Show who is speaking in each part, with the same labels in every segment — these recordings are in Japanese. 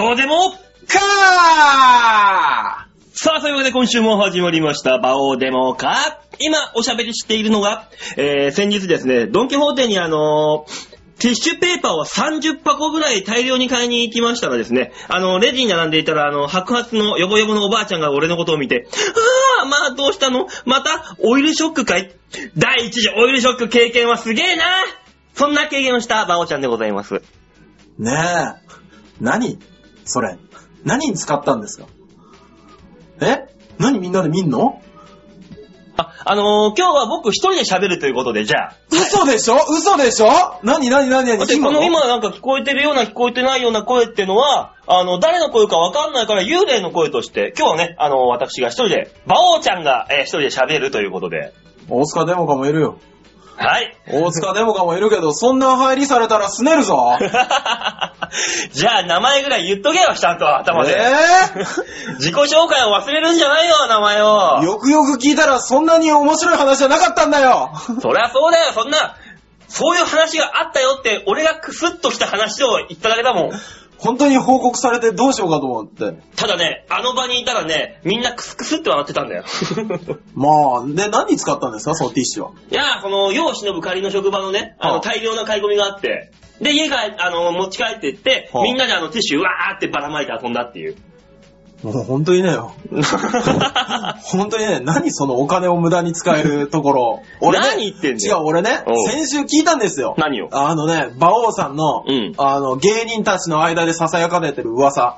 Speaker 1: オでも
Speaker 2: カー
Speaker 1: さあ、そういうわけで今週も始まりました、バオデモか今、おしゃべりしているのが、えー、先日ですね、ドンキホーテにあのーティッシュペーパーを30箱ぐらい大量に買いに行きましたらですね、あの、レジに並んでいたら、あの、白髪のヨボヨボのおばあちゃんが俺のことを見て、ああ、まあどうしたのまた、オイルショックかい第一次オイルショック経験はすげえなそんな経験をしたバオちゃんでございます。
Speaker 2: ねえ。何それ。何に使ったんですかえ何みんなで見んの
Speaker 1: あ、あのー今日は僕一人で喋るということで、じゃあ。
Speaker 2: 嘘でしょ嘘でしょ何何何
Speaker 1: だっ
Speaker 2: 何
Speaker 1: てこの今なんか聞こえてるような聞こえてないような声ってのは、あの、誰の声かわかんないから幽霊の声として、今日はね、あの、私が一人で、馬王ちゃんが、えー一人で喋るということで。
Speaker 2: 大塚デモカもいるよ。
Speaker 1: はい。
Speaker 2: 大塚デモカもいるけど、そんな入りされたらすね るぞ。
Speaker 1: じゃあ、名前ぐらい言っとけよ、ちゃんと頭で。
Speaker 2: え
Speaker 1: 自己紹介を忘れるんじゃないよ、名前
Speaker 2: ー、
Speaker 1: を。
Speaker 2: よくよく聞いたらそんなに面白い話じゃなかったんだよ。
Speaker 1: そりゃそうだよ、そんな、そういう話があったよって、俺がクスッときた話を言っただけだもん。
Speaker 2: 本当に報告されてどうしようかと思って。
Speaker 1: ただね、あの場にいたらね、みんなクスクスって笑ってたんだ よ。
Speaker 2: まあ、で、何に使ったんですかそのティッシュは。
Speaker 1: いやー、この、世を忍ぶ仮の職場のね、あ
Speaker 2: は
Speaker 1: の、
Speaker 2: あ
Speaker 1: 大量な買い込みがあって、で、家が、あの、持ち帰ってって、
Speaker 2: はあ
Speaker 1: みんなであの、ティッシュ、うわーってばらまいて遊んだって いう。
Speaker 2: もう本当にねよ。本当にね、何そのお金を無駄に使えるとこ ろ。ね、
Speaker 1: 何言ってんだ
Speaker 2: 違う
Speaker 1: よ、
Speaker 2: 俺ね
Speaker 1: おう、
Speaker 2: 先週聞いたんですよ。
Speaker 1: 何を
Speaker 2: あのね、馬王さんの、
Speaker 1: うん
Speaker 2: あの、芸人たちの間で囁かれてる噂。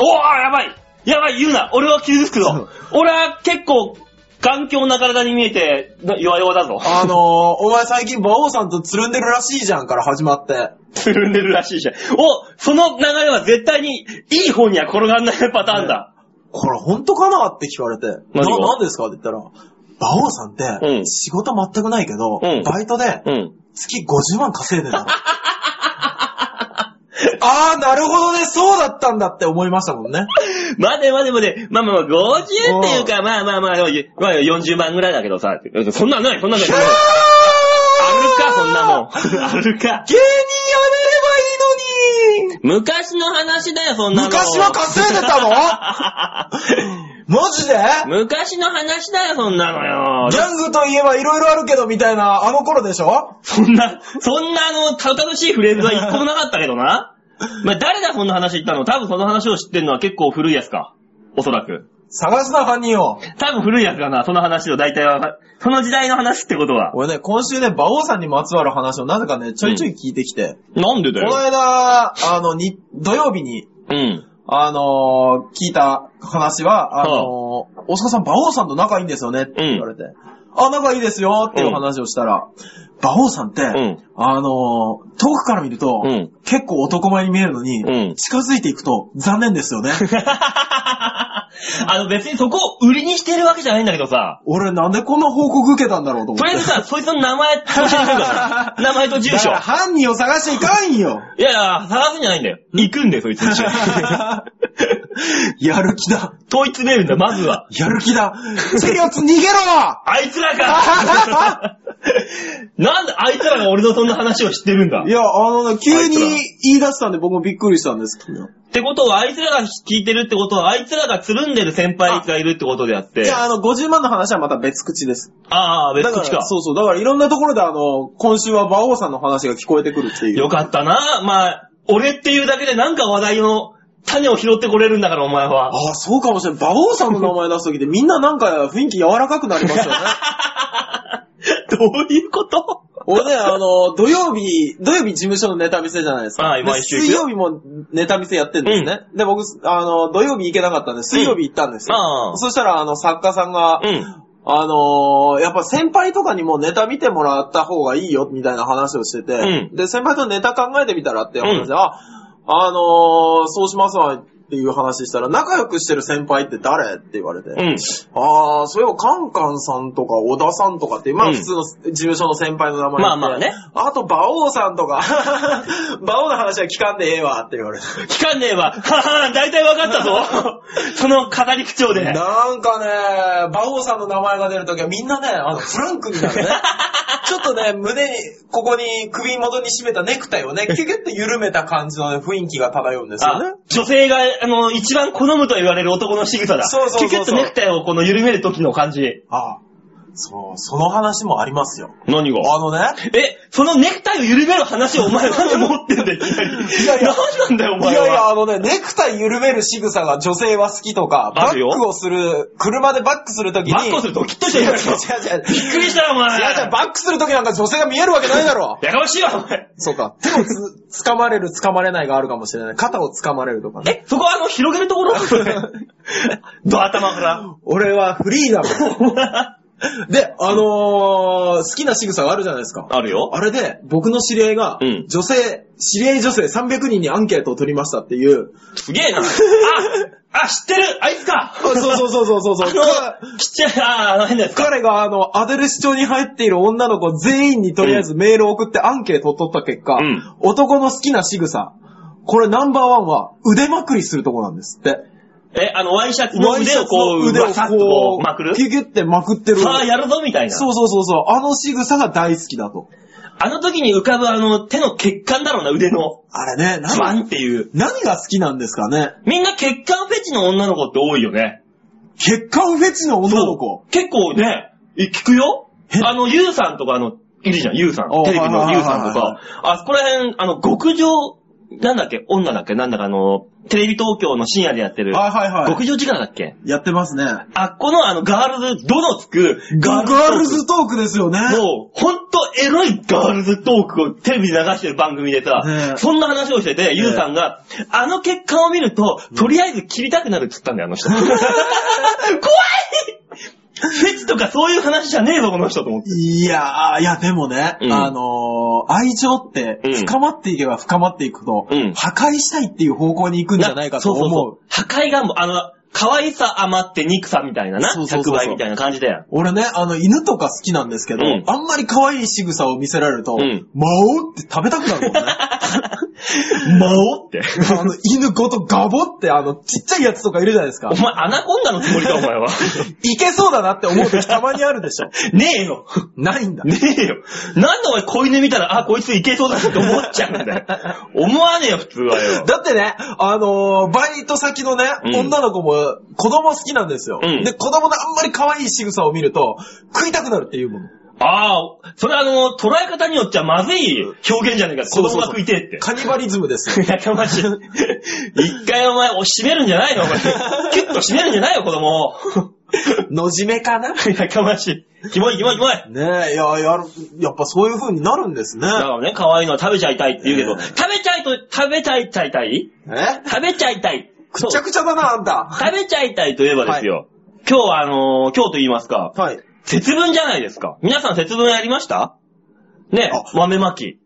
Speaker 1: おー、やばいやばい、言うな俺は傷つくぞ俺は結構、頑強な体に見えて、な弱々だぞ。
Speaker 2: あ のー、お前最近馬王さんとつるんでるらしいじゃんから始まって。
Speaker 1: つるんでるらしいじゃん。お、その流れは絶対に、いい方には転がんないパターンだ。
Speaker 2: これ本当かなって聞かれて、な、
Speaker 1: 何が
Speaker 2: なんですかって言ったら、馬王さんって
Speaker 1: う、ん
Speaker 2: 仕事全くないけど、
Speaker 1: うん
Speaker 2: バイトで、
Speaker 1: うん。
Speaker 2: 月50万稼いでるの。 あー、なるほどね、そうだったんだって思いましたもんね。
Speaker 1: までまでまで、まあまあまあ、50っていうか、まあまあまあ、でもまあ40万ぐらいだけどさ、そんなのない、そんなのない。あるか、そんなもん。あるか。
Speaker 2: 芸人やめればいいのに
Speaker 1: 昔の話だよ、そんなの。
Speaker 2: 昔は稼いでた
Speaker 1: の
Speaker 2: マジで
Speaker 1: 昔の話だよ、そんなのよ
Speaker 2: ギ。ャングといえば色々あるけどみたいなあの頃でしょ
Speaker 1: そんな、そんなあの、たどたどしいフレーズは一個もなかったけどな。まあ、誰がそんな話言ったの多分その話を知ってるのは結構古いやつか。おそらく。
Speaker 2: 探すな犯人を。
Speaker 1: 多分古いやつかな、その話を大体は。その時代の話ってことは。
Speaker 2: 俺ね、今週ね、馬王さんにまつわる話をなぜかね、ちょいちょい聞いてきて。
Speaker 1: なんでだ
Speaker 2: この
Speaker 1: よ。
Speaker 2: 間、あの、に、土曜日に、
Speaker 1: うん。
Speaker 2: あのー聞いた話は、あのー大塚さん、馬王さんと仲いいんですよねって言われて、あ、仲いいですよっていう話をしたら、馬王さんって、
Speaker 1: ん
Speaker 2: あのー遠くから見ると、
Speaker 1: うん
Speaker 2: 結構男前に見えるのに、
Speaker 1: うん
Speaker 2: 近づいていくと残念ですよ ね。
Speaker 1: あの別にそこを売りにしてるわけじゃないんだけどさ。
Speaker 2: 俺なんでこんな報告受けたんだろうと思
Speaker 1: と
Speaker 2: っ
Speaker 1: りあえ
Speaker 2: て。
Speaker 1: ずさ、そいつの名前と住所だ から名前と住
Speaker 2: だか
Speaker 1: 所。
Speaker 2: ら犯人を探していかん よ
Speaker 1: いやいや、探すんじゃないんだよ。行くんだよ、そ いつの家
Speaker 2: やる気だ
Speaker 1: 問い詰めるんだ、まずは。
Speaker 2: やる気だチェリオツ逃げろ
Speaker 1: あいつら かなんであいつらが俺のそんな話を知ってるんだ
Speaker 2: いや、あのね、
Speaker 1: あ
Speaker 2: 急に
Speaker 1: いつら
Speaker 2: 言い出したんで僕もびっくりしたんですけど。
Speaker 1: ってことは、あいつらが聞いてるってことは、あいつらがつるんでる先輩がいるってことであって。
Speaker 2: いや、あの、50万の話はまた別口です。
Speaker 1: ああ、別
Speaker 2: だ
Speaker 1: に
Speaker 2: か
Speaker 1: 来
Speaker 2: ら、
Speaker 1: た。
Speaker 2: そうそう。だからいろんなところであの、今週は馬王さんの話が聞こえてくるっていう。
Speaker 1: よかったな。まあ、俺っていうだけでなんか話題の種を拾ってこれるんだから、お前は。
Speaker 2: ああ、そうかもしれん。馬王さんの名前出すときでみんななんか雰囲気柔らかくなり ますよね。
Speaker 1: どういうこと
Speaker 2: 俺ね、あの、土曜日、土曜日事務所のネタ見せじゃないですか。
Speaker 1: はい
Speaker 2: で
Speaker 1: 毎週行く
Speaker 2: 水曜日もネタ見せやってるんですね。で、僕、あの、土曜日行けなかったんで、水曜日行ったんですよ。
Speaker 1: ああ
Speaker 2: そしたら、あの、作家さんが、
Speaker 1: うん。
Speaker 2: あのー、やっぱ先輩とかにもネタ見てもらった方がいいよ、みたいな話をしてて、
Speaker 1: うん
Speaker 2: で、先輩とネタ考えてみたらって話で、
Speaker 1: うん
Speaker 2: あ、あのー、そうしますわ、っていう話したら、仲良くしてる先輩って誰って言われて、
Speaker 1: うん。
Speaker 2: あー、それをカンカンさんとか、小田さんとかっていう、ま
Speaker 1: う
Speaker 2: あ
Speaker 1: ん
Speaker 2: 普通の事務所の先輩の名前で
Speaker 1: まあまあね。
Speaker 2: あと、馬王さんとか、 馬王の話は聞かんでええわ、って言われて。
Speaker 1: 聞かんねえわ。は は大体分かった ぞ。その語り口調で。
Speaker 2: なんかね、馬王さんの名前が出るときはみんなね、あの、フランクになるね。ちょっとね、胸に、ここに首元に締めたネクタイをね、キュキュッと緩めた感じのね、雰囲気が漂うんですよね
Speaker 1: あ。女性が、あの、一番好むと言われる男の仕草だ。
Speaker 2: そうそうそうそう
Speaker 1: キュキュッとネクタイをこの緩める時の感じ。
Speaker 2: ああそう、その話もありますよ。
Speaker 1: 何
Speaker 2: あのね、
Speaker 1: え、そのネクタイを緩める話をお前なんで持ってんだよ、いきなり。
Speaker 2: いやいや
Speaker 1: 何なんだよ、お
Speaker 2: い
Speaker 1: 前は。
Speaker 2: やいや、あのね、ネクタイ緩める仕草が女性は好きとか、バ
Speaker 1: あるよ
Speaker 2: ックをする、車でバックするときに、
Speaker 1: バックをするとドキッとして
Speaker 2: い
Speaker 1: るよ
Speaker 2: や違う違う違う。
Speaker 1: びっくりしたよ、お前。
Speaker 2: 違う違う、バックするときなんか女性が見えるわけないだろ
Speaker 1: やかましいわ、お前。
Speaker 2: そうか。手をつ、 掴まれる、掴まれないがあるかもしれない。肩を掴まれるとかね。
Speaker 1: え、そこはあの、広げるとこ ろド頭から。
Speaker 2: 俺はフリーダム。 で、あのー、好きな仕草があるじゃないですか。
Speaker 1: あるよ。
Speaker 2: あれで、僕の知り合いが
Speaker 1: うん、
Speaker 2: 女性、知り合い女性300人にアンケートを取りましたっていう、
Speaker 1: すげえな。あ、あ、知ってるあいつか
Speaker 2: あそうそうそうそうそうそう。
Speaker 1: あの、ちっちゃい、あ、あの変なやつか。
Speaker 2: 彼があの、アデル市長に入っている女の子全員にとりあえずメールを送ってアンケートを取った結果、
Speaker 1: うん
Speaker 2: 男の好きな仕草、これナンバーワンは腕まくりするとこなんですって。
Speaker 1: え、あの、ワイシャツの腕をこう、
Speaker 2: 腕を
Speaker 1: わさっとこう、
Speaker 2: こう、
Speaker 1: まくる
Speaker 2: キュキュってまくってる。
Speaker 1: さあ、やるぞ、みたいな。
Speaker 2: そうそうそうそう。あの仕草が大好きだと。
Speaker 1: あの時に浮かぶあの、手の血管だろうな、腕の。
Speaker 2: あれね、
Speaker 1: ジュワ
Speaker 2: 何
Speaker 1: ンっていう。
Speaker 2: 何が好きなんですかね
Speaker 1: みんな血管フェチの女の子って多いよね。
Speaker 2: 血管フェチの女の子。
Speaker 1: 結構ね、い聞くよ
Speaker 2: え
Speaker 1: あの、ゆうさんとかあの、いるじゃん、ゆうさん
Speaker 2: お。
Speaker 1: テレビの
Speaker 2: はい
Speaker 1: ゆ
Speaker 2: は
Speaker 1: うさ
Speaker 2: いはいはい
Speaker 1: んとか。あそこら辺、あの、極上、なんだっけ、女だっけ、なんだかあの、テレビ東京の深夜でやってる、
Speaker 2: はいはいは
Speaker 1: 極上時間だっけ
Speaker 2: い。やってますね。
Speaker 1: あっこのあの、ガールズ、どのつく、
Speaker 2: ガールズトークですよね。
Speaker 1: もう、ほんとエロいガールズトークをテレビで流してる番組でさ、
Speaker 2: ねえ
Speaker 1: そんな話をしてて、ゆうさんが、あの血管を見ると、とりあえず切りたくなるって言ったんだよ、あの 人。怖いフェチとかそういう話じゃねえぞ、この人と思って。
Speaker 2: いやー、いやでもね、
Speaker 1: うん
Speaker 2: あのー、愛情って
Speaker 1: うん
Speaker 2: 深まっていけば深まっていくと、
Speaker 1: うん
Speaker 2: 破壊したいっていう方向に行くんじゃないかと思う。
Speaker 1: なそうそうそう。破壊がもう、あの、可愛さ余って憎さみたいなな、
Speaker 2: そうそうそうそう
Speaker 1: 100倍みたいな感じだよ。
Speaker 2: 俺ね、あの、犬とか好きなんですけど、
Speaker 1: うん
Speaker 2: あんまり可愛い仕草を見せられると、
Speaker 1: うん
Speaker 2: 魔王って食べたくな るもんね。
Speaker 1: 魔王って。
Speaker 2: あの、犬ごとガボって、あの、ちっちゃいやつとかいるじゃないですか
Speaker 1: お。前、アナコンダのつもりか、お前 は。
Speaker 2: いけそうだなって思う時たまにあるでしょ。
Speaker 1: ねえよ。
Speaker 2: ないん だ。
Speaker 1: ねえよ。なんでお前子犬見たら、あ、こいついけそうだなって思っちゃうん だよ。思わねえよ、普通はよ。
Speaker 2: だってね、あのーバイト先のね、
Speaker 1: うん
Speaker 2: 女の子も子供好きなんですよ。
Speaker 1: うん
Speaker 2: で、子供のあんまり可愛い仕草を見ると、食いたくなるっていうもの。
Speaker 1: ああ、それあの、捉え方によっちゃまずい表現じゃねえか。子供が食いてえって。
Speaker 2: カニバリズムです よ。
Speaker 1: やかましい。 一回お前、お締めるんじゃないのお前。キュッと締めるんじゃないよ、子供を。
Speaker 2: のじめかなね
Speaker 1: やかましい。キモい、キモい、キモい。だ
Speaker 2: え、いや、やる、やっぱそういう風になるんですね。
Speaker 1: からね、可愛いのは食べちゃいたいって言うけど、
Speaker 2: ええ
Speaker 1: 食べちゃいと、食べちゃいちゃいたい
Speaker 2: え
Speaker 1: 食べちゃいたい。
Speaker 2: くちゃくちゃだな、あんた。
Speaker 1: 食べちゃいたいといえばですよ。今日はあのー今日と言いますか。
Speaker 2: はい。
Speaker 1: 節分じゃないですか。皆さん節分やりましたね
Speaker 2: あ、
Speaker 1: 豆まき。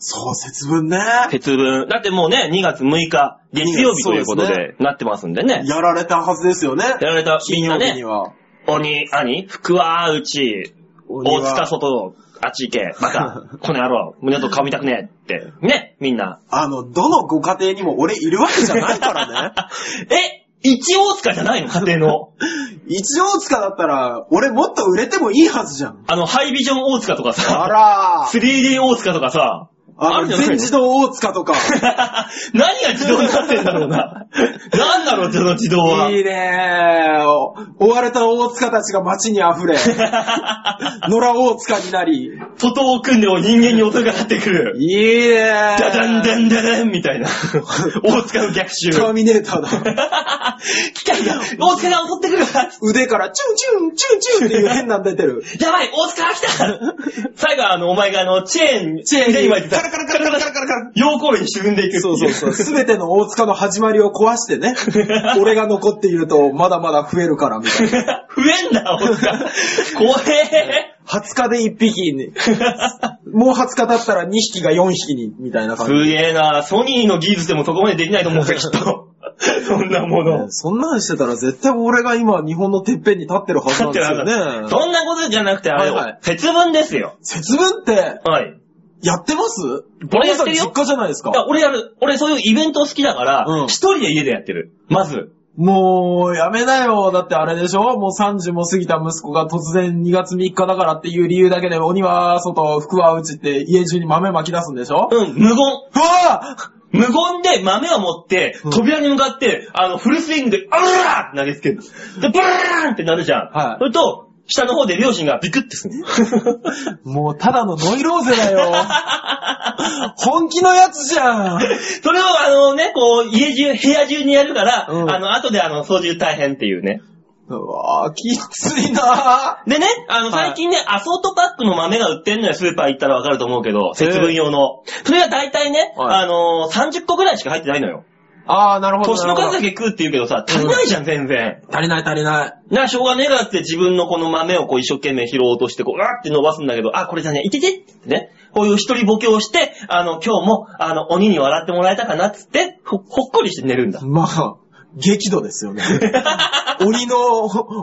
Speaker 2: そう、節分ね。
Speaker 1: 節分。だってもうね、2月6日、月曜日ということ
Speaker 2: そう
Speaker 1: で、なってますんでね。
Speaker 2: やられたはずですよね。
Speaker 1: やられた、み
Speaker 2: 金
Speaker 1: んな
Speaker 2: 曜日
Speaker 1: ね
Speaker 2: に、は。
Speaker 1: 鬼、兄、福は内、
Speaker 2: 鬼
Speaker 1: 大
Speaker 2: は
Speaker 1: 塚外、あっち行け、バ カ、この野郎、胸と顔見たくねえって、ね、みんな。
Speaker 2: あの、どのご家庭にも俺いるわけじゃないからね。
Speaker 1: え、一大塚じゃないの家庭の。
Speaker 2: 一応塚だったら、俺もっと売れてもいいはずじゃん。
Speaker 1: あの、ハイビジョン大塚とか
Speaker 2: あ
Speaker 1: さ、
Speaker 2: らー。
Speaker 1: 3D 大塚とかさ、
Speaker 2: あの、
Speaker 1: じゃない
Speaker 2: 全自動大塚 とか。
Speaker 1: 何が自動になってんだろうな。なんだろう、その自動は。
Speaker 2: いいねー。お追われた大塚たちが街に 溢れ、野良大塚になり。
Speaker 1: 徒党を組んでも人間に襲いかかってくる。
Speaker 2: いいねー。
Speaker 1: ダダンダンダダンみたいな。大塚の逆襲。機
Speaker 2: ターミネーターだ。
Speaker 1: 械が、大塚が襲ってくる
Speaker 2: 腕からチュンチュン、チュンチュンって いう変なの出てる。
Speaker 1: やばい大塚が来た最後はあの、お前があの、チェーン、
Speaker 2: チェーン
Speaker 1: 腕に
Speaker 2: に
Speaker 1: 巻いて
Speaker 2: カ
Speaker 1: た
Speaker 2: ラカラカラカラカラカラカラ。
Speaker 1: 溶鉱炉に沈んでいくってい
Speaker 2: そうそう そう。すべての大塚の始まりを壊して ね。俺が残っていると、まだまだ増えるから、みたいな。
Speaker 1: 増えんな、大塚。怖え。
Speaker 2: 20日で1匹に、もう20日経ったら2匹が4匹に、みたいな感
Speaker 1: すげえな。ソニーの技術でもそこまでできないと思うぜ、きっと。そんなも
Speaker 2: じ。
Speaker 1: の
Speaker 2: ね。そんなんしてたら絶対俺が今日本のてっぺんに立ってるはず
Speaker 1: だっ
Speaker 2: なん
Speaker 1: て
Speaker 2: で
Speaker 1: なん
Speaker 2: す
Speaker 1: か
Speaker 2: よね。
Speaker 1: そんなことじゃなくて、あれ
Speaker 2: はいはい、
Speaker 1: 節分ですよ。
Speaker 2: 節分って、
Speaker 1: はい。
Speaker 2: やってます
Speaker 1: 俺やって
Speaker 2: 皆さん
Speaker 1: るよ
Speaker 2: 実家じゃないです
Speaker 1: いや
Speaker 2: か。
Speaker 1: 俺やる。俺そういうイベント好きだから
Speaker 2: う、ん
Speaker 1: 一人で家でやってる。まず。
Speaker 2: もう、やめなよ。だってあれでしょもう30も過ぎた息子が突然2月3日だからっていう理由だけで鬼は外、服は内って家中に豆巻き出すんでしょ
Speaker 1: うん、無言。
Speaker 2: うわぁ
Speaker 1: 無言で豆を持って、
Speaker 2: うん
Speaker 1: 扉に向かって、あの、フルスイングで、あらーって投げつける。で、ブラーンってなるじゃん。
Speaker 2: はい
Speaker 1: それと、下の方で両親がビクッてする。
Speaker 2: もうただのノイローゼだよ。 本気のやつじゃん。
Speaker 1: それをあのね、こう、家中、部屋中にやるから、
Speaker 2: うん
Speaker 1: あの、後であの、掃除大変っていうね。
Speaker 2: うわぁ、きついなぁ。
Speaker 1: でね、あの、
Speaker 2: はい
Speaker 1: 最近ね、アソートパックの豆が売ってんのよ、スーパー行ったらわかると思うけど、
Speaker 2: へー
Speaker 1: 節分用の。それが大体ね、
Speaker 2: はい
Speaker 1: あのー、30個ぐらいしか入ってないのよ。
Speaker 2: ああ、なるほど。
Speaker 1: 年の数だ
Speaker 2: なる
Speaker 1: け食うって言うけどさ、足りないじゃん、全然。
Speaker 2: ほど足りない足りない。
Speaker 1: な、しょうがねえだって自分のこの豆をこう一生懸命拾おうとして、こう、わーって伸ばすんだけど、あ、これじゃねえ、いててってね。こういう一人ボケをして、あの、今日も、あの、鬼に笑ってもらえたかなっつって、ほほっこりして寝るんだ。
Speaker 2: まあ、激怒です よね。鬼の、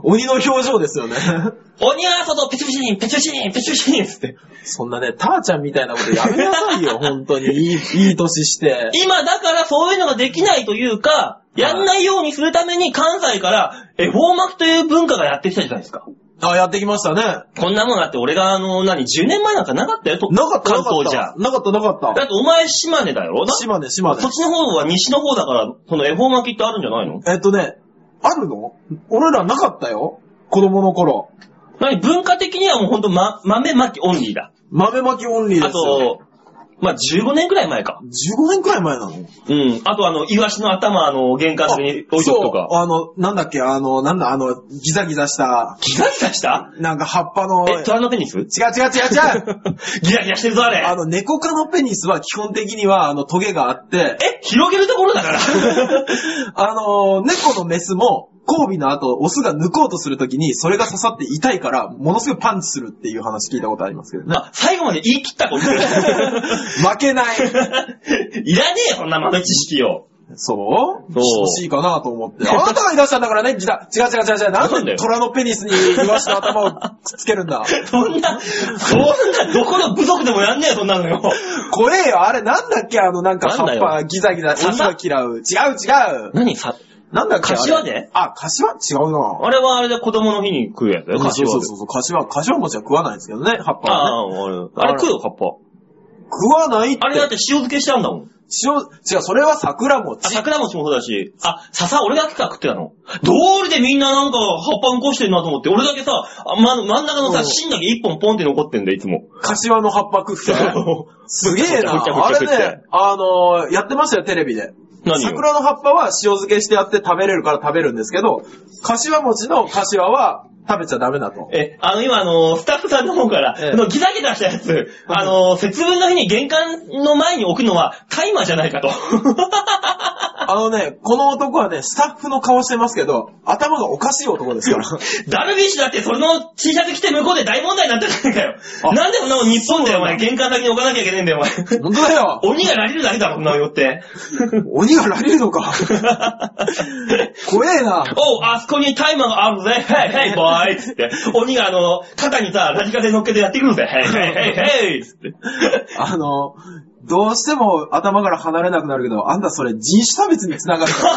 Speaker 2: 鬼の表情ですよね。
Speaker 1: 鬼は外、ペチペチン、ペチペチン、ペチペチンっつって。
Speaker 2: そんなね、ターちゃんみたいなことやめなさいよ、本当に。いい、いい年して。
Speaker 1: 今だからそういうのができないというか、やんないようにするために関西から恵方巻きという文化がやってきたじゃないですか。
Speaker 2: あ、やってきましたね。な
Speaker 1: こんなもんだって俺があの、何、10年前なんかなかったよ、と
Speaker 2: かった、な
Speaker 1: 関
Speaker 2: か
Speaker 1: 東
Speaker 2: っ
Speaker 1: じ
Speaker 2: た
Speaker 1: ゃ。。
Speaker 2: なかった、なかっ
Speaker 1: だってお前島根だよ。な
Speaker 2: た。島根、島根
Speaker 1: そっ。ちの方は西の方だから、その恵方巻きってあるんじゃないの
Speaker 2: えっとね、あるの俺らなかったよ。子供の頃。
Speaker 1: 何文化的にはもうほんと、ま、豆巻きオンリーだ。
Speaker 2: 豆巻きオンリーで
Speaker 1: あ
Speaker 2: すよ。
Speaker 1: と、まあ、15年くらい前か。
Speaker 2: 15年くらい前な
Speaker 1: う
Speaker 2: の
Speaker 1: ん。あとあの、イワシの頭、あの、玄関先に置いとくと
Speaker 2: そう
Speaker 1: か。
Speaker 2: あの、なんだっけ、あの、なんだ、あの、ギザギザした、
Speaker 1: ギザギザした
Speaker 2: なんか葉っぱの、違う違
Speaker 1: え、トラのペニス
Speaker 2: う違う違う
Speaker 1: ギラギラしてるぞ、あれ。
Speaker 2: あの、猫科のペニスは基本的には、あの、トゲがあって、
Speaker 1: え、広げるところだから。
Speaker 2: あの、猫のメスも、交尾の後、オスが抜こうとするときに、それが刺さって痛いから、ものすごいパンチするっていう話聞いたことありま すけどね。
Speaker 1: あ、最後まで言い切ったこと。 いら
Speaker 2: 負けない
Speaker 1: ねえよ、そんな豆知識を。
Speaker 2: そう
Speaker 1: そう
Speaker 2: 欲しいかなと思って。あなたがいらっしゃるんだからね、ギザ、違う違う違う違う、
Speaker 1: な
Speaker 2: なんん
Speaker 1: だ
Speaker 2: で
Speaker 1: よ
Speaker 2: 虎のペニスにイワシの頭をくっつけるんだ
Speaker 1: そんな、そんな、どこの部族でもやんねえよ、そんなのよ。
Speaker 2: 怖えよ、あれなんだっけあのなんか
Speaker 1: な
Speaker 2: 葉
Speaker 1: んだ
Speaker 2: っ
Speaker 1: よ
Speaker 2: ぱギザギザ、鬼が嫌う。違う違う。
Speaker 1: 何さ、
Speaker 2: なんだっけあれ
Speaker 1: 柏で
Speaker 2: あ、柏違うな
Speaker 1: あれはあれで子供の日に食うやつだよ、
Speaker 2: うんそう
Speaker 1: 柏
Speaker 2: そうそうそう、柏、柏餅は食わないですけどね、葉っぱはね。
Speaker 1: ああ、あれ。あれ食うよ、葉っぱ。
Speaker 2: 食わないって。
Speaker 1: あれだって塩漬けしてあんだもん。
Speaker 2: 塩、違う、それは桜
Speaker 1: あ、
Speaker 2: 餅。
Speaker 1: 桜餅もそうだし、あ、笹俺だけか食ってたの。どうりでみんななんか葉っぱうんこしてんなと思って、俺だけさ、あま、真ん中の
Speaker 2: う
Speaker 1: さ、
Speaker 2: ん
Speaker 1: 芯だけ一本ポンって残ってんだよ、いつも。
Speaker 2: 柏の葉っぱ食って。すげえな。
Speaker 1: ぐちゃぐちゃ
Speaker 2: あ
Speaker 1: ぐちゃぐ
Speaker 2: れ
Speaker 1: ちゃ
Speaker 2: ね、あのーやってましたよ、テレビで。
Speaker 1: 何よ
Speaker 2: 桜の葉っぱは塩漬けしてやって食べれるから食べるんですけど、柏餅の柏は食べちゃダメだと。
Speaker 1: え、あの、今、あの、スタッフさんの方から、
Speaker 2: ええ
Speaker 1: あのギザギザしたやつ、あの、節分の日に玄関の前に置くのは、タイマーじゃないかと。
Speaker 2: あのね、この男はね、スタッフの顔してますけど、頭がおかしい男ですから。
Speaker 1: ダルビッシュだって、その T シャツ着て向こうで大問題になってるじゃないかよ。
Speaker 2: あ
Speaker 1: なんでこんなもん日本だよ、お前。玄関先に置かなきゃいけねえんだよ、お前。
Speaker 2: 本当だよ
Speaker 1: 鬼がられるだけだろ、こんなのよって。
Speaker 2: 鬼がられるのか怖えな。
Speaker 1: おう、あそこにタイマーがあるぜ、ヘイヘイボーイつって、鬼があの、肩にさ、ラジカセ乗っけてやってくるぜ、ヘイヘイヘイヘイつって。
Speaker 2: あの、どうしても頭から離れなくなるけど、あんたそれ人種差別につながるから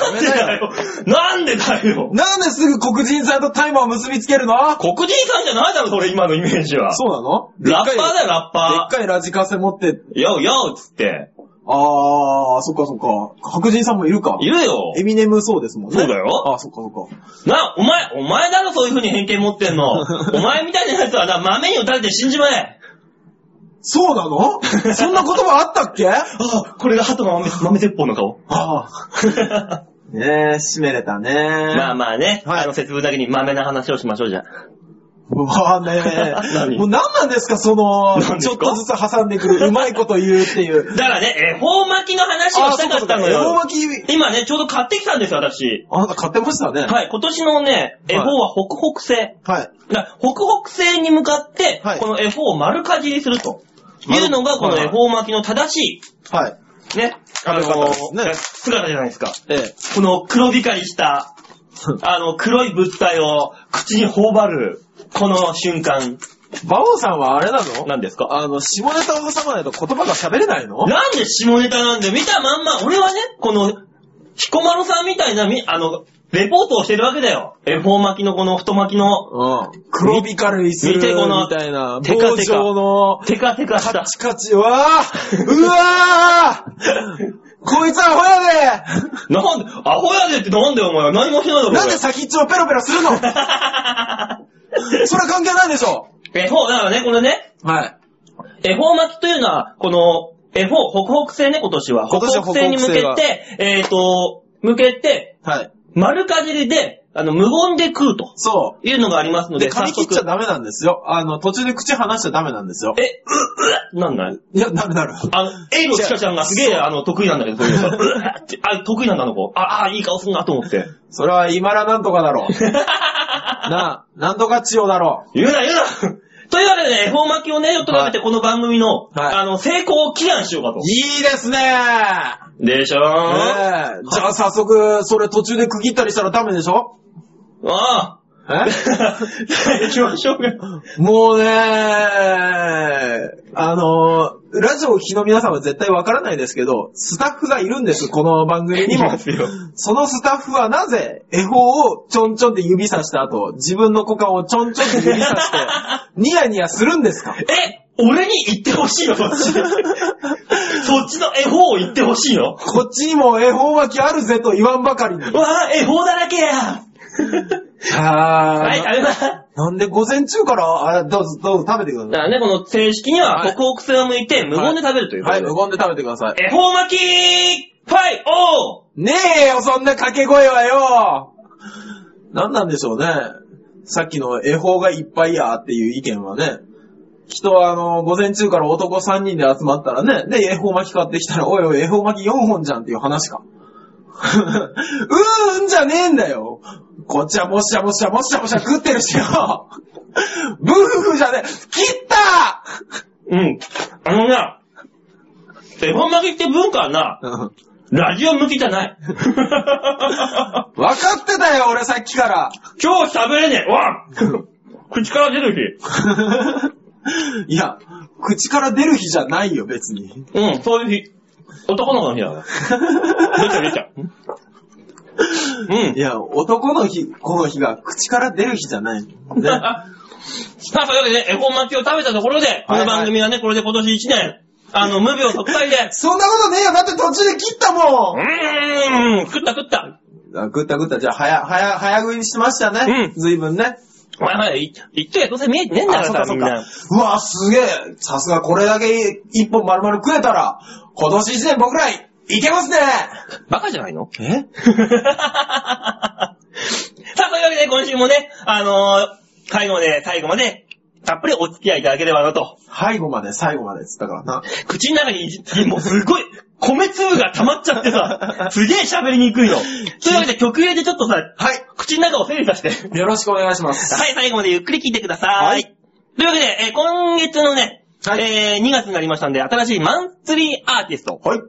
Speaker 1: な
Speaker 2: ダ
Speaker 1: ん
Speaker 2: メ
Speaker 1: で
Speaker 2: だ
Speaker 1: だ
Speaker 2: よ。
Speaker 1: よなんでだよ
Speaker 2: なんですぐ黒人さんとタイマーを結びつけるの
Speaker 1: 黒人さんじゃないだろ、それ今のイメージは。
Speaker 2: そうなの
Speaker 1: ラッパーだ
Speaker 2: よ。
Speaker 1: よ、ラッ
Speaker 2: でっ
Speaker 1: パ
Speaker 2: かいラジカセ持って、
Speaker 1: ー。ようようつって。
Speaker 2: あー、そっかそっか。白人さんもいるか
Speaker 1: いるよ。
Speaker 2: エミネムそうですもんね。
Speaker 1: そうだよ
Speaker 2: あー、そっかそっか。
Speaker 1: な、お前、お前だろ、そういう風に偏見持ってん の。お前みたいなやつはな、豆に打たれて死んじまえ。
Speaker 2: そうな のそんな言葉 あったっけあ
Speaker 1: あ、これが鳩の豆豆鉄砲の顔。
Speaker 2: あー。ねえ、締めれたね
Speaker 1: まあまあね、
Speaker 2: はい
Speaker 1: あの節分だけに豆な話をしましょうじゃん。
Speaker 2: うわぁね
Speaker 1: 何
Speaker 2: もう何なんですか、その
Speaker 1: 何、で
Speaker 2: ち
Speaker 1: す
Speaker 2: ょ
Speaker 1: か
Speaker 2: っとずつ挟んでくる、うまいこと言うっていう。
Speaker 1: だからね、恵方巻きの話をしたかったの
Speaker 2: あそう
Speaker 1: よ
Speaker 2: か。そうか恵方巻き、
Speaker 1: 今ね、ちょうど買ってきたんですよ、私。
Speaker 2: あなた買ってましたね。い。
Speaker 1: はい、今年のね、恵方は北北西。
Speaker 2: はい。
Speaker 1: だから北北西に向かって、
Speaker 2: はい
Speaker 1: この恵方を丸かじりすると。いうのが、この恵方巻きの正し
Speaker 2: はい。
Speaker 1: い、ね、あの
Speaker 2: 食べ方ですね
Speaker 1: ー姿じゃないですか。
Speaker 2: え
Speaker 1: この黒光りした、あの、黒い物体を口に頬張る、この瞬間、
Speaker 2: え。バオさんはあれなの
Speaker 1: なんですか
Speaker 2: あの、下ネタを挟まないと言葉が喋れないの
Speaker 1: なんで下ネタなんで見たまんま、俺はね、この、彦摩呂さんみたいな、みあの、レポートをしてるわけだよ。恵方巻きのこの太巻きの、
Speaker 2: うん。黒ビカルイす
Speaker 1: 見
Speaker 2: るみ
Speaker 1: てこの
Speaker 2: たいな、
Speaker 1: テカテカ
Speaker 2: 棒状の、
Speaker 1: テカテカした
Speaker 2: カ。チカチ、うわぁうわぁこいつアホや
Speaker 1: なんで、アホやでってなんだよお前は。何もしてないだろ。
Speaker 2: でなんで先っちょをペロペロするのそれは関係ないでしょ
Speaker 1: 俺恵方、だからね、これね、
Speaker 2: はい。
Speaker 1: 恵方巻きというのは、この、恵方、北北西ね、今年は。
Speaker 2: 今年は
Speaker 1: 北北西に向け
Speaker 2: 北北
Speaker 1: て、えっ、と、向けて、
Speaker 2: はい。
Speaker 1: 丸かじりで、あの、無言で食うと
Speaker 2: そ
Speaker 1: いうのがありますの
Speaker 2: う。
Speaker 1: で、
Speaker 2: で、噛み切っちゃダメなんですよ。あの、途中で口離しちゃダメなんですよ。
Speaker 1: え、う、う、なんない
Speaker 2: いや、なるなる。
Speaker 1: あの、A のちかちゃんがすげえ、あの、得意なんだけど、そういうの。うわってあ、得意なんだ、あの子。ああ、いい顔すんなと思って。
Speaker 2: それは、今らなんとかだ ろう。な、なんとか千代だろ
Speaker 1: 言うな、言う なというわけで、恵方巻きをね、とらべてこの番組の、
Speaker 2: はい
Speaker 1: あの、成功を祈願しようか
Speaker 2: う。
Speaker 1: と。
Speaker 2: いいですね
Speaker 1: でしょ
Speaker 2: ねえ
Speaker 1: ー、
Speaker 2: じゃあ早速、それ途中で区切ったりしたらダメでしょ
Speaker 1: ああ。
Speaker 2: え
Speaker 1: 行きましょうか。
Speaker 2: もうねあのラジオをお聞きの皆さんは絶対わからないですけど、スタッフがいるんです、この番組に
Speaker 1: い
Speaker 2: も
Speaker 1: ますよ。
Speaker 2: そのスタッフはなぜ、絵法をちょんちょんで指さした後、自分の股間をちょんちょんで指さして、ニヤニヤするんですか
Speaker 1: え、俺に言ってほしいのそっち。そっちの恵方を言ってほしいの
Speaker 2: こっちにも絵法巻きあるぜと言わんばかりに。
Speaker 1: わあ、恵方だらけや
Speaker 2: は
Speaker 1: はい、食べます。
Speaker 2: なんで午前中から、あどうぞ、どうぞ食べてください
Speaker 1: だ。からね、この正式には、
Speaker 2: はい
Speaker 1: 北北線を向いて、無言で食べるということ
Speaker 2: はい、
Speaker 1: で。
Speaker 2: 無言で食べてください。
Speaker 1: 恵方巻きファイオー
Speaker 2: ねえよ、そんな掛け声はよ何なんでしょうね。さっきの恵方がいっぱいやっていう意見はね。人はあの、午前中から男3人で集まったらね、で、恵方巻き買ってきたら、おいおい、恵方巻き4本じゃんっていう話か。 うーんじゃねえんだよ。こっちはもっしゃもっしゃもっしゃもっしゃ食ってるしよ。ブーフじゃねえ。切った
Speaker 1: うん。あのな、恵方巻きって文化はな、
Speaker 2: うん
Speaker 1: ラジオ向きじゃない。
Speaker 2: 分かってたよ、俺さっきから。
Speaker 1: 今日喋れねえ。わあ口から出る
Speaker 2: いや、口から出る日じゃないよ、別に。
Speaker 1: 日。うん、そういう日。男の子の日だから。出ちゃう出ちゃう。うん
Speaker 2: い。や、男の日、この日が口から出る日じゃない。ね。
Speaker 1: さあ、というわけで、恵方巻きを食べたところで、この番組はね、これで今年1年、あの、無病息災で、
Speaker 2: そんなことねえよ、だって途中で切ったもん
Speaker 1: うーん、食った食った。
Speaker 2: あぐったぐった、じゃあ、早、早、早食いにしましたね。
Speaker 1: うん
Speaker 2: 随分ね。
Speaker 1: お前まだ言ってやどうせ見えてねえんだ
Speaker 2: あ
Speaker 1: か
Speaker 2: そっから
Speaker 1: さ、
Speaker 2: そっ
Speaker 1: みんな
Speaker 2: か。。うわ、すげえ。さすがこれだけ一本丸々食えたら、今年一年僕らい、いけますね
Speaker 1: バカじゃないの
Speaker 2: え
Speaker 1: さあ、というわけで今週もね、あのー、最後まで、最後まで、たっぷりお付き合いいただければなと。
Speaker 2: 最後まで、最後までっつったからな。
Speaker 1: 口の中にいじ、もうすごい、米粒が溜まっちゃって さ、すげえ喋りにくいの。というわけで曲入れでちょっとさ、
Speaker 2: はい。
Speaker 1: 口の中を整理させて。
Speaker 2: よろしくお願いします。
Speaker 1: はい、最後までゆっくり聞いてください。
Speaker 2: はい
Speaker 1: というわけで、えー今月のね、
Speaker 2: はい
Speaker 1: えー2月になりましたんで、新しいマンスリーアーティスト。
Speaker 2: はい。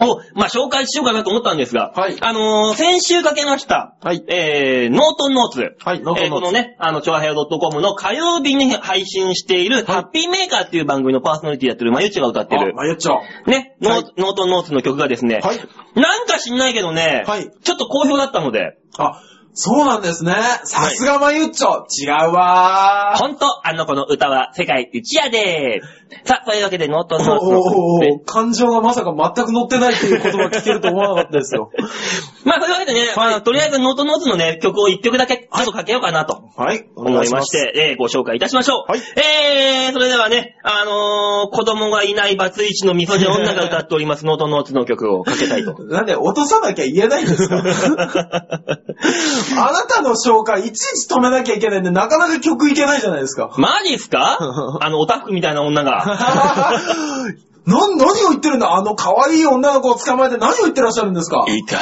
Speaker 1: を、まあ、紹介しようかなと思ったんですが、
Speaker 2: はい
Speaker 1: あのー先週かけました、
Speaker 2: はい
Speaker 1: えー、ノートンノーツ。
Speaker 2: はい、ノー
Speaker 1: え
Speaker 2: ト
Speaker 1: ー
Speaker 2: ノ
Speaker 1: こ
Speaker 2: ー
Speaker 1: の
Speaker 2: ツ
Speaker 1: ね、あの、超平洋 .com の火曜日に配信している、ハッピーメーカーっていう番組のパーソナリティやってる、まゆっちが歌って
Speaker 2: あ、
Speaker 1: る、
Speaker 2: まゆっちょ。
Speaker 1: ね、ノー,、
Speaker 2: はい
Speaker 1: ノートンノーツの曲がですね、
Speaker 2: はい
Speaker 1: なんか知んないけどね、
Speaker 2: はい
Speaker 1: ちょっと好評だったので、
Speaker 2: あ、そうなんですね。さすがまゆっちょ。違うわー。
Speaker 1: ほんと、あの子の歌は世界一やでーさあ、というわけで、ノートンノーツの
Speaker 2: おー
Speaker 1: ね
Speaker 2: おーおー感情がまさか全く乗ってないっていう言葉聞けると思わなかったですよ。
Speaker 1: まあ、というわけでね、まあとりあえずノートンノーツのね、曲を一曲だけ、ちょっとかけようかなと。
Speaker 2: はい、お
Speaker 1: 思
Speaker 2: 願い
Speaker 1: い
Speaker 2: し
Speaker 1: ま
Speaker 2: ま
Speaker 1: し
Speaker 2: す。
Speaker 1: て、えーご紹介いたしましょう。
Speaker 2: はい
Speaker 1: えー、それではね、あのー子供がいないバツイチのみそじ女が歌っており ます、ノートノーツの曲をかけたいと。
Speaker 2: なんで、落とさなきゃ言えないんです かあなたの紹介、いちいち止めなきゃいけないんで、なかなか曲いけないじゃないですか。
Speaker 1: マジっす かあの、オタフクみたいな女が。
Speaker 2: な、何を言ってるんだあの可愛い女の子を捕まえて何を言ってらっしゃるんですか
Speaker 1: いいかい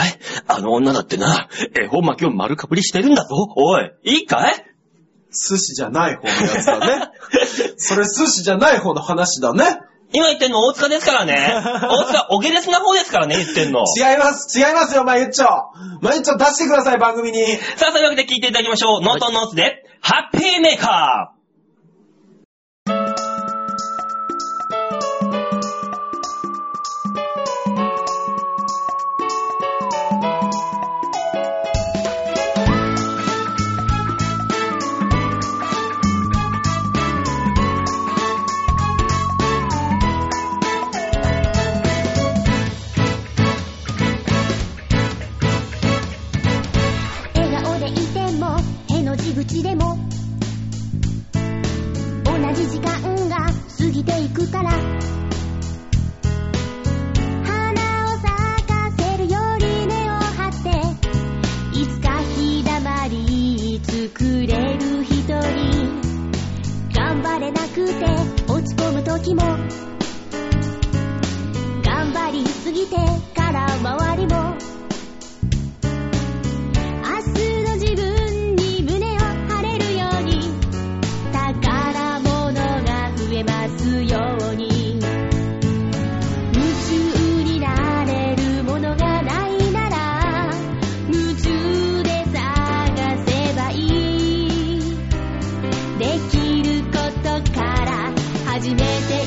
Speaker 1: あの女だってな、絵本巻きを丸かぶりしてるんだぞ。おい、いいかい
Speaker 2: 寿司じゃない方のやつだね。それ寿司じゃない方の話だね。
Speaker 1: 今言ってんの大塚ですから ね。大塚、おげれすな方ですからね、言ってんの。
Speaker 2: 違います、違いますよ、まゆっちょ。まゆっちょ出してください、番組に。
Speaker 1: さあ、というわけで聞いていただきましょう。ノートンノーツで、ハッピーメーカー
Speaker 3: 時も頑張りすぎてから周りも明日の自分に胸を張れるように宝物が増えますように夢中になれるものがないなら夢中で探せばいいできることから始めていこう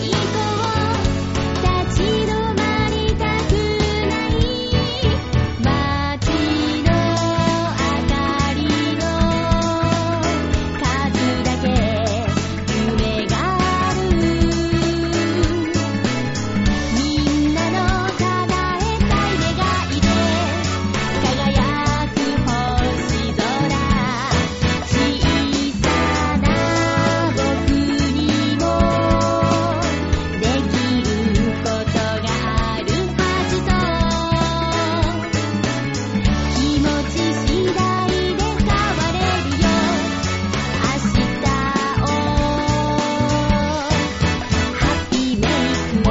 Speaker 3: 立ち止まりたくない街の明かりの数だけ夢があるみんなの叶えたい願いで輝く星空小さな僕にもできることがあるはずと気持ち次第で変われるよ明日をハッピーメイク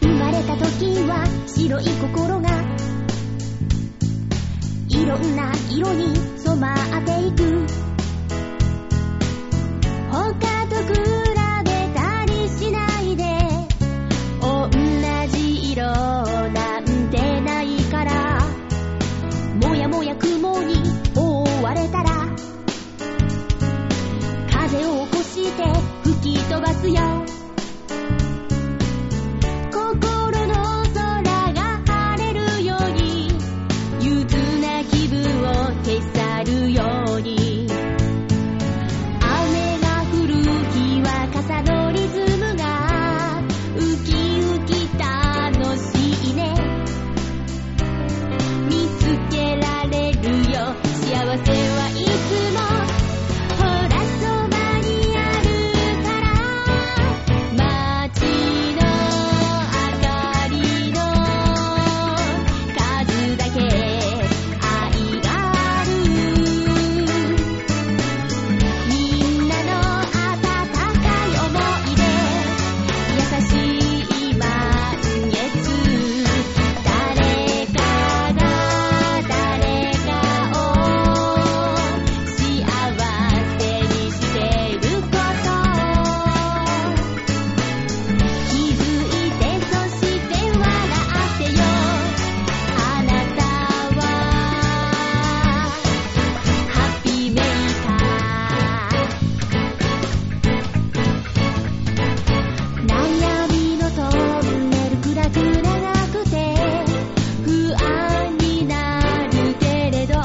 Speaker 3: 生まれた時は白い心がいろんな色に染まっていく他と比べたりしないで同じ色なんてないからもやもや雲に覆われたら風を起こして吹き飛ばすよ心の空が晴れるように憂鬱な気分を消さるように雨が降る日は傘のリズムがウキウキ楽しいね見つけられるよ幸せはいつもほらそばにあるから街の明かりの数だけ夢がある愛があるみんなの温かい思い出優しい満月誰かが誰かを幸せにしてること気づいてそして笑ってよあなたはハッピーメーカー悩みのトンネル暗く長くて不安になるけれど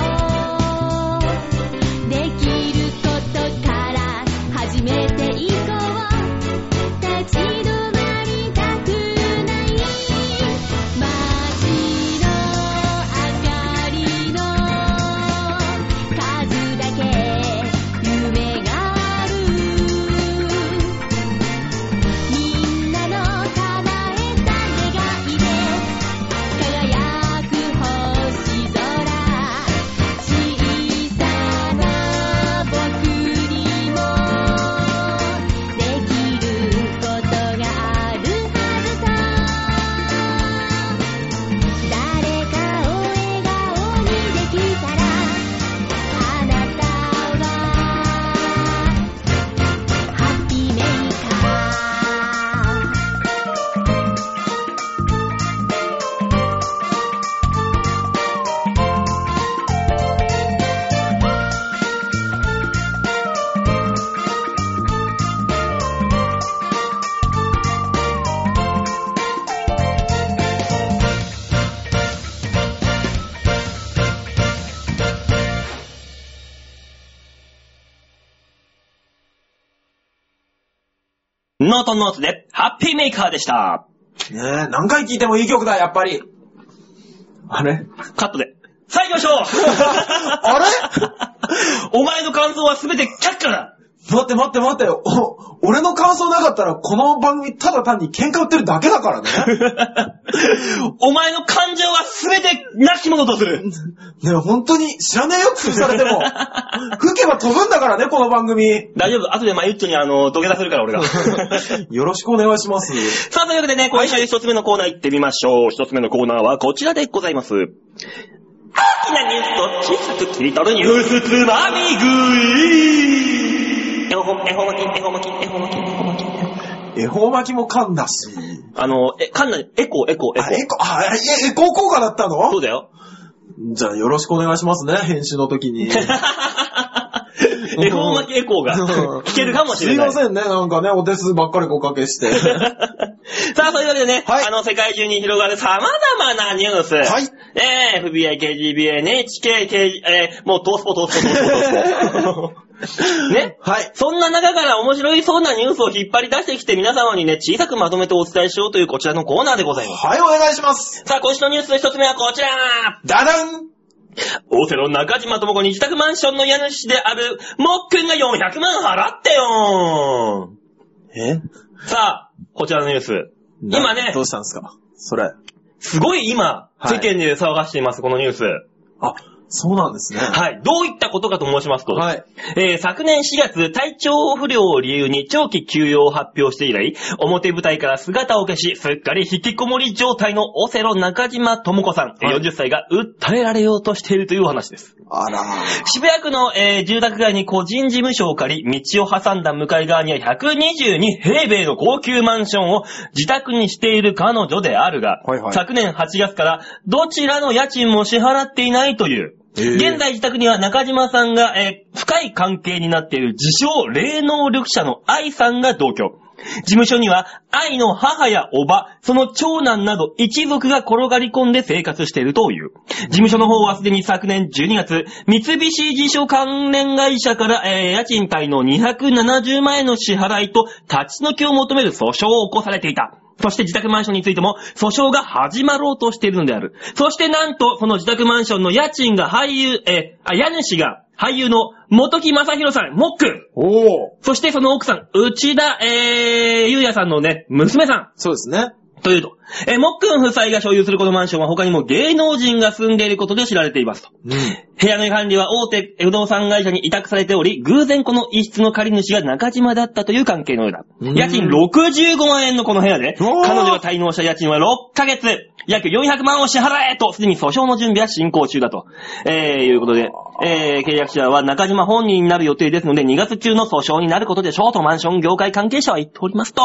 Speaker 3: できることから始めていこう立ち止まりたくない街の明かりの数だけ夢があるみんなの叶えた願いで輝く星空小さな僕にもできることがあるはずさ」「誰かを笑顔にできたらあなたはハッピーメーカー」
Speaker 1: ノートンノーツで、ハッピーメーカーでした。
Speaker 2: ねえ、何回聴いてもいい曲だ、やっぱり。あれ
Speaker 1: カットで。 さあ行きましょう
Speaker 2: あれ
Speaker 1: お前の感想は全て却下だ
Speaker 2: 待って待って待って、お、俺の感想なかったら、この番組ただ単に喧嘩売ってるだけだからね。
Speaker 1: お前の感情は全てなきものとする。
Speaker 2: ね本当に知らねえよ、潰されても。吹けば飛ぶんだからね、この番組。
Speaker 1: 大丈夫。後でマユッチョにあの、土下座するから俺 が。
Speaker 2: よろしくお願いします。
Speaker 1: さあ、というわけでね、今週一つ目のコーナー行ってみましょう。一つ目のコーナーはこちらでございます。大きなニュースと小さく切り取るニュースつまみ食い。絵本、絵本巻き、絵本巻き、絵本巻き、絵本巻き。
Speaker 2: 恵方巻きも噛んだし。
Speaker 1: あの、え、かんな、エコー、エコー、エコ
Speaker 2: あ、エ
Speaker 1: ー。
Speaker 2: コ、あ、え、エコ効果だったの
Speaker 1: そうだ よ。
Speaker 2: じゃあよろしくお願いしますね、編集の時に。ん
Speaker 1: 恵方巻きエコーが
Speaker 2: うん
Speaker 1: 聞けるかもしれない。
Speaker 2: すいませんね、なんかね、お手数ばっかりおかけして。
Speaker 1: さあ、そういうわけでね、
Speaker 2: はい
Speaker 1: あの、世界中に広がる様々なニュース。
Speaker 2: はい
Speaker 1: えー、FBI、KGB、NHK、K、えー、もう、トースポ、トースポ、ト ースポ。ね
Speaker 2: はい。
Speaker 1: そんな中から面白いそうなニュースを引っ張り出してきて皆様にね、小さくまとめてお伝えしようというこちらのコーナーでございます。
Speaker 2: はい、お願いします。
Speaker 1: さあ、今週のニュースの一つ目はこちら
Speaker 2: ダダン
Speaker 1: 大手の中島智子に自宅マンションの家主である、もっくんが400万払ってよ
Speaker 2: え
Speaker 1: さあ、こちらのニュース。今ね
Speaker 2: などうしたんですかそれ。
Speaker 1: すごい今、世
Speaker 2: はい
Speaker 1: 間で騒がしています、このニュース。
Speaker 2: あ、そうなんですね。
Speaker 1: はい。どういったことかと申しますと、
Speaker 2: はい。
Speaker 1: えー昨年4月、体調不良を理由に長期休養を発表して以来、表舞台から姿を消し、すっかり引きこもり状態のオセロ中島智子さん、
Speaker 2: はい
Speaker 1: 40歳が訴えられようとしているというお話です。
Speaker 2: あら
Speaker 1: 渋谷区の、えー住宅街に個人事務所を借り、道を挟んだ向かい側には122平米の高級マンションを自宅にしている彼女であるが、
Speaker 2: はいはい
Speaker 1: 昨年8月からどちらの家賃も支払っていないという、
Speaker 2: へー
Speaker 1: 現在自宅には中島さんが、えー深い関係になっている自称霊能力者の愛さんが同居。事務所には愛の母やおば、その長男など一族が転がり込んで生活しているという。事務所の方はすでに昨年12月、三菱自所関連会社から、えー家賃滞納270万円の支払いと立ち退きを求める訴訟を起こされていた。そして自宅マンションについても訴訟が始まろうとしているのである。そしてなんと、この自宅マンションの家賃が俳優、えーあ、家主が俳優の元木正宏さん、モック
Speaker 2: おお
Speaker 1: そしてその奥さん、内田、えー、ゆうやさんのね、娘さん。
Speaker 2: そうですね。
Speaker 1: というと、えー、もっくん夫妻が所有するこのマンションは他にも芸能人が住んでいることで知られていますと。
Speaker 2: うん。
Speaker 1: 部屋の管理は大手不動産会社に委託されており、偶然この一室の借り主が中島だったという関係のようだ。
Speaker 2: うん
Speaker 1: 家賃65万円のこの部屋で、
Speaker 2: うわー
Speaker 1: 彼女が滞納した家賃は6ヶ月、約400万を支払えと、すでに訴訟の準備は進行中だと。えー、いうことで、えー、契約者は中島本人になる予定ですので、2月中の訴訟になることでしょうとマンション業界関係者は言っておりますと。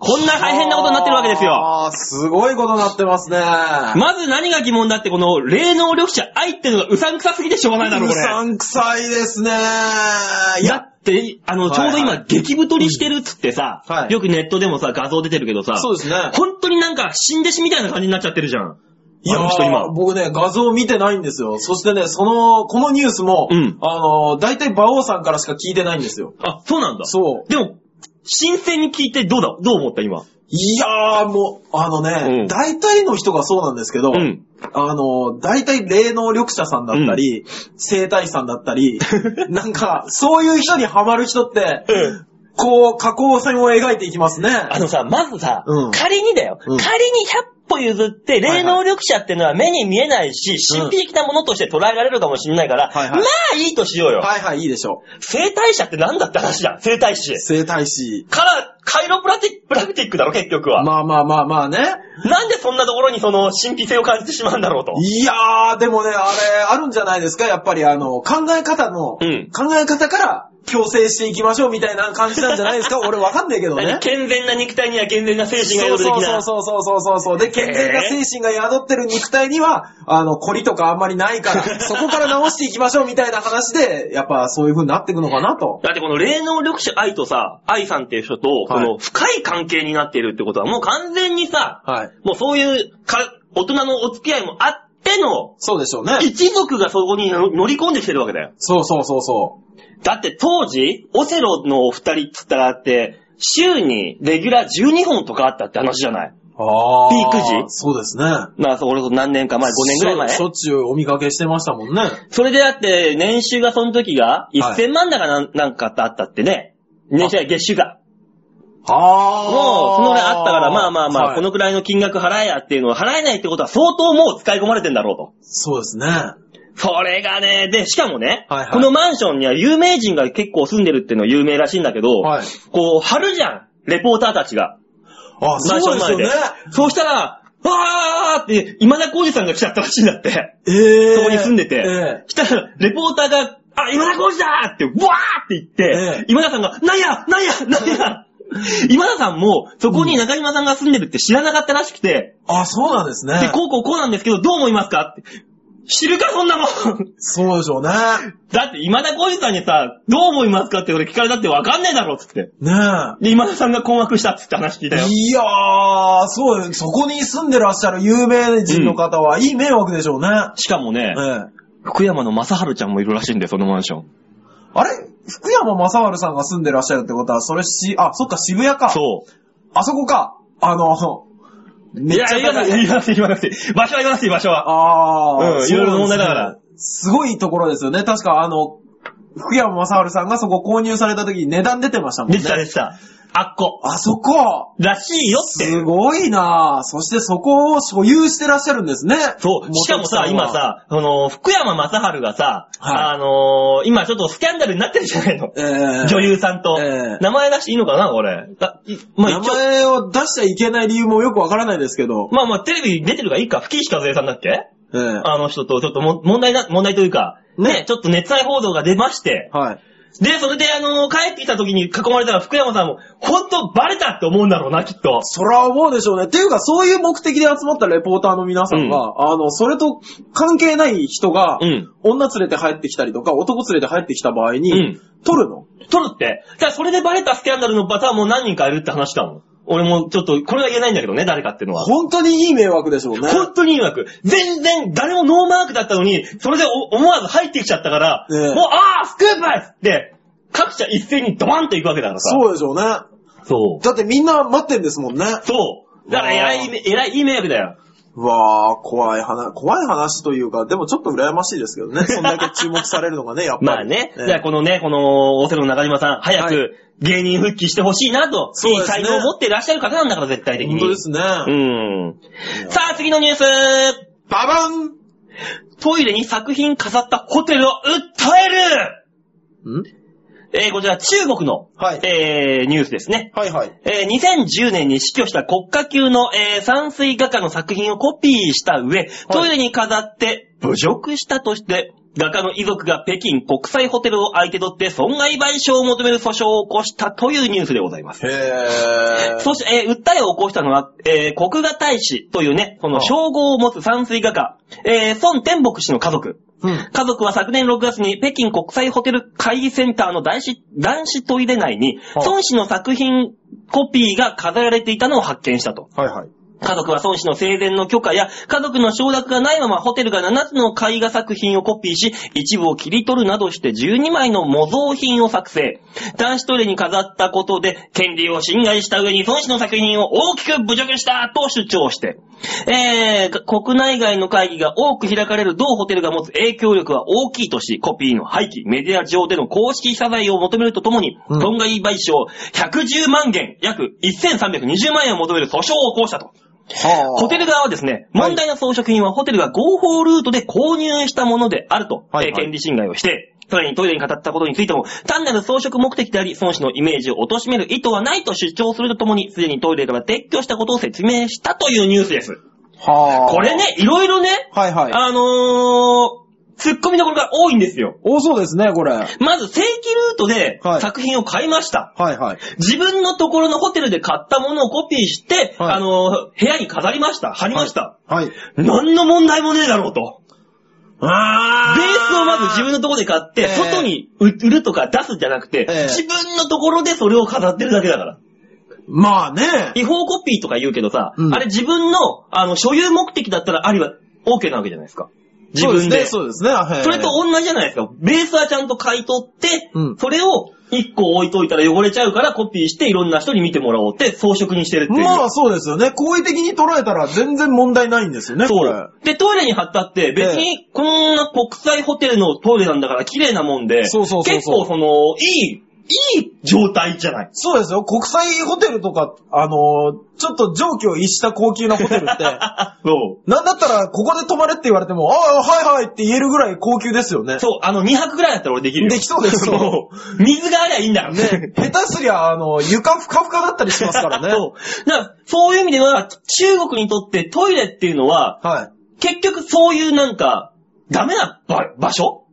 Speaker 1: こんな大変なことになってるわけですよ。
Speaker 2: あーすごいことになってますね。ま
Speaker 1: まず何が疑問だって、この、霊能力者愛ってのがうさんくさすぎてしょうがないだろ、これ。
Speaker 2: うさんくさいですね。い
Speaker 1: だ
Speaker 2: や、
Speaker 1: って、あの、
Speaker 2: はい
Speaker 1: ちょうど今、激太りしてるっつってさ
Speaker 2: うんは、い
Speaker 1: よくネットでもさ、画像出てるけどさ、
Speaker 2: そうですね。
Speaker 1: 本当になんか死んでしみたいな感じになっちゃってるじゃん。
Speaker 2: いや
Speaker 1: あの人今
Speaker 2: ー、僕ね、画像見てないんですよ。そしてね、その、このニュースも、
Speaker 1: うん
Speaker 2: あのー、大体馬王さんからしか聞いてないんですよ。
Speaker 1: あ、そうなんだ。
Speaker 2: そう。
Speaker 1: でも、新鮮に聞いてどうだ、どう思った今。
Speaker 2: いやー、もう、あのね、
Speaker 1: うん
Speaker 2: 大体の人がそうなんですけど、
Speaker 1: うん
Speaker 2: あの、大体霊能力者さんだったり、生体さんだっ たり、なんか、そういう人にハマる人って、こう、加工線を描いていきますね。
Speaker 1: あのさ、まずさ、
Speaker 2: うん
Speaker 1: 仮にだよ、
Speaker 2: うん
Speaker 1: 仮に100歩譲って、霊能力者ってのは目に見えないし、神秘的なものとして捉えられるかもしれないから、
Speaker 2: はいはい
Speaker 1: まあいいとしようよ。
Speaker 2: はいはい、いいでしょう。
Speaker 1: 生体者ってなんだって話だ、生体師。
Speaker 2: 生体師。
Speaker 1: から、カイロプラティプラクティックだろ、結局は。
Speaker 2: まあまあまあまあね。
Speaker 1: なんでそんなところにその神秘性を感じてしまうんだろうと。
Speaker 2: いやー、でもね、あれ、あるんじゃないですか、やっぱり、あの、考え方の、
Speaker 1: うん
Speaker 2: 考え方から、強制していきましょうみたいな感じなんじゃないで すか俺わかんないけどね
Speaker 1: 何。健全な肉体には健全な精神が
Speaker 2: そ
Speaker 1: 宿
Speaker 2: う
Speaker 1: る的
Speaker 2: そうそ
Speaker 1: な。
Speaker 2: うそうそうそうそうで、健全な精神が宿ってる肉体には、あの、コリとかあんまりな いから、そこから直していきましょうみたいな話で、やっぱそういう風になっていくのかなと。
Speaker 1: だってこの霊能力者愛とさ、愛さんっていう人と、この深い関係になっているってことはもう完全にさ、
Speaker 2: はい。
Speaker 1: もうそういうか大人のお付き合いもあっての、
Speaker 2: そうでしょうね。
Speaker 1: 一族がそこに乗り込んできてるわけだよ。
Speaker 2: そうそうそうそ。
Speaker 1: だって当時、オセロのお二人っつったらあって、週にレギュラー12本とかあったって話じゃないう
Speaker 2: ああ。
Speaker 1: ピーク時
Speaker 2: そうですね。
Speaker 1: まあ、それこそ何年か前、5年ぐらい前。
Speaker 2: しょしょっちゅうお見かけしてましたもんね。
Speaker 1: それでだって、年収がその時が、
Speaker 2: い
Speaker 1: 1000万だかなんなんかあったってね。年収や月収が。
Speaker 2: ああ。
Speaker 1: もう、そのぐらいあったから、まあまあまあ、
Speaker 2: はい
Speaker 1: このくらいの金額払えやっていうのを払えないってことは相当もう使い込まれてんだろうと。
Speaker 2: そうですね。
Speaker 1: それがね、で、しかもね、
Speaker 2: はいはい
Speaker 1: このマンションには有名人が結構住んでるっていうのは有名らしいんだけど、
Speaker 2: はい
Speaker 1: こう、貼るじゃん、レポーターたちが。
Speaker 2: あ
Speaker 1: マンシ
Speaker 2: そ
Speaker 1: ョ
Speaker 2: う
Speaker 1: ン
Speaker 2: です
Speaker 1: 前
Speaker 2: よ
Speaker 1: で。
Speaker 2: ね。
Speaker 1: そうしたら、わーって、今田耕司さんが来ちゃったらしいんだって。
Speaker 2: ええ
Speaker 1: そこに住んでて。
Speaker 2: え
Speaker 1: したら、レポーターが、あ、今田耕司だーって、わーって言って、
Speaker 2: ええ
Speaker 1: 今田さんが、なんやなんやなんや今田さんも、そこに中島さんが住んでるって知らなかったらしくて、
Speaker 2: えあ、そうなんですね
Speaker 1: で、。こうこうこうなんですけど、どう思いますかって。知るか、そんな もん
Speaker 2: そうでしょうね。
Speaker 1: だって、今田耕司さんにさ、どう思いますかって俺聞かれたってわかんねえだろ、つって。
Speaker 2: ねえ。
Speaker 1: で、今田さんが困惑したっつって話聞いたよ。
Speaker 2: いやー、そうです。そこに住んでらっしゃる有名人の方は、いい迷惑でしょうね。
Speaker 1: しかもね、
Speaker 2: ええ
Speaker 1: 福山の正春ちゃんもいるらしいんだよ、そのマンション。
Speaker 2: あれ福山雅治さんが住んでらっしゃるってことは、それし、あ、そっか、渋谷か。
Speaker 1: そう。
Speaker 2: あそこか。あの、めっちゃ
Speaker 1: いや、言わ
Speaker 2: 高。
Speaker 1: ないくて、言わなくて、言わなくて。場所は言わなくて、場所は。
Speaker 2: ああ、
Speaker 1: うん
Speaker 2: そ
Speaker 1: いろいろ
Speaker 2: な
Speaker 1: 問
Speaker 2: んですね
Speaker 1: 題だから。
Speaker 2: すごいところですよね。確か、あの、福山雅治さんがそこ購入された時に値段出てましたもん
Speaker 1: で
Speaker 2: ね。
Speaker 1: した、でした。あっこ。
Speaker 2: あそこ
Speaker 1: らしいよって。
Speaker 2: すごいなぁ。そしてそこを所有してらっしゃるんですね。
Speaker 1: そう。しかもさ、
Speaker 2: 元木んは
Speaker 1: 今。さ、その、福山雅治がさ、
Speaker 2: はい
Speaker 1: あのー今ちょっとスキャンダルになってるじゃないの。
Speaker 2: えー、
Speaker 1: 女優さんと。
Speaker 2: ええ
Speaker 1: 名前出していいのかな、これ。だいまあ
Speaker 2: 名
Speaker 1: 一応、
Speaker 2: 前を出しちゃいけない理由もよくわからないですけど。
Speaker 1: まあまあ、テレビ出てるからいいか。吹石和恵さんだっけ
Speaker 2: えー
Speaker 1: あの人と、ちょっとも問題だ、問題というか、ね、ちょっと熱愛報道が出まして、
Speaker 2: はい。
Speaker 1: で、それであのー帰ってきた時に囲まれたら福山さんも、ほんとバレたって思うんだろうな、きっと。
Speaker 2: そら思うでしょうね。っていうか、そういう目的で集まったレポーターの皆さんが、あの、それと関係ない人が、
Speaker 1: うん
Speaker 2: 女連れて入ってきたりとか、男連れて入ってきた場合に、
Speaker 1: うん
Speaker 2: 取るの
Speaker 1: 撮るって。だからそれでバレたスキャンダルのパターンも何人かいるって話だもん。俺もちょっと、これは言えないんだけどね、誰かっていうのは。
Speaker 2: 本当にいい迷惑でしょうね。
Speaker 1: 本当に迷惑。全然誰もノーマークだったのに、それでお思わず入ってきちゃったから、
Speaker 2: ええ
Speaker 1: もう、あー、スクープって、各社一斉にドバンと行くわけだからさ。
Speaker 2: そうでしょうね。だ
Speaker 1: そう。
Speaker 2: ってみんな待ってんですもんね。
Speaker 1: そう。だから偉いめ、偉い、いい迷惑だよ。
Speaker 2: うわー、怖い話、怖い話というか、でもちょっと羨ましいですけどね。そんだけ注目されるのがね、やっぱ り。
Speaker 1: まあね、
Speaker 2: ええ
Speaker 1: じゃあこのね、この、オセロの中島さん、早
Speaker 2: は
Speaker 1: く芸人復帰してほしいなと、
Speaker 2: そう
Speaker 1: いい
Speaker 2: です
Speaker 1: 才
Speaker 2: ね
Speaker 1: 能を持っていらっしゃる方なんだから、絶対的に。
Speaker 2: 本当ですね。
Speaker 1: うん。さあ、次のニュース
Speaker 2: ババンん
Speaker 1: トイレに作品飾ったホテルを訴えるえー、こちら中国の、
Speaker 2: はい
Speaker 1: えー、ニュースですね。
Speaker 2: はいはい。
Speaker 1: えー、2010年に死去した国家級の、えー、山水画家の作品をコピーした上、トイレに飾って侮辱したとして、画家の遺族が北京国際ホテルを相手取って損害賠償を求める訴訟を起こしたというニュースでございます。
Speaker 2: へー。
Speaker 1: そして、えー訴えを起こしたのは、えー国画大使というね、この称号を持つ山水画家、えー孫天牧氏の家族。
Speaker 2: うん。
Speaker 1: 家族は昨年6月に北京国際ホテル会議センターの男子男子トイレ内に、
Speaker 2: はあ
Speaker 1: 孫氏の作品コピーが飾られていたのを発見したと。
Speaker 2: はいはい。
Speaker 1: 家族は孫氏の生前の許可や家族の承諾がないままホテルが7つの絵画作品をコピーし、一部を切り取るなどして12枚の模造品を作成。男子トイレに飾ったことで権利を侵害した上に孫氏の作品を大きく侮辱したと主張して、えー、国内外の会議が多く開かれる同ホテルが持つ影響力は大きいとし、コピーの廃棄、メディア上での公式謝罪を求めるとともに、
Speaker 2: うん
Speaker 1: 損害賠償110万元、約1320万円を求める訴訟を起こしたと。
Speaker 2: は
Speaker 1: ホテル側はですね、問題の装飾品はホテルが合法ルートで購入したものであると、
Speaker 2: はい
Speaker 1: えー
Speaker 2: はい
Speaker 1: 権利侵害をして、それにトイレに語ったことについても、単なる装飾目的であり、孫子のイメージを貶める意図はないと主張するとともに、すでにトイレから撤去したことを説明したというニュースです。
Speaker 2: は
Speaker 1: これね、いろいろね、
Speaker 2: はいはい。
Speaker 1: あのー、突っ込みどころが多いんですよ。
Speaker 2: 多そうですね、これ。はい
Speaker 1: まず正規ルートで
Speaker 2: はい
Speaker 1: 作品を買いました。
Speaker 2: はい。
Speaker 1: 自分のところのホテルで買ったものをコピーして、
Speaker 2: はい
Speaker 1: あのー部屋に飾りました。貼りました。
Speaker 2: はい。
Speaker 1: 何の問題もねえだろうと。ベ
Speaker 2: あ
Speaker 1: ースをまず自分のところで買って、
Speaker 2: ええ
Speaker 1: 外に売るとか出すんじゃなくて、
Speaker 2: ええ
Speaker 1: 自分のところでそれを飾ってるだけだから。
Speaker 2: まあね。
Speaker 1: 違法コピーとか言うけどさ、
Speaker 2: うん
Speaker 1: あれ自分のあの所有目的だったらありは OK なわけじゃないですか。自分で。
Speaker 2: そうですね、そうですね。はい
Speaker 1: それと同じじゃないですか。ベースはちゃんと買い取って、
Speaker 2: うん
Speaker 1: それを1個置いといたら汚れちゃうからコピーしていろんな人に見てもらおうって装飾にしてるっていう。
Speaker 2: まあそうですよね。好意的に捉えたら全然問題ないんですよね、こ
Speaker 1: そ
Speaker 2: れ。
Speaker 1: う。で、トイレに貼ったって、別に、こんな国際ホテルのトイレなんだから綺麗なもんで、
Speaker 2: そうそうそう
Speaker 1: 結
Speaker 2: そう
Speaker 1: 構その、いい、いい状態じゃない。
Speaker 2: そうですよ。国際ホテルとか、あのーちょっと上気を逸した高級なホテル って、
Speaker 1: そ
Speaker 2: なんだったらここで泊まれって言われても、ああ、はいはいって言えるぐらい高級ですよね
Speaker 1: う。。そう、あの、2泊ぐらいだったら俺できるよ。
Speaker 2: できそうですよ
Speaker 1: もう水がありゃいいんだから
Speaker 2: ね、下手すりゃ、あの、床ふかふかだったりしますからね。
Speaker 1: そう。だから、そういう意味では、中国にとってトイレっていうのは、
Speaker 2: はい。
Speaker 1: 結局そういうなんか、ダメな場場所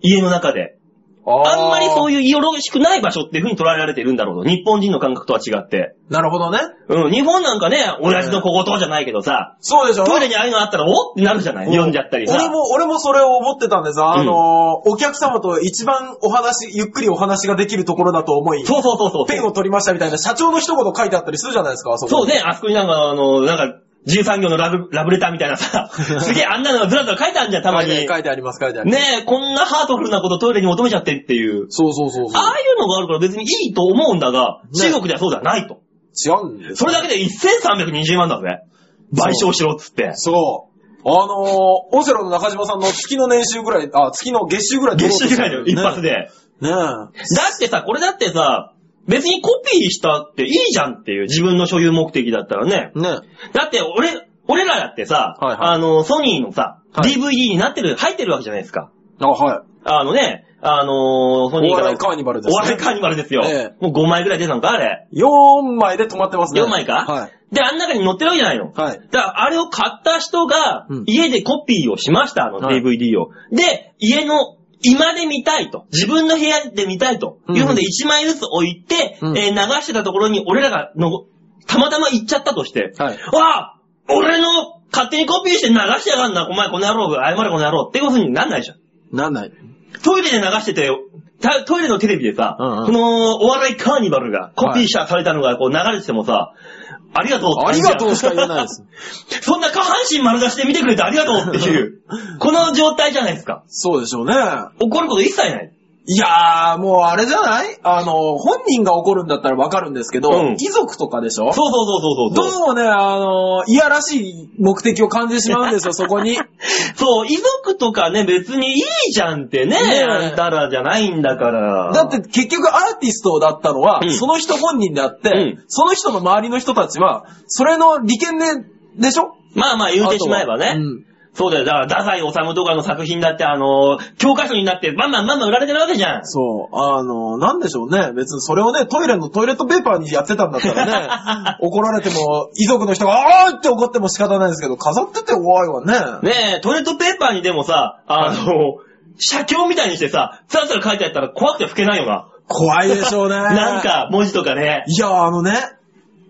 Speaker 1: 家の中で。あんまりそう
Speaker 2: い
Speaker 1: いうよろしくない場所っていう風に捉えられてるんだろうと。日本人の感覚とは違って。
Speaker 2: う。なるほどね。
Speaker 1: うん、日本なんかね、親父の小言じゃないけどさ、
Speaker 2: そうでしょ
Speaker 1: トイレにああいうのあったら、おってなるじゃない読んじゃったりさ。
Speaker 2: 俺も、俺もそれを思ってたんです。あのー、お客様と一番お話、ゆっくりお話ができるところだと思い、
Speaker 1: そうそうそうそう。
Speaker 2: ペンを取りましたみたいな社長の一言書いてあったりするじゃないですか、あそこ
Speaker 1: そう
Speaker 2: に。
Speaker 1: ね、あそこになんか、あの、なんか、13行のラブラブレターみたいな さ、すげえあんなのがずらずら書いてあるじゃん、たま
Speaker 2: 書い
Speaker 1: に。
Speaker 2: て
Speaker 1: ね
Speaker 2: 書いてあります、書いてあります。
Speaker 1: え、こんなハートフルなことトイレに求めちゃってっていう。
Speaker 2: そうそうそうそ
Speaker 1: ああいうのがあるから別にいいと思うんだが、
Speaker 2: ね
Speaker 1: 中国ではそうではないと。
Speaker 2: う。違うんですよ。
Speaker 1: それだけで1320万だぜ。賠償しろっつって。
Speaker 2: そう。あのー、オセロの中島さんの月の年収ぐらい、あ、月の月収ぐらい取ろうと
Speaker 1: 月収
Speaker 2: し
Speaker 1: ぐ
Speaker 2: て
Speaker 1: らい
Speaker 2: る
Speaker 1: だよ、一発で。。
Speaker 2: ねねえ。
Speaker 1: だってさ、これだってさ、別にコピーしたっていいじゃんっていう、自分の所有目的だったらね。
Speaker 2: ね
Speaker 1: だって俺、俺らだってさ、
Speaker 2: はいはい
Speaker 1: あの、ソニーのさ、
Speaker 2: はい
Speaker 1: DVD になってる、入ってるわけじゃないですか。
Speaker 2: あ、はい。
Speaker 1: あのね、あのーソニー
Speaker 2: お
Speaker 1: から。
Speaker 2: 笑いカーニバルですね
Speaker 1: お笑いカーニバルですよ。
Speaker 2: え
Speaker 1: もう5枚ぐらい出たのか、あれ。
Speaker 2: 4枚で止まってますね。
Speaker 1: 4枚か、
Speaker 2: はい。
Speaker 1: で、あん中に載ってるわけじゃないの。
Speaker 2: は
Speaker 1: だ
Speaker 2: い
Speaker 1: から、あれを買った人が
Speaker 2: うん、
Speaker 1: 家でコピーをしました、あの
Speaker 2: はい
Speaker 1: DVD を。で、家の、今で見たいと。自分の部屋で見たいと。
Speaker 2: うん
Speaker 1: いうので、1枚ずつ置いて、
Speaker 2: うん
Speaker 1: えー流してたところに、俺らがの、たまたま行っちゃったとして、
Speaker 2: はい
Speaker 1: わあ俺の勝手にコピーして流してやがんな、お前この野郎、謝れこの野郎っていう風になんないじゃん。
Speaker 2: なんない。
Speaker 1: トイレで流してて、たトイレのテレビでさ、
Speaker 2: うんうん
Speaker 1: このお笑いカーニバルがコピーしたされたのがこう流れててもさ、ありがとうって
Speaker 2: あ
Speaker 1: 感じ
Speaker 2: り
Speaker 1: じゃん
Speaker 2: がとうしか言えないで。す。
Speaker 1: そんな下半身丸出しで見てくれてありがとうっていう、 この状態じゃないですか。
Speaker 2: そうでしょうね。
Speaker 1: 怒ること一切ない。
Speaker 2: いやー、もうあれじゃないあの、本人が怒るんだったらわかるんですけど、
Speaker 1: うん
Speaker 2: 遺族とかでしょ
Speaker 1: そうそうそうそう
Speaker 2: ど
Speaker 1: そうう。
Speaker 2: もね、あの、いやらしい目的を感じてしまう んですよ、そこに。
Speaker 1: そう、遺族とかね、別にいいじゃんってね、
Speaker 2: ねえ
Speaker 1: あんたらじゃないんだから。
Speaker 2: だって、結局アーティストだったのは、
Speaker 1: うん
Speaker 2: その人本人であって、
Speaker 1: うん
Speaker 2: その人の周りの人たちは、それの利権で、でしょ
Speaker 1: まあまあ言うてしまえばね。
Speaker 2: あとはうん
Speaker 1: そうだよ。だから、太宰治とかの作品だって、あの教科書になって、バンバンバンバン売られてるわけじゃん。
Speaker 2: そう、あの、なんでしょうね。別にそれをね、トイレのトイレットペーパーにやってたんだった らね、怒られても、遺族の人が、あーって怒っても仕方ないですけど、飾ってて怖いわね。
Speaker 1: ねえ、トイレットペーパーにでもさ、あの、写経みたいにしてさ、つらつら書いてあったら怖くて拭けないよな。
Speaker 2: 怖いでしょうね。
Speaker 1: なんか、文字とかね。
Speaker 2: いや、あのね、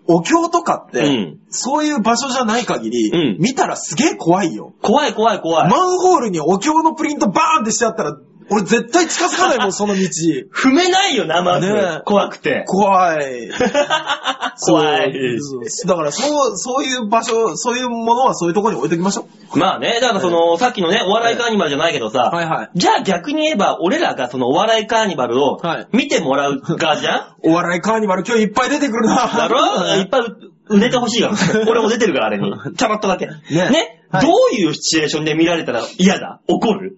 Speaker 2: お経とかって、
Speaker 1: うん
Speaker 2: そういう場所じゃない限り、
Speaker 1: うん
Speaker 2: 見たらすげえ怖いよ。
Speaker 1: 怖い怖い怖い。
Speaker 2: マンホールにお経のプリントバーンってしてあったら、俺絶対近づ かないもん、その道。
Speaker 1: 踏めないよな、まず。
Speaker 2: ねえ
Speaker 1: 怖く て。
Speaker 2: 怖い。
Speaker 1: 怖い。
Speaker 2: そうそうだから、そう、そういう場所、そういうものはそういうところに置いときましょう。
Speaker 1: まあね、だからその、さっきのね、お笑いカーニバルじゃないけどさ、
Speaker 2: はいはい
Speaker 1: じゃあ逆に言えば、俺らがそのお笑いカーニバルを
Speaker 2: はい
Speaker 1: 見てもらう側 じゃん、
Speaker 2: お笑いカーニバル今日いっぱい出てくるな。
Speaker 1: だろいっぱい売れてほしい から。俺も出てるから、あれに。ちゃらっとだけ。ね
Speaker 2: はい
Speaker 1: どういうシチュエーションで見られたら嫌だ怒る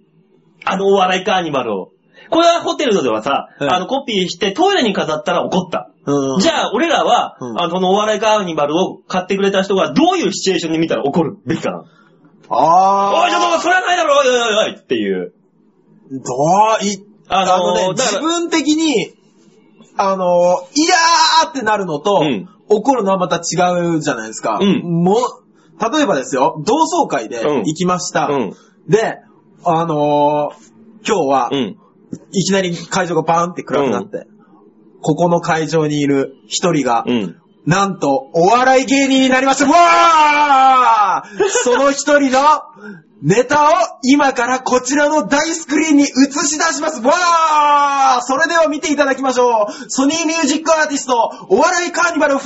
Speaker 1: あのお笑いカーニバルを。これはホテルではさ、
Speaker 2: うん
Speaker 1: あのコピーしてトイレに飾ったら怒った。
Speaker 2: うん
Speaker 1: じゃあ、俺らは、
Speaker 2: うん
Speaker 1: あの、そのお笑いカーニバルを買ってくれた人がどういうシチュエーションで見たら怒るべきかな。
Speaker 2: あー。
Speaker 1: おい、ちょっと、それはないだろ、おいおいおいおいっていう。
Speaker 2: どうい、あ
Speaker 1: あのー
Speaker 2: のね、
Speaker 1: だか
Speaker 2: 自
Speaker 1: ら
Speaker 2: 分的に、あのー、いやーってなるのと、
Speaker 1: うん
Speaker 2: 怒るのはまた違うじゃないですか。
Speaker 1: うん
Speaker 2: もう例えばですよ、同窓会で
Speaker 1: うん
Speaker 2: 行きました。
Speaker 1: うん
Speaker 2: で、あのー、今日は、
Speaker 1: うん。
Speaker 2: いきなり会場がバーンって暗くなって、ここの会場にいる一人が、
Speaker 1: うん。
Speaker 2: なんと、お笑い芸人になりました。わーその一人のネタを今からこちらの大スクリーンに映し出します。わーそれでは見ていただきましょう。ソニーミュージックアーティスト、お笑いカーニバル 4!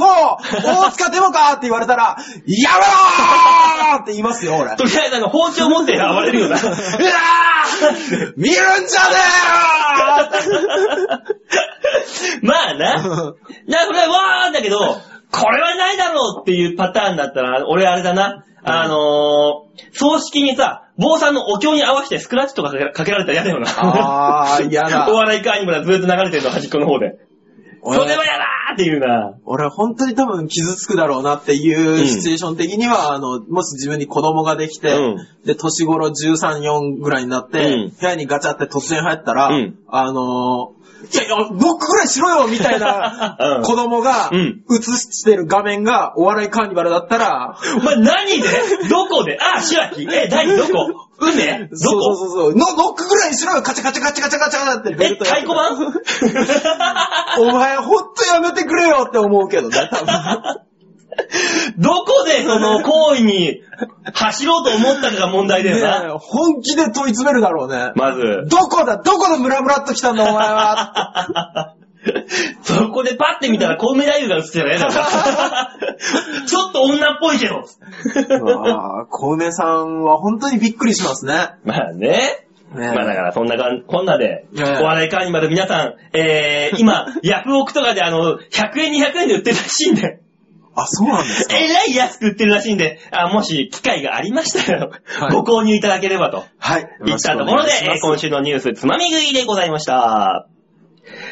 Speaker 2: 大塚デモかって言われたら、やめろーって言います よ、俺。
Speaker 1: とりあえずあの、包丁持って暴れるよ うな。
Speaker 2: うわー見るんじゃね
Speaker 1: まあな。だか
Speaker 2: ー
Speaker 1: らこれはわーだけど、これはないだろうっていうパターンだったら、俺あれだな。あのー、葬式にさ、坊さんのお経に合わせてスクラッチとかかけらかけられたら嫌だよな。
Speaker 2: あー嫌 だ
Speaker 1: お笑いカーニバルずっと流れてるの、端っこの方で。それは嫌だーっていうな。
Speaker 2: 俺は本当に多分傷つくだろうなっていうシチュエーション的には、あの、もし自分に子供ができて、
Speaker 1: うん
Speaker 2: で、年頃13、4ぐらいになって、
Speaker 1: うん
Speaker 2: 部屋にガチャって突然入ったら、
Speaker 1: うん
Speaker 2: あのー、いやいや、ノックぐらいしろよみたい
Speaker 1: う
Speaker 2: なん子供が
Speaker 1: うん
Speaker 2: 映してる画面がお笑いカーニバルだったら、
Speaker 1: お前 何でどこであ、白木。え、何どこ梅どこ
Speaker 2: そうそうそうそう、ノノックぐらいしろよカチャカチャカチャカチャカチャってベ
Speaker 1: え、
Speaker 2: ルトやっ
Speaker 1: 太
Speaker 2: て
Speaker 1: 鼓 判
Speaker 2: お前ほんとやめてくれよって思うけどね、多 分。
Speaker 1: どこでその行為に走ろうと思ったかが問題だよ
Speaker 2: ね
Speaker 1: な。
Speaker 2: え本気で問い詰めるだろうね。
Speaker 1: まず。
Speaker 2: どこだどこのムラムラっと来たんだお前は
Speaker 1: そこでパッて見たら、コウメ太夫が映ってたら嫌だな ちょっと女っぽいけ ど。
Speaker 2: ああ、小梅さんは本当にびっくりしますね。
Speaker 1: まあね。
Speaker 2: ねえ
Speaker 1: まあだから、そんなかん、こんなで、
Speaker 2: いやいや
Speaker 1: お笑いカーニバル皆さん、えー、今、ヤフオクとかであの、100円200円で売ってるらしいんで。
Speaker 2: あ、そうなんですか
Speaker 1: えらい安く売ってるらしいんで、あもし機会がありましたら、
Speaker 2: はい
Speaker 1: ご購入いただければと。
Speaker 2: はい。
Speaker 1: いったところで、えー
Speaker 2: 今
Speaker 1: 今週のニュースつまみ食いでございました。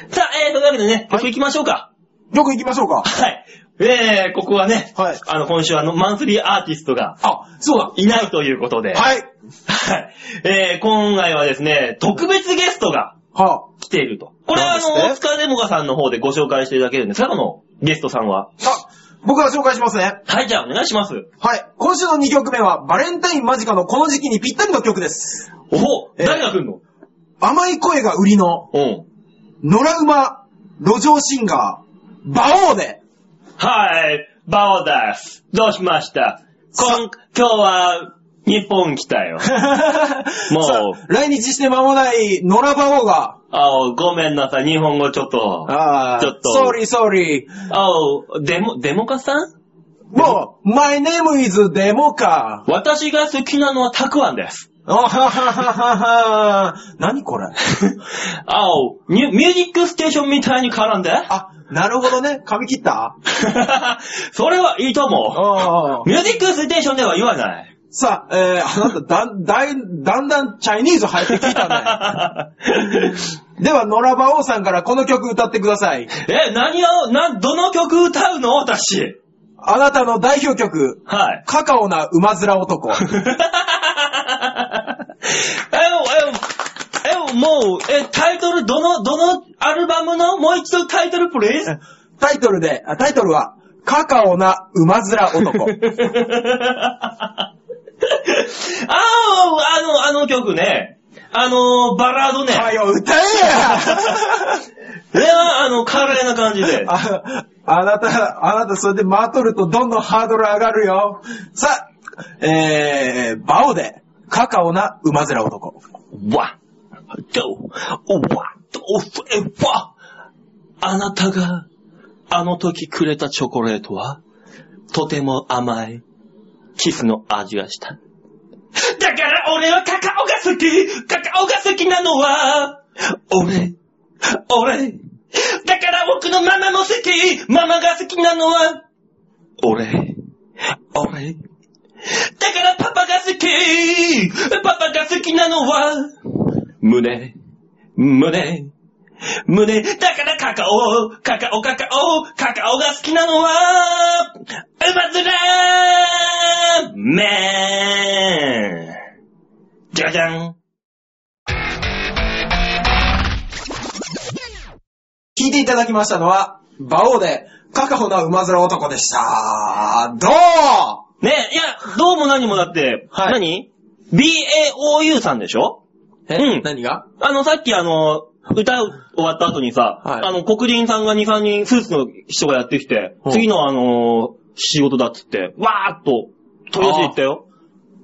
Speaker 1: さあ、えー、というわけでね、曲行きましょうか。
Speaker 2: どこ行きましょうか
Speaker 1: はい。えー、ここはね、
Speaker 2: はい
Speaker 1: あの、今週あの、マンスリーアーティストが
Speaker 2: あ、そう
Speaker 1: いないということで、
Speaker 2: だ。はい。
Speaker 1: はい。えー、今回はですね、特別ゲストが
Speaker 2: は
Speaker 1: 来ていると。これはあ
Speaker 2: なんです
Speaker 1: の、
Speaker 2: ね
Speaker 1: 大塚デモカさんの方でご紹介していただけるんですか、このゲストさんは。
Speaker 2: あ。あ、僕が紹介しますね。
Speaker 1: はい、じゃあお願いします。
Speaker 2: はい。今週の2曲目は、バレンタイン間近のこの時期にぴったりの曲です。
Speaker 1: お
Speaker 2: えー
Speaker 1: 誰が来んの、
Speaker 2: 甘い声が売りの、
Speaker 1: うん。
Speaker 2: 野良馬、路上シンガー、馬王で、
Speaker 1: はい、バオです。どうしましたこん今日は、日本来た よ。 もう
Speaker 2: さあ来日して間もない野良馬王が、
Speaker 1: あごめんなさい、日本語ちょっと。
Speaker 2: ああ、
Speaker 1: ちょっと
Speaker 2: sorry, sorry.
Speaker 1: あデモ、デモカさん
Speaker 2: もう、my name is デモカ。
Speaker 1: 私が好きなのはたくあん です。
Speaker 2: あはははは何これ
Speaker 1: あお、ミュミュージックステーションみたいに絡ん で。
Speaker 2: あ、なるほどね。髪切った
Speaker 1: それはいいと思
Speaker 2: ああ
Speaker 1: う。ミュージックステーションでは言わない。
Speaker 2: さあ、えー、あなた、だん、だい、だんだんチャイニーズ入ってきた ね。では、野良馬王さんからこの曲歌ってください。
Speaker 1: え、何を、なん、どの曲歌うの私。
Speaker 2: あなたの代表曲、
Speaker 1: はい。
Speaker 2: カカオな馬面男。
Speaker 1: え、え、え、もう、え、タイトル、どの、どのアルバムのもう一度タイトルプレイ ス
Speaker 2: タイトルで、あタイトルは、カカオな馬 面男。
Speaker 1: ああ、あの、あの曲ね。あの、バラードね。
Speaker 2: はよ、歌えや
Speaker 1: これは、あの、軽やな感じ で。
Speaker 2: ああなた、あなた、それで待っとるとどんどんハードル上がるよ。さあ、えー、バオで、カカオな馬面男。
Speaker 1: わ、どう、わ、どう、え、わ。あなたが、あの時くれたチョコレートは、とても甘い、キスの味がした。だから俺はカカオが好きカカオが好きなのは、俺、俺。だから僕のママも好きママが好きなのは、俺、俺。だからパパが好きパパが好きなのは、胸、胸、胸。だからカカオ、カカオカカオ、カカオが好きなのは、馬ずらめじゃじゃん
Speaker 2: 聞いていただきましたのは、バオで、カカオな馬面男でした。どう
Speaker 1: ねえ、いや、どうも何もだって、
Speaker 2: はい
Speaker 1: 何 ?BAOU さんでしょ
Speaker 2: え
Speaker 1: うん
Speaker 2: 何が
Speaker 1: あの、さっきあの、歌う終わった後にさ、
Speaker 2: はい
Speaker 1: あの、黒人さんが2、3人、スーツの人がやってきて
Speaker 2: う、ん
Speaker 1: 次のあのー仕事だっつって、わーっと、飛び出していったよ。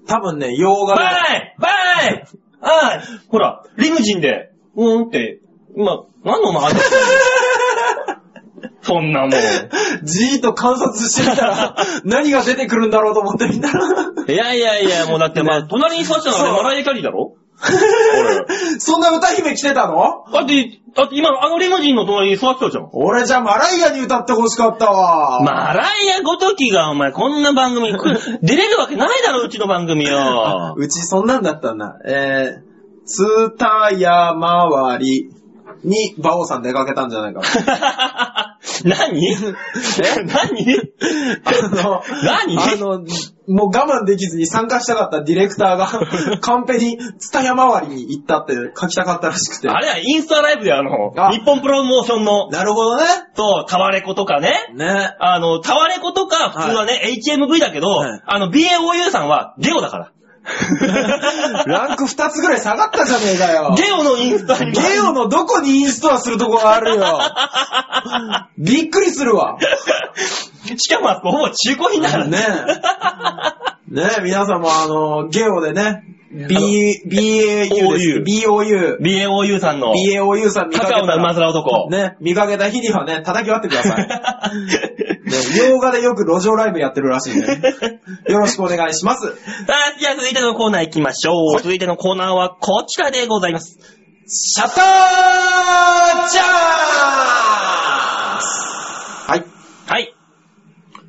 Speaker 2: 多分ね、洋画
Speaker 1: バ
Speaker 2: の
Speaker 1: イバイあいほら、リムジンで、うーんって、今、何のお前話してんの そんなもん。
Speaker 2: じーっと観察してみたら、何が出てくるんだろうと思ってみたら、
Speaker 1: いやいやいや、もうだってまあ、隣に座ってたのは
Speaker 2: そ
Speaker 1: ね、
Speaker 2: う
Speaker 1: マライアキャリーだろ俺
Speaker 2: そんな歌姫来てたの
Speaker 1: だって、だって今、あのリムジンの隣に座ってたじゃん。
Speaker 2: 俺じゃマライアに歌ってほしかったわ。
Speaker 1: マライアごときがお前こんな番組来る出れるわけないだろ、うちの番 組よ。
Speaker 2: うちそんなんだったんだ。えー、ツタヤ周りに馬王さん出かけたんじゃないかな。
Speaker 1: 何え何
Speaker 2: あの、
Speaker 1: 何
Speaker 2: あの、もう我慢できずに参加したかったディレクタ ーが、カンペにツタヤ周りに行ったって書きたかったらしくて。
Speaker 1: あれはインスタライブであの、
Speaker 2: あ
Speaker 1: 日本プロモーションの、
Speaker 2: なるほどね。
Speaker 1: と、タワレコとかね。
Speaker 2: ね。
Speaker 1: あの、タワレコとか、普通はね、HMV だけど、
Speaker 2: はい
Speaker 1: あの、BAOU さんはゲオだから。
Speaker 2: ランク2つぐらい下がったじゃねえかよ。
Speaker 1: ゲオのインスタに。
Speaker 2: ゲオのどこにインストアするとこがあるよ。びっくりするわ。
Speaker 1: しかもあそこほぼ中古品だから
Speaker 2: ね
Speaker 1: ね。
Speaker 2: え。ねえ、皆さんもあの、ゲオでね、
Speaker 1: あ
Speaker 2: B、BAU です。BOU。
Speaker 1: BAOU さんの、
Speaker 2: BAU さん見か
Speaker 1: カ
Speaker 2: け
Speaker 1: カオ
Speaker 2: た
Speaker 1: な馬
Speaker 2: ら、
Speaker 1: 面男。
Speaker 2: ね、見かけた日にはね、叩き割ってください。ね、洋画でよく路上ライブやってるらしいんで、よろしくお願いします。
Speaker 1: さあ、じゃあ続いてのコーナー行きましょう。続いてのコーナーはこちらでございます。
Speaker 2: シャッターチャンスはい。
Speaker 1: はい。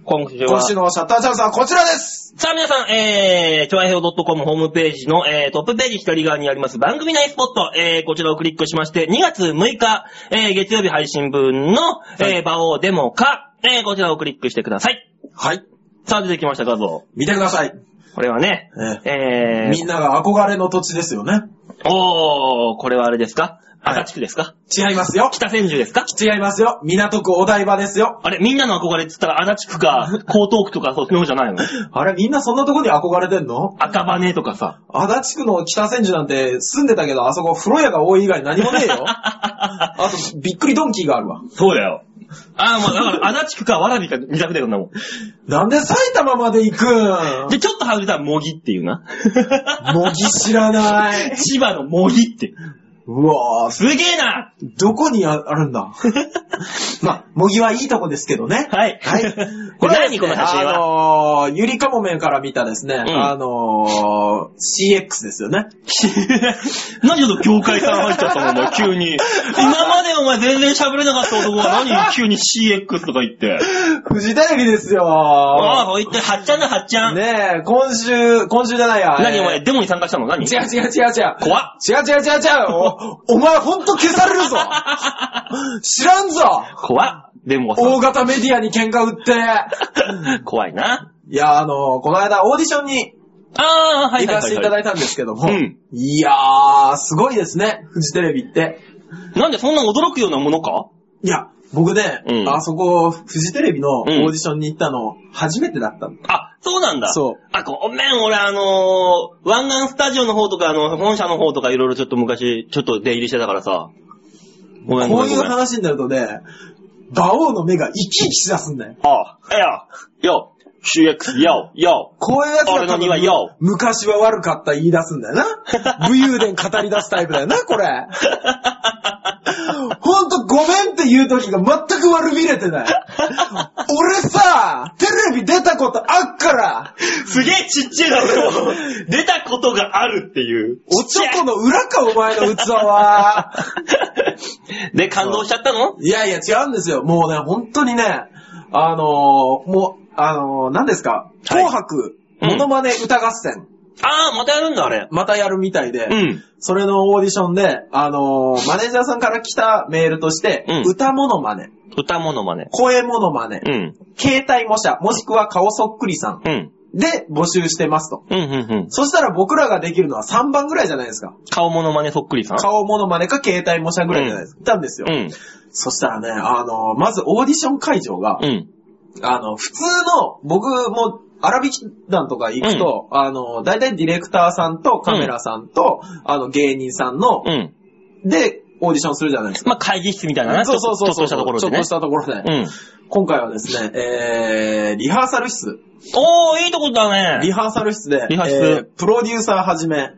Speaker 1: 今週は
Speaker 2: 今。週のシャッターチャンスはこちらです
Speaker 1: さあ皆さん、えー、ちょあへお .com ホームページの、えー、トップページ左側にあります番組内スポット、えー、こちらをクリックしまして、2月6日、えー、月曜日配信分の、えー、場をデモか、えー、こちらをクリックしてください。
Speaker 2: はい。
Speaker 1: さあ出てきました画像。
Speaker 2: 見てください。
Speaker 1: これはね、え
Speaker 2: みん
Speaker 1: ー、
Speaker 2: なが憧れの土地ですよね。
Speaker 1: おー、これはあれですか
Speaker 2: はい
Speaker 1: 赤地区ですか
Speaker 2: 違いますよ。
Speaker 1: 北千住ですか
Speaker 2: 違いますよ。港区お台場ですよ。
Speaker 1: あれ、みんなの憧れって言ったら、足立区か、江東区とか、そっちの方じゃないの
Speaker 2: あれ、みんなそんなとこに憧れてんの
Speaker 1: 赤羽とかさ。
Speaker 2: 足立区の北千住なんて住んでたけど、あそこ風呂屋が多い以外何もねえ よ。あと、びっくりドンキーがあるわ。
Speaker 1: そうだよ。ああ、もうだから、足立区か、わらびか、二択だよ、そんなもん。
Speaker 2: なんで埼玉まで行くん
Speaker 1: で、ちょっと外れたら、模擬っていうな。
Speaker 2: 模擬知らない。
Speaker 1: 千葉の模擬って。
Speaker 2: うわぁ、
Speaker 1: すげえな
Speaker 2: どこにあある んだまあ、模擬はいいとこですけどね。
Speaker 1: はい。
Speaker 2: はい。
Speaker 1: これ何
Speaker 2: です
Speaker 1: こ
Speaker 2: ね
Speaker 1: の写真は。
Speaker 2: あのー、ゆりかもめから見たですね、
Speaker 1: ん
Speaker 2: あのー、CX ですよね。
Speaker 1: 何ちょっと業界から入っちゃったもんだ、急に。今までお前全然喋れなかった男が何急に CX とか言って。
Speaker 2: フジテレビですよ
Speaker 1: ああ、そう言って、はっちゃんだ、はっちゃん。
Speaker 2: ねえ、今週、今週じゃないや。
Speaker 1: 何
Speaker 2: えー
Speaker 1: お前、デモに参加したの何
Speaker 2: 違う違う違う違う。
Speaker 1: 怖っ。
Speaker 2: 違う違う違う違う。お、お前ほんと消されるぞ。知らんぞ。
Speaker 1: 怖っ。デモが
Speaker 2: 大
Speaker 1: さ。
Speaker 2: 型メディアに喧嘩売って。
Speaker 1: 怖いな。
Speaker 2: いや、あの、この間オーディションに
Speaker 1: ああ、はいは
Speaker 2: 行
Speaker 1: い
Speaker 2: か
Speaker 1: は
Speaker 2: せ
Speaker 1: い
Speaker 2: てい
Speaker 1: は
Speaker 2: た
Speaker 1: い
Speaker 2: だ。いたんですけども。
Speaker 1: うん
Speaker 2: いやー、すごいですね。フジテレビって。
Speaker 1: なんでそんな驚くようなものか
Speaker 2: いや、僕ね、
Speaker 1: うん
Speaker 2: あそこ、フジテレビのオーディションに行ったの、初めてだったの。
Speaker 1: あ、そうなんだ。
Speaker 2: そう。
Speaker 1: あ、ごめん、俺あのー、湾岸スタジオの方とか、あの、本社の方とかいろいろちょっと昔、ちょっと出入りしてたからさ。ごめん、ご
Speaker 2: こ
Speaker 1: め、
Speaker 2: うんい
Speaker 1: ご
Speaker 2: う
Speaker 1: めん。あ
Speaker 2: 話になるとね、馬王の目が生き生きしだすんだよ。
Speaker 1: あ、いや、よ、CX、よ、よ。
Speaker 2: こういうやつ
Speaker 1: 俺の
Speaker 2: が多
Speaker 1: 庭よ
Speaker 2: 分昔は悪かった言い出すんだ よな。武勇伝語り出すタイプだよな、これ。ほんとごめんって言う時が全く悪びれてない。俺さ、テレビ出たことあっから、
Speaker 1: すげえちっちゃいな、俺 も。出たことがあるっていう。
Speaker 2: おちょこの裏か、お前の器は。
Speaker 1: で、感動しちゃったの
Speaker 2: いやいや、違うんですよ。もうね、本当にね、あのーもう、あのー何ですか、紅白、
Speaker 1: うん
Speaker 2: モノマネ歌合戦、
Speaker 1: ああ、またやるんだ、あれ。
Speaker 2: またやるみたいで、
Speaker 1: うん。
Speaker 2: それのオーディションで、あのーマネージャーさんから来たメールとして、
Speaker 1: うん
Speaker 2: 歌モノマネ、
Speaker 1: 歌物まね。
Speaker 2: 声モノマネ、
Speaker 1: うん。
Speaker 2: 携帯模写、もしくは顔そっくりさん
Speaker 1: うん。
Speaker 2: で募集してますと。
Speaker 1: うん、うん、うん。
Speaker 2: そしたら僕らができるのは3番ぐらいじゃないですか。
Speaker 1: 顔物まねそっくりさん。
Speaker 2: 顔モノマネか携帯模写ぐらいじゃないですか。いたんですよ。
Speaker 1: うん。
Speaker 2: そしたらね、あのーまずオーディション会場が、
Speaker 1: うん。
Speaker 2: あの、普通の、僕も、荒引き団とか行くと、あの、大体ディレクターさんとカメラさんと、あの、芸人さんの
Speaker 1: う、ん。
Speaker 2: で、オーディションするじゃないですか。
Speaker 1: まあ、会議室みたいなね。
Speaker 2: そうそうそう
Speaker 1: ちょ
Speaker 2: そう。
Speaker 1: っとしたところで
Speaker 2: ちょっ
Speaker 1: ね
Speaker 2: とし。たところで。
Speaker 1: うん。
Speaker 2: 今回はですね、えー、リハーサル室。
Speaker 1: おー、いいとこだ
Speaker 2: リ
Speaker 1: ね。
Speaker 2: ハーサル室で、
Speaker 1: リハ室
Speaker 2: えープロデューサーはじめ、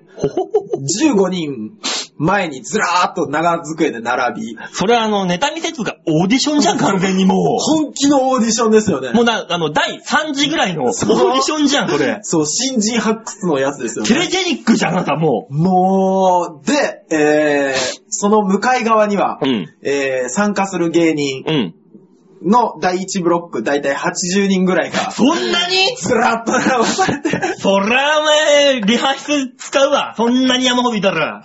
Speaker 2: 15人前にずらーっと長机で並び、
Speaker 1: それはあの、ネタ見せつうか、オーディションじゃん、完全にも
Speaker 2: 本気のオーディションですよね
Speaker 1: う。。もうな、あの、第3次ぐらいのオー
Speaker 2: そう
Speaker 1: ディションじゃん、それ。
Speaker 2: そう、新人発掘のやつですよ
Speaker 1: テレ
Speaker 2: ね。
Speaker 1: ジェニックじゃん、あなたも
Speaker 2: もう、で、えー、その向かい側には
Speaker 1: う。、うん。
Speaker 2: えー、参加する芸人
Speaker 1: うん。
Speaker 2: の第1ブロック、だいたい80人ぐらいが、
Speaker 1: そんなに
Speaker 2: ずらーっと並ばされて、
Speaker 1: そりゃお前、リハ室使うわ。そんなに山ほどいたら。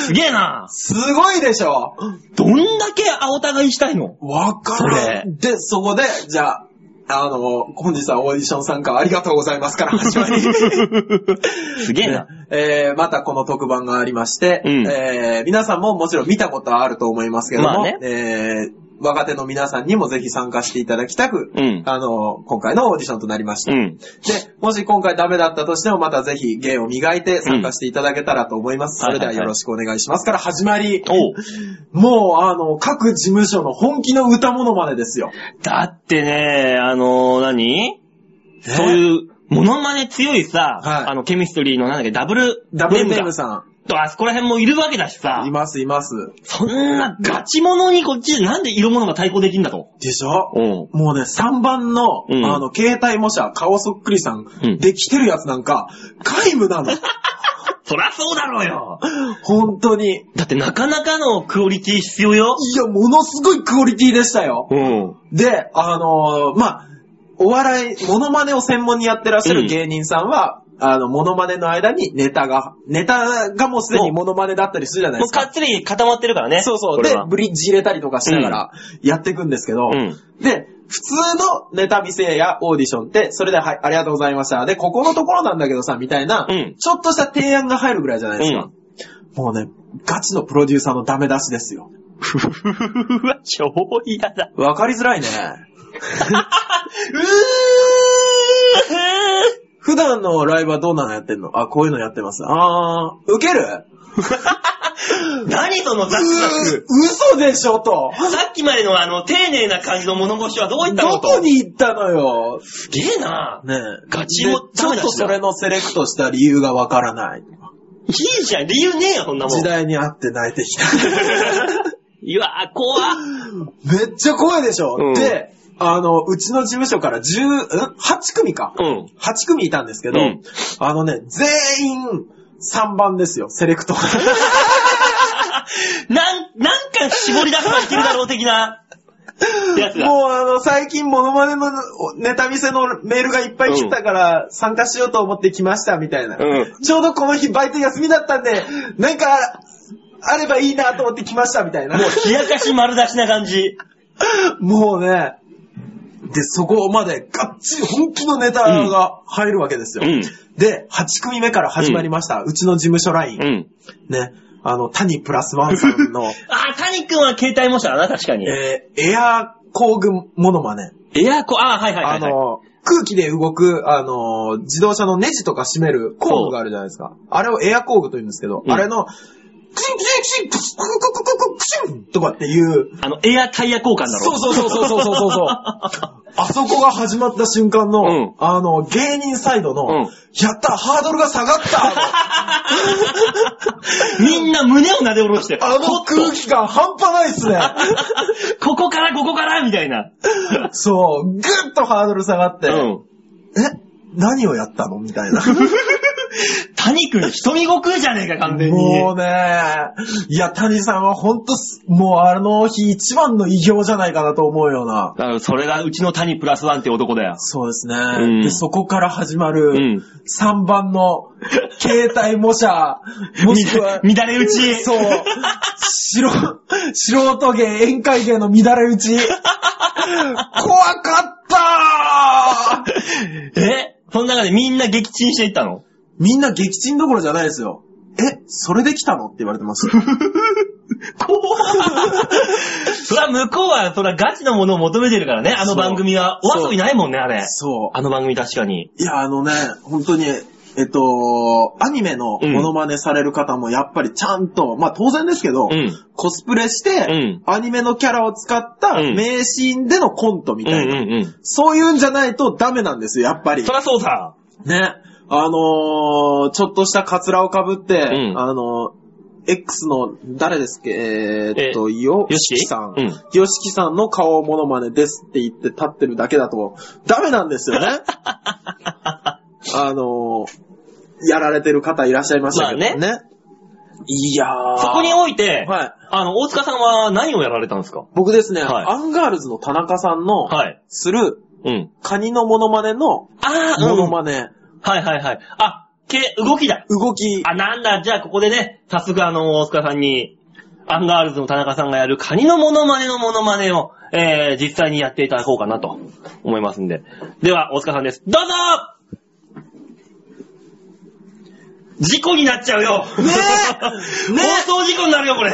Speaker 1: すげえな。
Speaker 2: すごいでしょ
Speaker 1: どんだけ青お互いしたいの
Speaker 2: わからん。で、そこで、じゃあ、あの、本日はオーディション参加ありがとうございま すから始ま り。
Speaker 1: すげえな。
Speaker 2: えー、またこの特番がありまして、
Speaker 1: うん
Speaker 2: えー、皆さんももちろん見たことはあると思いますけども、
Speaker 1: まあね
Speaker 2: えー、若手の皆さんにもぜひ参加していただきたく、
Speaker 1: うん
Speaker 2: あの、今回のオーディションとなりました。
Speaker 1: うん。
Speaker 2: で、もし今回ダメだったとしても、またぜひ芸を磨いて参加していただけたらと思います。
Speaker 1: うん
Speaker 2: それではよろしくお願いしますから始まり、
Speaker 1: おう
Speaker 2: もう、あの、各事務所の本気の歌物までですよ。
Speaker 1: だってね、あの何そう
Speaker 2: う。
Speaker 1: いう、モノマネ強いさ、
Speaker 2: はい
Speaker 1: あの、ケミストリーのなんだっけ、ダブル、
Speaker 2: ダブル
Speaker 1: ベ
Speaker 2: ベ
Speaker 1: ーム
Speaker 2: ム
Speaker 1: さん
Speaker 2: さ
Speaker 1: と、あそこら辺もいるわけだしさ
Speaker 2: ん。い、ます、います。
Speaker 1: そんなガチモノにこっちでなんで色物が対抗できんだと。
Speaker 2: でしょ
Speaker 1: おう
Speaker 2: もうね、3番の、
Speaker 1: うん
Speaker 2: あの、携帯模写、顔そっくりさん、
Speaker 1: うん
Speaker 2: できてるやつなんか、皆無なの。
Speaker 1: そりゃそうだろうよ。
Speaker 2: 本当に。い
Speaker 1: だってなかなかのクオリティ必要よ。
Speaker 2: や、ものすごいクオリティでしたよ。
Speaker 1: うん。
Speaker 2: で、あのーまあ、お笑い、モノマネを専門にやってらっしゃ
Speaker 1: うん
Speaker 2: る芸人さんは、あの、モノマネの間にネタが、ネタがもうすでにモノマネだったりするじゃない
Speaker 1: も
Speaker 2: で
Speaker 1: う
Speaker 2: すか
Speaker 1: か。っつり固まってるからね。
Speaker 2: そうそう。
Speaker 1: これ
Speaker 2: で
Speaker 1: は、
Speaker 2: ブリッジ入れたりとかしながらやっていくんですけど、
Speaker 1: うん
Speaker 2: で、普通のネタ見せやオーディションって、それで、はい、ありがとうございました。で、ここのところなんだけどさ、みたいな、
Speaker 1: うん
Speaker 2: ちょっとした提案が入るぐらいじゃないですか。もうね、ガチのプロデューサーのダメ出しですよ。
Speaker 1: ふふふふふわ、超嫌だ。
Speaker 2: わかりづ らいね。
Speaker 1: うー
Speaker 2: 普段のライブはどんなのやってんのあ、こういうのやってます。あー、受 ける
Speaker 1: 何その
Speaker 2: う
Speaker 1: ザクザ
Speaker 2: ー
Speaker 1: ク、。
Speaker 2: 嘘でしょと。
Speaker 1: さっきまでのあの、丁寧な感じの物腰はどういったの
Speaker 2: ど
Speaker 1: と
Speaker 2: こに行ったのよ。
Speaker 1: すげえな
Speaker 2: ねえ。
Speaker 1: ガチも
Speaker 2: でちょっとそれのセレクトした理由がわからない。
Speaker 1: いいじゃん、理由ねえよ、そんなもん。
Speaker 2: 時代に合って泣いて きた。
Speaker 1: いやー、怖っ。
Speaker 2: めっちゃ怖いでしょ、
Speaker 1: うん
Speaker 2: で、あの、うちの事務所から10、ん ?8 組か。
Speaker 1: うん。
Speaker 2: 8組いたんですけど、
Speaker 1: うん
Speaker 2: あのね、全員3番ですよ、セレクト。
Speaker 1: なん、なんか絞り出されてるだろう的な、やつが。
Speaker 2: もうあの、最近モノマネのネタ見せのメールがいっぱい来たから、参加しようと思って来ました、みたいな、
Speaker 1: うん
Speaker 2: ちょうどこの日バイト休みだったんで、なんか、あればいいなと思って来ました、みたいな。
Speaker 1: もう、冷やかし丸出しな感じ。
Speaker 2: もうね、で、そこまでガッチリ本気のネタが入るわけですよ。
Speaker 1: うん
Speaker 2: で、8組目から始まりました。うちの事務所ライン。
Speaker 1: ん。
Speaker 2: ね、あの、谷プラスワンさ んの、
Speaker 1: あー、谷くんは携帯模写だな、確かに。
Speaker 2: えーエアー工具モノマネ。
Speaker 1: エアコン、あー、はいはいは
Speaker 2: あ
Speaker 1: い、はい。
Speaker 2: の、空気で動く、あの、自動車のネジとか締める工具があるじゃないですか。あれをエア工具と言うんですけど、
Speaker 1: うん
Speaker 2: あれの、クシュンクシュンクシュンクククククククシュンとかっていう、
Speaker 1: あの、エアタイヤ交換だろ。
Speaker 2: そうそうそうそうそうそうそう。あそこが始まった瞬間の、
Speaker 1: うん
Speaker 2: あの、芸人サイド
Speaker 1: う
Speaker 2: の、
Speaker 1: ん
Speaker 2: やったハードルが下がった
Speaker 1: みんな胸を撫で下ろして、
Speaker 2: あの空気感半端ないっすね
Speaker 1: ここからここからみたいな。
Speaker 2: そう、ぐっとハードル下がって、
Speaker 1: うん。
Speaker 2: え何をやったのみたいな。
Speaker 1: 谷くん、瞳悟空じゃねえか、完全に。
Speaker 2: もうね、いや、谷さんはほんとす、もうあの日一番の偉業じゃないかなと思うような。
Speaker 1: だからそれがうちの谷プラスワンって男だよ。
Speaker 2: そうですね。
Speaker 1: ん
Speaker 2: で、そこから始ま
Speaker 1: う
Speaker 2: る
Speaker 1: ん、
Speaker 2: 3番の、携帯模写、もしくは、
Speaker 1: み乱れ打ち。
Speaker 2: そう。素人、素人芸、宴会芸の乱れ打ち。怖かった ー
Speaker 1: えその中でみんな撃沈していった の
Speaker 2: みんな撃沈どころじゃないですよ。え、それで来たのって言われてます。
Speaker 1: 怖そら向こうは、そらガチのものを求めてるからね、あの番組は。
Speaker 2: そ
Speaker 1: お
Speaker 2: う
Speaker 1: 遊びないもんね、あれ。
Speaker 2: そう
Speaker 1: あの番組確かに。
Speaker 2: いや、あのね、本当に、えっと、アニメのモノマネされる方もやっぱりちゃんと、まあ当然ですけど、
Speaker 1: うん
Speaker 2: コスプレし
Speaker 1: う
Speaker 2: て
Speaker 1: ん、
Speaker 2: アニメのキャラを使った
Speaker 1: うん
Speaker 2: 名シーンでのコントみ
Speaker 1: うん
Speaker 2: たいな。
Speaker 1: うんうん。
Speaker 2: そういうんじゃないとダメなんですよ、やっぱり
Speaker 1: そ。らそうだ。
Speaker 2: ね。あのー、ちょっとしたカツラをかぶって、
Speaker 1: うん
Speaker 2: あのー、X の、誰ですっけ、えーっと、よ
Speaker 1: よし
Speaker 2: しきさん
Speaker 1: うん。
Speaker 2: よしきさんの顔をモノマネですって言って立ってるだけだと、ダメなんです よね。あのー、やられてる方いらっしゃいましたけどね。
Speaker 1: ま
Speaker 2: いやー。
Speaker 1: そこにおいて、
Speaker 2: はい
Speaker 1: あの、大塚さんは何をやられたんですか
Speaker 2: 僕ですね、
Speaker 1: はい
Speaker 2: アンガールズの田中さんの、
Speaker 1: はい。
Speaker 2: する、
Speaker 1: うん。
Speaker 2: カニのモノマネの、
Speaker 1: ああ、
Speaker 2: モ
Speaker 1: う
Speaker 2: ノ
Speaker 1: ん。は
Speaker 2: マネ、
Speaker 1: いはいはい。あ、け、動きだ。
Speaker 2: 動き、
Speaker 1: あ、なんだ、じゃあここでね、早速あの、大塚さんに、アンガールズの田中さんがやるカニのモノマネのモノマネを、えー、実際にやっていただこうかなと思いますんで。では、大塚さんです。どうぞ事故になっちゃうよね
Speaker 2: えねえ
Speaker 1: 放送事故になるよ、これ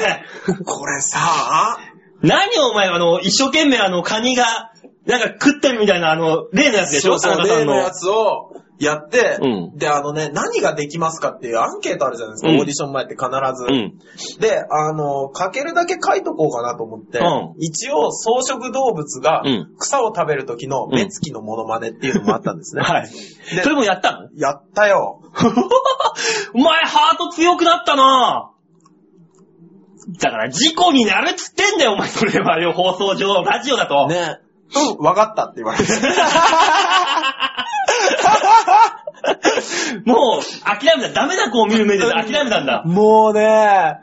Speaker 2: これさ、
Speaker 1: 何お前、あの、一生懸命あの、カニが、なんか食ってるみたいな、あの、例のやつ でしょ
Speaker 2: そう
Speaker 1: 田
Speaker 2: そう、
Speaker 1: 中さ
Speaker 2: 例
Speaker 1: んの。
Speaker 2: のやつをやって、
Speaker 1: うん
Speaker 2: で、あのね、何ができますかっていうアンケートあるじゃないですか、
Speaker 1: うん
Speaker 2: オーディション前って必ず。
Speaker 1: うん。
Speaker 2: で、あの、かけるだけ書いとこうかなと思って、
Speaker 1: うん
Speaker 2: 一応草食動物が
Speaker 1: うん
Speaker 2: 草を食べる時の目つきのモノマネっていうのもあったんですね。
Speaker 1: はい。
Speaker 2: で
Speaker 1: それもやったの
Speaker 2: やったよ。
Speaker 1: お前、ハート強くなったなだから、事故になるっつってんだよ、お前。それはよ、放送上、ラジオだと。
Speaker 2: ね。うん、わかったって言わ れて。
Speaker 1: もう、諦めた。ダメな子を見る目で諦めたんだ。
Speaker 2: もうね、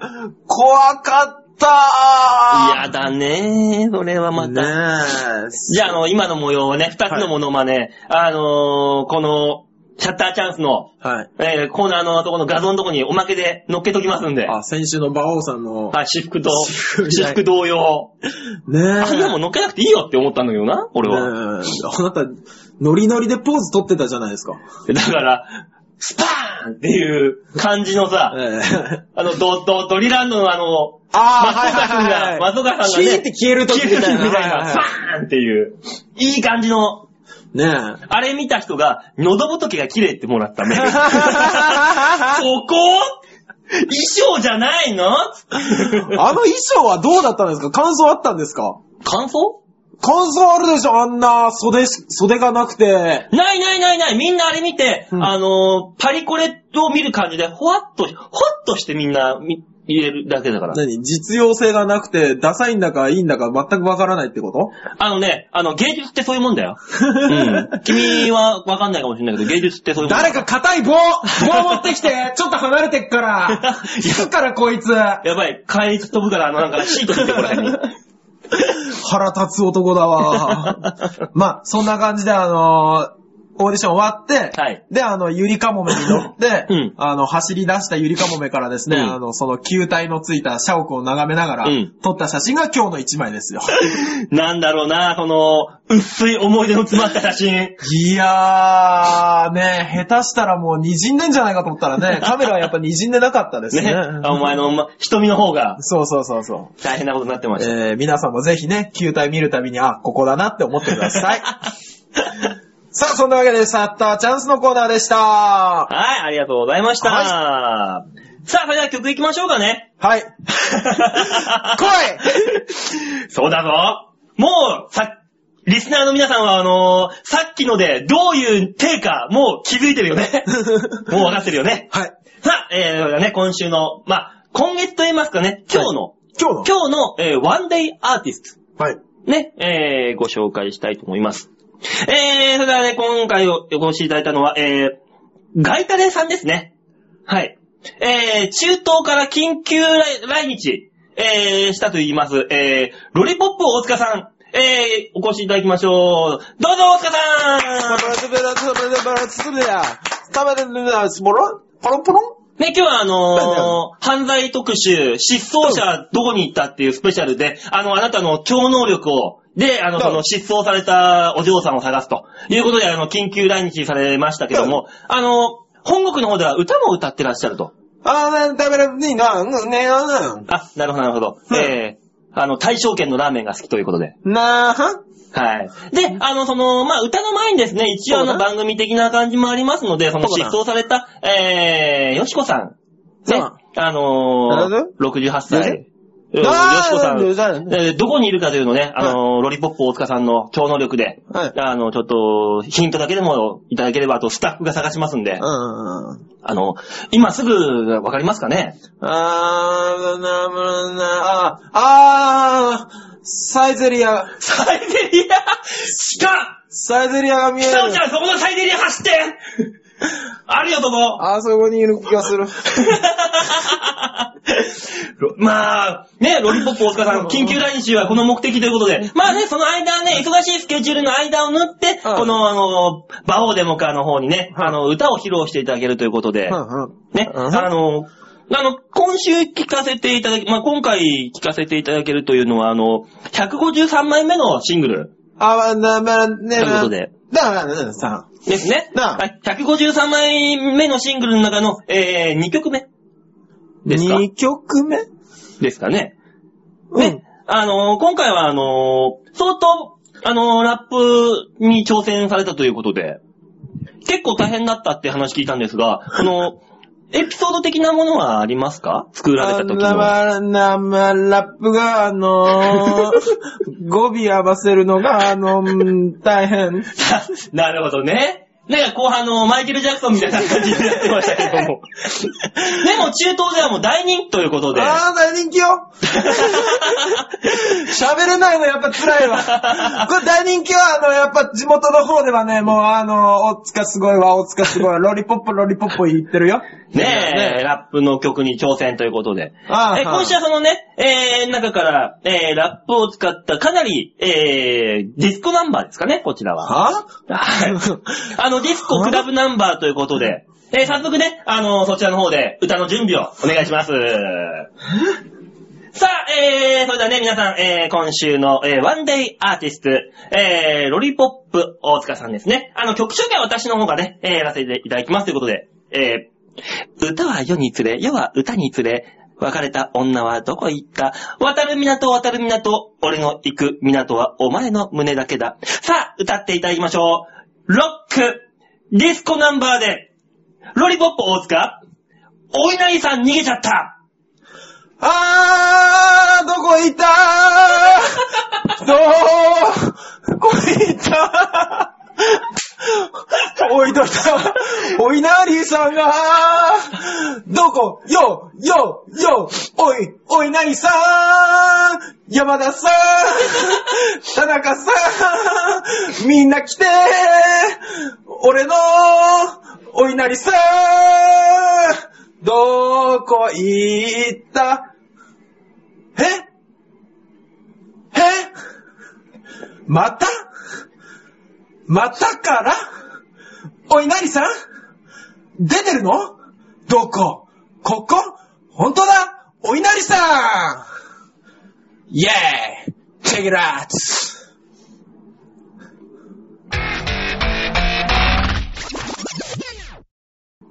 Speaker 2: 怖かった
Speaker 1: 嫌だねそれはまた。
Speaker 2: ねえ。
Speaker 1: じゃあ、あの、今の模様をね、二つのモノマネ、あのーこの、シャッターチャンスの、
Speaker 2: はい。
Speaker 1: えー、コーナーのとこの画像のとこにおまけで乗っけときますんで。は
Speaker 2: あ、先週の馬王さん
Speaker 1: い、
Speaker 2: の、
Speaker 1: 私服と、
Speaker 2: 私服
Speaker 1: 私服同様。
Speaker 2: ねえ。
Speaker 1: あんなもん乗っけなくていいよって思ったんだけどな、俺は。
Speaker 2: ねえあなた、ノリノリでポーズ取ってたじゃない ですか。
Speaker 1: だから、スパーンっていう感じのさ、
Speaker 2: ええ
Speaker 1: あの、ド、ド、ドリランドのあの、
Speaker 2: あー
Speaker 1: 松岡君
Speaker 2: はいはいはいは
Speaker 1: が、
Speaker 2: い
Speaker 1: 松岡さんが
Speaker 2: キ
Speaker 1: ね、
Speaker 2: ーって消える時みたい
Speaker 1: 消え
Speaker 2: な
Speaker 1: る時みたい
Speaker 2: はい
Speaker 1: な、
Speaker 2: はい
Speaker 1: スパーンっていう、いい感じの、
Speaker 2: ねえ。
Speaker 1: あれ見た人が、喉仏が綺麗ってもら ったね。
Speaker 2: あ
Speaker 1: そこ衣装じゃないの
Speaker 2: の衣装はどうだったんですか感想あったんですか
Speaker 1: 感想
Speaker 2: 感想あるでしょあんな袖し、袖がなくて。
Speaker 1: ないないないない、みんなあれ見て、
Speaker 2: うん
Speaker 1: あのー、パリコレを見る感じで、ほわっと、ほっとしてみんな見言えるだけだから。
Speaker 2: 何実用性がなくて、ダサいんだかいいんだか全くわからないってこと
Speaker 1: あのね、あの、芸術ってそういうもんだよ。うん。君はわかんないかもしれないけど、芸術ってそういうもんだ
Speaker 2: 誰か硬い棒棒持ってきてちょっと離れてっ から引くからこいつ腹
Speaker 1: やばい、帰り飛ぶから、あの、なんかシート引いてこらへん。
Speaker 2: 立つ男 だわ。まあ、そんな感じであのーオーディション終わって、
Speaker 1: はい
Speaker 2: で、あの、ゆりかもめに乗って、
Speaker 1: うん
Speaker 2: あの、走り出したゆりかもめからですね、
Speaker 1: うん
Speaker 2: あの、その球体のついた社屋を眺めながら、
Speaker 1: うん
Speaker 2: 撮った写真が今日の一枚ですよ。
Speaker 1: なんだろうな、この、薄い思い出の詰まった写真。
Speaker 2: いやー、ね、下手したらもう滲んでんじゃないかと思ったら ね、カメラはやっぱ滲んでなかったですね。
Speaker 1: ね。あお前の、ま瞳の方が
Speaker 2: そうそうそうそう。
Speaker 1: 大変なことになってました。
Speaker 2: えー皆さんもぜひね、球体見るたびに、あ、ここだなって思ってください。さあ、そんなわけで、シャッターチャンスのコーナーでし た。
Speaker 1: はい、ありがとうございました。さあ、それでは曲行きましょうかね。
Speaker 2: はい。
Speaker 1: そうだぞ。もう、さ、リスナーの皆さんは、あのーさっきので、どういう手か、もう気づいてるよ ね。もう分かってるよね。
Speaker 2: はい。
Speaker 1: さあ、えー、それではね、今週の、まあ、今月と言いますかね、今日の、
Speaker 2: 今日の
Speaker 1: 今日の、えー、ワンデイアーティスト。
Speaker 2: はい。
Speaker 1: ね、えー、ご紹介したいと思います。えー、それではね、今回おお越しいただいたのは、えー、ガイタレさんですね。はい。えー、中東から緊急来来日、えー、したと言います、えー、ロリポップ大塚さん、えー、お越しいただきましょう。どうぞ大塚さんね、今日はあの ー、犯罪特集、失踪者どこに行ったっていうスペシャルで、あの、あなたの超能力を、で、あの、
Speaker 2: どう
Speaker 1: その、失踪されたお嬢さんを探すということで、あの、緊急来日されましたけども、あの、本国の方では歌も歌ってらっしゃると。あ、なるほど、なるほど。
Speaker 2: うん
Speaker 1: えー、あの、大正圏のラーメンが好きということで。はい。で、あの、その、まあ、歌の前にですね、一応あ
Speaker 2: そう
Speaker 1: の
Speaker 2: だな
Speaker 1: 番組的な感じもありますので、その
Speaker 2: そう
Speaker 1: 失
Speaker 2: だな
Speaker 1: 踪された、えー、よしこさん。
Speaker 2: そ
Speaker 1: ね
Speaker 2: うだ。
Speaker 1: あ
Speaker 4: 誰
Speaker 1: の
Speaker 4: だ
Speaker 1: ー、68歳。うんよ
Speaker 4: あー
Speaker 1: しこさん、
Speaker 4: 誰だ誰
Speaker 1: えーどこにいるかというのをね、あのー、ロリポップ大塚さんの超能力で、
Speaker 4: はい
Speaker 1: あの、ちょっと、ヒントだけでもいただければ、あとスタッフが探しますんで、
Speaker 4: うんうん。
Speaker 1: あの、今すぐわかりますかね
Speaker 2: あー、な、な、な、あー、あー、サイゼリア、
Speaker 1: サイゼリア鹿
Speaker 2: サイゼリアが見え
Speaker 1: 北尾
Speaker 2: る
Speaker 1: ち。ゃん、そこのサイゼリア走って あるよ、そこ
Speaker 4: あそこにいる気がする。
Speaker 1: ロまあ、ね、ロリポップ大塚さん、緊急来日はこの目的ということで、まあね、その間ね、忙しいスケジュールの間を縫って、
Speaker 4: うん
Speaker 1: この、あの、馬王デモカの方にね、あの、歌を披露していただけるということで、
Speaker 4: うんうん。
Speaker 1: ね、
Speaker 4: うん
Speaker 1: あの、あの、今週聞かせていただき、まあ、今回聞かせていただけるというのは、あの、153枚目のシングル
Speaker 4: あー、な、な、な、
Speaker 1: と
Speaker 4: ね
Speaker 1: いうことで、
Speaker 4: だ、な、な、な、さ
Speaker 1: ですね。
Speaker 4: なあ
Speaker 1: はい。153枚目のシングルの中の、えー、2曲目。ですか
Speaker 4: 2曲目
Speaker 1: ですかね。
Speaker 4: う
Speaker 1: ね
Speaker 4: ん。
Speaker 1: あのー今回はあのー相当、あのーラップに挑戦されたということで、結構大変だったって話聞いたんですが、この、エピソード的なものはありますか作られた時
Speaker 2: あ
Speaker 1: の。
Speaker 2: 生生ラップが、あ のー、語尾合わせるのが、あのうん大変。
Speaker 1: なるほどね。なんか後半のマイケル・ジャクソンみたいな感じになってましたけども。でも中東ではもう大人気ということで。
Speaker 2: あー、大人気 よ喋れないのやっぱ辛いわ。これ大人気は、あの、やっぱ地元の方ではね、もうあの、大塚すごいわ、大塚すごいわ、ロリポップロリポップ言ってるよ。
Speaker 1: ねえ、ラップの曲に挑戦ということで。
Speaker 2: ああ
Speaker 1: え
Speaker 2: はい
Speaker 1: 今週はそのね、えー、中から、えー、ラップを使ったかなり、えー、ディスコナンバーですかね、こちらは。
Speaker 2: は
Speaker 1: はい。あ の、ディスコクラブナンバーということで、えー、早速ね、あの、そちらの方で歌の準備をお願いします。さあ、えー、それではね、皆さん、えー、今週の、えー、ワンデイアーティスト、えー、ロリポップ大塚さんですね。あの、曲紹介は私の方がね、えー、やらせていただきますということで、えー、歌は世に連れ、世は歌に連れ、別れた女はどこ行った渡る港、渡る港、俺の行く港はお前の胸だけだ。さあ、歌っていただきましょう。ロック、ディスコナンバーで、ロリポップ大塚、お稲荷さん逃げちゃった
Speaker 2: あー、どこ行ったーど こ行った おいどった、おいなりさんが、どこ、よ、よ、よ、おい、おいなりさん、山田さん、田中さん、みんな来て、俺の、おいなりさん、どこ行った、ええまたまたからおい、なりさん出てるのどこここ本当だおいなりさんイェーイ !Check it out!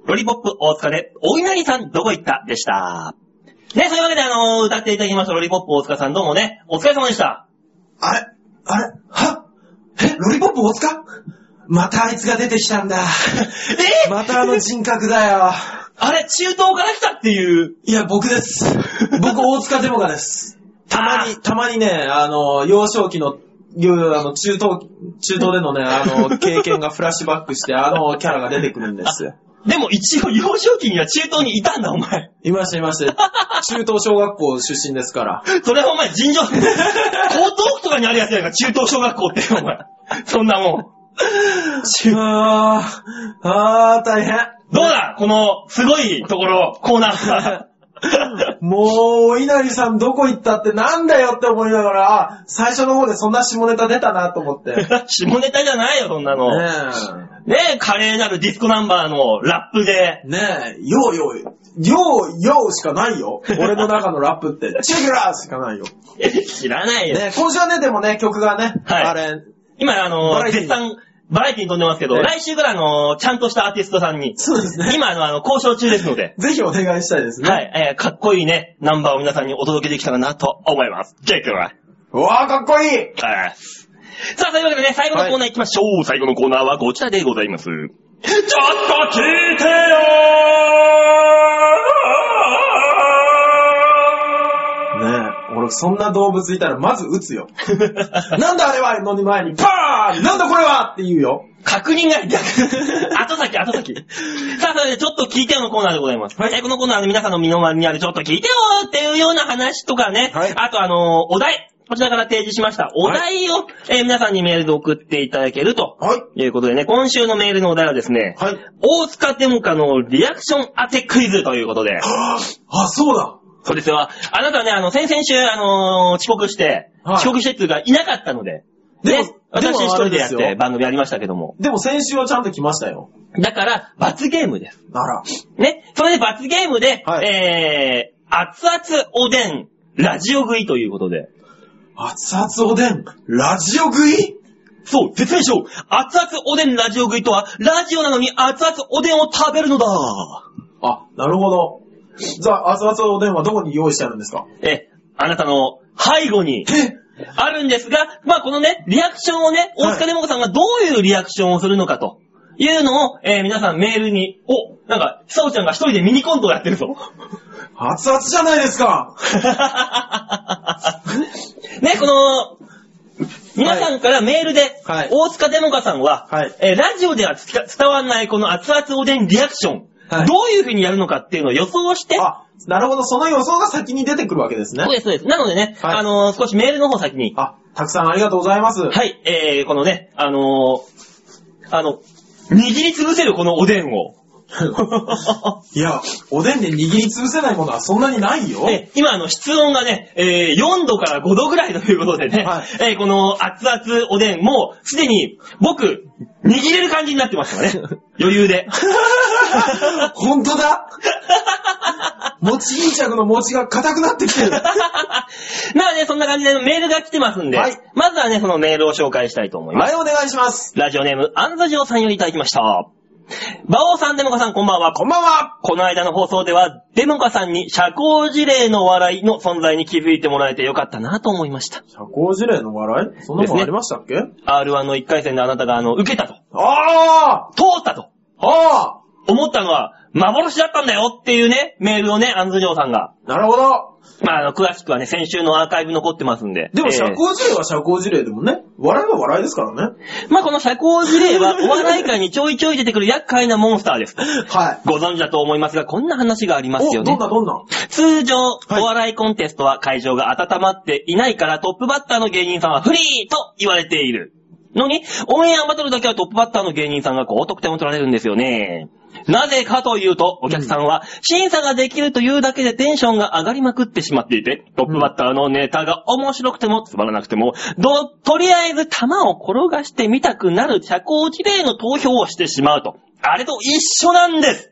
Speaker 1: ロリポップ大塚で、お稲荷さんどこ行ったでした。ね、そういうわけであのー歌っていただきましたロリポップ大塚さんどうもね、お疲れ様でした。
Speaker 2: あれあれはえロリポップ大塚またあいつが出てきたんだ。
Speaker 1: え
Speaker 2: またあの人格だよ。
Speaker 1: あれ、中東から来たっていう。
Speaker 2: いや、僕です。僕、大塚デモカです。たまに、たまにね、あの、幼少期の、いうあの、中東、中東でのね、あの、経験がフラッシュバックして、あの、キャラが出てくるんです。
Speaker 1: でも一応幼少期には中東にいたんだ、お前。
Speaker 2: いました、いました。中東小学校出身ですから。
Speaker 1: それはお前、尋常。江東区とかにあるやつやから、中東小学校って、お前。そんなもん。
Speaker 2: あー、あー、大変。
Speaker 1: どうだこの、すごいところ、コーナー。
Speaker 2: もう、お稲荷さんどこ行ったってなんだよって思いながら、あ最初の方でそんな下ネタ出たなと思って。ね
Speaker 1: 下ネタじゃない よ、そんなの。ねえ、華麗なるディスコナンバーのラップで。
Speaker 2: え、ねえ、ようよう、ようようしかない よ。俺の中のラップって、チェックラーしかないよ。
Speaker 1: 知らないよ。
Speaker 2: ね、今週はね、でもね、曲がね、
Speaker 1: はい
Speaker 2: あれ、
Speaker 1: 今、あの
Speaker 2: バラエティ
Speaker 1: 絶
Speaker 2: に
Speaker 1: 賛、バラエティに飛んでますけど、
Speaker 2: ええ
Speaker 1: 来週から、あのちゃんとしたアーティストさんに、
Speaker 2: そうですね。
Speaker 1: 今、あの、あの交渉中ですので、
Speaker 2: ぜひお願いしたいですね。
Speaker 1: はい、えーかっこいいね、ナンバーを皆さんにお届けできたらなと思います。じゃあ行くわ。
Speaker 2: うわー、かっこいい
Speaker 1: はいさあ、というわけでね、最後のコーナー行きましょう。最後のコーナーはこちらでござい ます。ちょっと聞いてよ
Speaker 2: え。俺、そんな動物いたらまず撃つよ。 なんだあれはのに前に、パーンなんだこれはって言うよ。
Speaker 1: 確認が逆。 後先、後先。さあ、それでちょっと聞いてよのコーナーでございます。はい。このコーナーの皆さんの身の回りにあるちょっと聞いてよっていうような話とかね。
Speaker 2: はい
Speaker 1: あと、あのーお題。こちらから提示しました。お題を、えー皆さんにメールで送っていただけると。
Speaker 2: はい。
Speaker 1: ということでね、今週のメールのお題はですね、
Speaker 2: はい。
Speaker 1: 大塚デモカのリアクション当てクイズということで。
Speaker 2: あ、そうだ。
Speaker 1: そうですよ。あなたはね、あの、先々週、あのー遅刻して、
Speaker 2: はい
Speaker 1: 遅刻してっていうか、いなかったので、
Speaker 2: でも
Speaker 1: ね、私
Speaker 2: で
Speaker 1: 一
Speaker 2: もあ
Speaker 1: 人
Speaker 2: れ
Speaker 1: で
Speaker 2: で
Speaker 1: やっ
Speaker 2: すよ
Speaker 1: て番組やりましたけども。
Speaker 2: でも先週はちゃんと来ましたよ。
Speaker 1: だから、罰ゲームです。
Speaker 2: あら。
Speaker 1: ね。それで罰ゲームで、
Speaker 2: はい
Speaker 1: えー、熱々おでん、ラジオ食いということで。
Speaker 2: 熱々おでん、ラジオ食い
Speaker 1: そう、説明しよう。熱々おでんラジオ食いとは、ラジオなのに熱々おでんを食べるのだ。
Speaker 2: あ、なるほど。じゃあ、熱々おでんはどこに用意してあるんですか
Speaker 1: え、あなたの背後に、あるんですが、まあこのね、リアクションをね、
Speaker 2: はい
Speaker 1: 大塚デモ子さんがどういうリアクションをするのかと。いうのを、えー皆さんメールに、お、なんか、ひさおちゃんが一人でミニコントをやって るぞ。
Speaker 2: 熱々じゃないですか
Speaker 1: ね、この、皆さんからメールで、
Speaker 2: はい
Speaker 1: 大塚デモカさんは、
Speaker 2: はい
Speaker 1: えーラジオではつか伝わらないこの熱々おでんリアクション、
Speaker 2: はい
Speaker 1: どういう風にやるのかっていうのを予想して、
Speaker 2: あ、なるほど。その予想が先に出てくるわけですね
Speaker 1: そう。です、そうです。なのでね、
Speaker 2: はい
Speaker 1: あのー少しメールの方先に、
Speaker 2: あ、たくさんありがとうございます。
Speaker 1: はい、えー、このね、あのーあの、握りつぶせるこのおでん を。
Speaker 2: いや、おでんで握りつぶせないものはそんなにないよ。
Speaker 1: ね今、あの、室温がね、えー4度から5度ぐらいということでね、
Speaker 2: はい
Speaker 1: えーこの熱々おでん、もうすでに僕、握れる感じになってますから ね。余裕で。
Speaker 2: ほんとだ餅巾着の餅が硬くなってき てる。
Speaker 1: なので、そんな感じでメールが来てますんで、
Speaker 2: はい
Speaker 1: まずはね、そのメールを紹介したいと思います。
Speaker 2: はい、お願いします。
Speaker 1: ラジオネーム、アンザジオさんよりいただきました。バオさん、デモカさん、こんばんは。
Speaker 2: こんばんは
Speaker 1: この間の放送では、デモカさんに社交辞令の笑いの存在に気づいてもらえてよかったなと思いました。
Speaker 2: 社交辞令の笑いそんな
Speaker 1: です
Speaker 2: の
Speaker 1: ね
Speaker 2: ありましたっけ、
Speaker 1: R1 の1回戦であなたが、あの、受けたと、
Speaker 2: あー
Speaker 1: 通ったと、
Speaker 2: あ
Speaker 1: 思ったのは、幻だったんだよっていうね、メールをね、アンズジョーさんが。
Speaker 2: ーなるほど。
Speaker 1: まあ、あの、詳しくはね、先週のアーカイブ残ってますんで。
Speaker 2: でも社
Speaker 1: えー
Speaker 2: 交辞令は社交辞令でもね、笑いは笑いですからね。
Speaker 1: まあ、この社交辞令は、お笑い界にちょいちょい出てくる厄介なモンスターです。
Speaker 2: はい。
Speaker 1: ご存知だと思いますが、こんな話がありますよ
Speaker 2: お、ど
Speaker 1: ね
Speaker 2: ん。などんな
Speaker 1: 通常、
Speaker 2: はい
Speaker 1: お笑いコンテストは会場が温まっていないからトップバッターの芸人さんはフリーと言われている。のに、オンエアバトルだけはトップバッターの芸人さんが高得点を取られるんですよね。なぜかというと、お客さんは審査ができるというだけでテンションが上がりまくってしまっていて、トップバッターのネタが面白くてもつまらなくても、ど、とりあえず玉を転がしてみたくなる社交辞令の投票をしてしまうと。あれと一緒なんです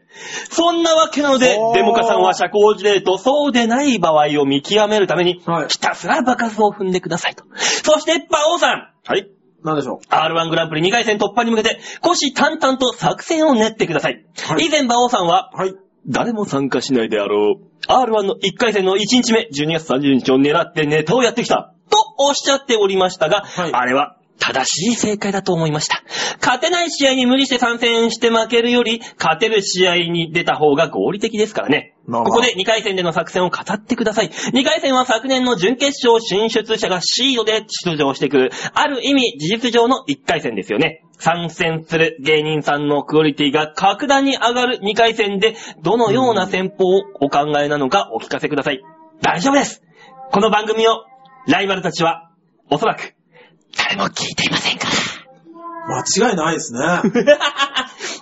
Speaker 1: そんなわけなので
Speaker 2: ほ、う
Speaker 1: デモカさんは社交辞令とそうでない場合を見極めるために、
Speaker 2: はい
Speaker 1: ひたすら爆発を踏んでくださいと。そして、馬王さん。はい。
Speaker 2: なんでしょ
Speaker 1: R1 グランプリ2回戦突破に向けて、虎視眈々と作戦を練ってください。
Speaker 2: はい
Speaker 1: 以前、馬王さんは
Speaker 2: う、はい。
Speaker 1: 誰も参加しないであろう。R1 の1回戦の1日目、12月30日を狙ってネタをやってきた。とおっしゃっておりましたが、
Speaker 2: はい
Speaker 1: あれは正しい正解だと思いました。勝てない試合に無理して参戦して負けるより、勝てる試合に出た方が合理的ですからね。
Speaker 2: まあまあ
Speaker 1: ここで2回戦での作戦を語ってください。2回戦は昨年の準決勝進出者がシードで出場してくる、ある意味事実上の1回戦ですよね。参戦する芸人さんのクオリティが格段に上がる2回戦で、どのような戦法をお考えなのかお聞かせください。大丈夫ですこの番組を、ライバルたちは、おそらく、誰も聞いていませんから。
Speaker 2: 間違いない ですね。あり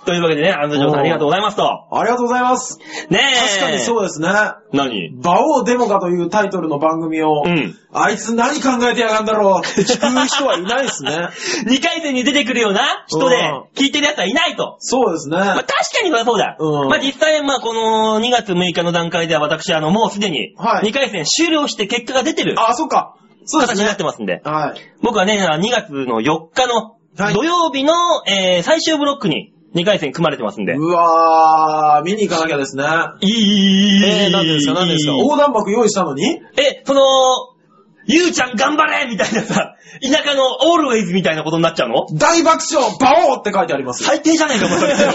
Speaker 1: というわけでね、安藤さんありがとうございますと。
Speaker 2: がとうございます。
Speaker 1: ねえ。
Speaker 2: 確かにそうですね。
Speaker 1: 何
Speaker 2: 馬王デモカというタイトルの番組を、
Speaker 1: うん
Speaker 2: あいつ何考えてやがんだろうって聞く人はいないですね。
Speaker 1: 二回戦に出てくるような人で
Speaker 2: うん、
Speaker 1: 聞いてる奴はいないと。
Speaker 2: そうですね。
Speaker 1: まあ、確かにそれはそうだ。
Speaker 2: うん
Speaker 1: まあ、実際、まあ、この2月6日の段階では私、あの、もうすでに、
Speaker 2: はい
Speaker 1: 2回戦終了して結果が出てる
Speaker 2: あ、そっか。そうです
Speaker 1: 形にな
Speaker 2: ね
Speaker 1: って。ますんで。
Speaker 2: はい。
Speaker 1: 僕はね、あの2月の4日の、
Speaker 2: はい
Speaker 1: 土曜日の、えー最終ブロックに2回戦組まれてますんで。
Speaker 2: うわー、見に行かなきゃですね。
Speaker 1: いい
Speaker 2: えー、何ですか何ですか横断幕用意したのに
Speaker 1: え、その、ゆうちゃん頑張れみたいなさ、田舎のオールウェイズみたいなことになっちゃうの
Speaker 2: 大爆笑バオーって書いてありますよ。
Speaker 1: 最低じゃねえか、お前 それ。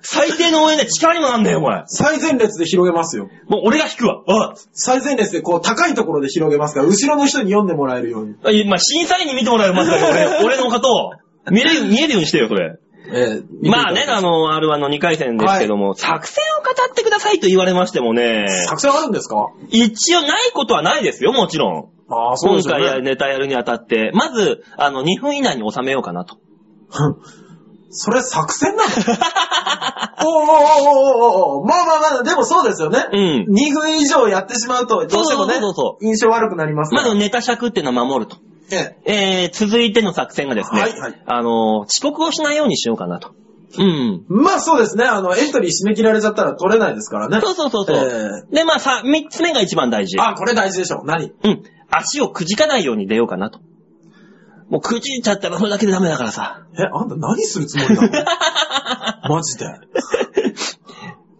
Speaker 1: 最低の応援で力にもなんねえよ、お前。
Speaker 2: 最前列で広げますよ。
Speaker 1: もう俺が引くわ。おい
Speaker 2: 最前列でこう高いところで広げますから、後ろの人に読んでもらえるように。
Speaker 1: あいやまあ、審査員に見てもらうよ、まずは 俺、俺のことを。見れる、見えるようにしてよ、それ。
Speaker 2: ええ
Speaker 1: まあね、あの、R1 の2回戦ですけども、作戦を語ってくださいと言われましてもね、
Speaker 2: 作戦あるんですか
Speaker 1: 一応ないことはないですよ、もちろん。
Speaker 2: ああ、そう
Speaker 1: 今
Speaker 2: ですよ
Speaker 1: 回や
Speaker 2: ね。
Speaker 1: ネタやるにあたって、まず、あの、2分以内に収めようかな と。
Speaker 2: それ作戦なの おーおーおーおーおーおーまあまあまあ、でもそうですよね。
Speaker 1: うん
Speaker 2: 2分以上やってしまうと、どうして
Speaker 1: そうそ
Speaker 2: もね
Speaker 1: うそうそ、
Speaker 2: 印象悪くなりますか
Speaker 1: まず
Speaker 2: ら。
Speaker 1: ネタ尺っていうのは守ると。
Speaker 2: ええ
Speaker 1: えー、続いての作戦がですね、
Speaker 2: はいはい
Speaker 1: あの、遅刻をしないようにしようかなと。うん。
Speaker 2: まあそうですね。あの、エントリー締め切られちゃったら取れないですからね。
Speaker 1: そうそうそうそう。で、まあさ、3つ目が一番大事。
Speaker 2: あ、これ大事でしょ。何
Speaker 1: うん。足をくじかないように出ようかなと。もうくじいちゃったらそれだけでダメだからさ。
Speaker 2: え、あんた何するつもりな のマジで。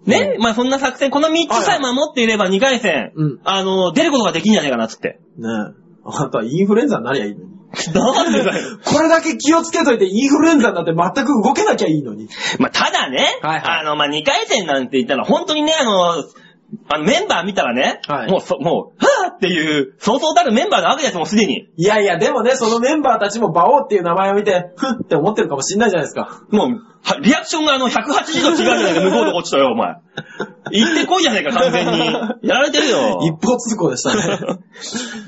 Speaker 1: ね、まあそんな作戦、この3つさえ守っていれば2回戦、
Speaker 2: うん
Speaker 1: あの、出ることができんじゃねえかなっつって。
Speaker 2: ねえ。あんたインフルエンザになりゃいいのに。
Speaker 1: なんでだ よ。
Speaker 2: これだけ気をつけといてインフルエンザになって全く動けなきゃいいのに。
Speaker 1: まあただね、
Speaker 2: はいはい
Speaker 1: あの、まあ2回戦なんて言ったら本当にね、あの、あのメンバー見たらね、
Speaker 2: はい
Speaker 1: もうそ、もう、はぁっていう、そうそうたるメンバーなわけですもん、すでに。
Speaker 2: いやいや、でもね、そのメンバーたちもバオっていう名前を見て、ふんって思ってるかもしんないじゃないですか。
Speaker 1: もう、はリアクションがあの、180度違うじゃないか、向こうとこっちとよ、お前。行ってこいじゃないか、完全に。やられてるよ。
Speaker 2: 一方通行でした ね。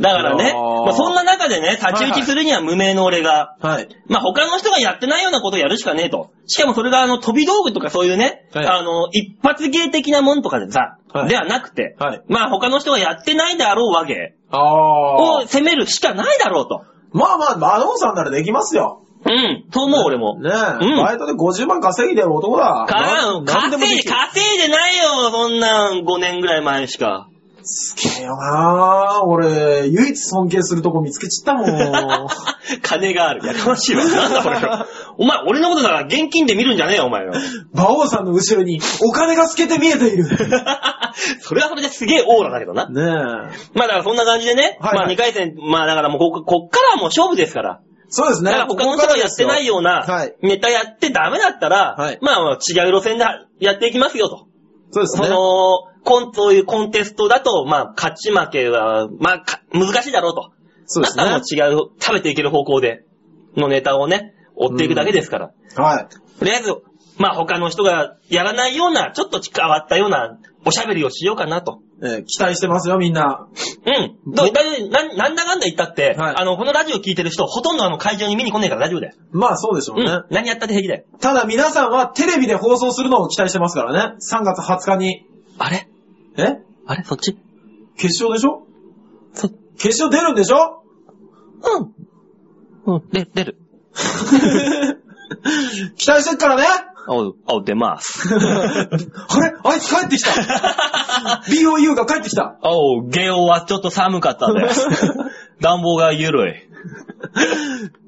Speaker 1: だからね、
Speaker 2: あー
Speaker 1: まあ、そんな中でね、立ち打ちするには無名の俺が、
Speaker 2: はい。
Speaker 1: まあ、他の人がやってないようなことをやるしかねえと。しかもそれがあの飛び道具とかそういうね、
Speaker 2: はい
Speaker 1: あの、一発芸的なもんとかでさ、
Speaker 2: はい
Speaker 1: ではなくて、
Speaker 2: はい
Speaker 1: まあ他の人がやってないであろうわけ
Speaker 2: あ
Speaker 1: を
Speaker 2: あ。
Speaker 1: 攻めるしかないだろうと。
Speaker 2: まあまあ、マドンさんならできますよ。
Speaker 1: うん、と思う俺も。
Speaker 2: ねえ、
Speaker 1: うん
Speaker 2: バイトで50万稼いでる男だ。
Speaker 1: か
Speaker 2: なんなん
Speaker 1: 稼
Speaker 2: でもで
Speaker 1: い
Speaker 2: き
Speaker 1: で、
Speaker 2: る。
Speaker 1: 稼いでないよ、そんなん5年ぐらい前しか。
Speaker 2: すげえよなぁ。俺、唯一尊敬するとこ見つけち ったもん。
Speaker 1: 金がある。やかましい わ。なんだこれ。お前、俺のことだから現金で見るんじゃねえよ、お前 よ。
Speaker 2: 馬王さんの後ろにお金が透けて見えている。ね
Speaker 1: それはそれですげえオーラだけどな。
Speaker 2: え。
Speaker 1: まあだからそんな感じでね、
Speaker 2: はいは
Speaker 1: ま
Speaker 2: い
Speaker 1: あ2回戦、まあだからもうこここっからはもう勝負ですから。
Speaker 2: そうですね
Speaker 1: だから。他の人がやってないよう
Speaker 2: は
Speaker 1: ないネタやってダメだったら、
Speaker 2: はい
Speaker 1: まあまあ違う路線でやっていきますよと。
Speaker 2: そうです
Speaker 1: そ
Speaker 2: ね。
Speaker 1: の、コン、そういうコンテストだと、まあ勝ち負けは、まあか難しいだろうと。
Speaker 2: そ うですね。
Speaker 1: だからもう違う、食べていける方向でのネタをね、追っていくだけですから。
Speaker 2: はい。
Speaker 1: とりあえず、まあ他の人がやらないような、ちょっと変わったようなおしゃべりをしようかなと。
Speaker 2: えー期待してますよ、みんな。
Speaker 1: うん。だいたいななんだかんだ言ったって、
Speaker 2: はい
Speaker 1: あの、このラジオ聞いてる人、ほとんどあの会場に見に来ねえから大丈夫だよ。
Speaker 2: まあそうでしょう
Speaker 1: う
Speaker 2: ね。
Speaker 1: ん。何やったって平気だよ。
Speaker 2: ただ皆さんはテレビで放送するのを期待してますからね。3月20日に。
Speaker 1: あれ
Speaker 2: え
Speaker 1: あれそっち
Speaker 2: 決勝でしょ
Speaker 1: そ、
Speaker 2: 決勝出るんでしょ
Speaker 1: うん。うん。で、出る。
Speaker 2: 期待してっ からね。
Speaker 1: あお、あお、出 ます。
Speaker 2: あれあいつ帰ってきた。BOU が帰ってきた。
Speaker 1: あお、ゲオはちょっと寒かったんだよ。 暖房が緩い。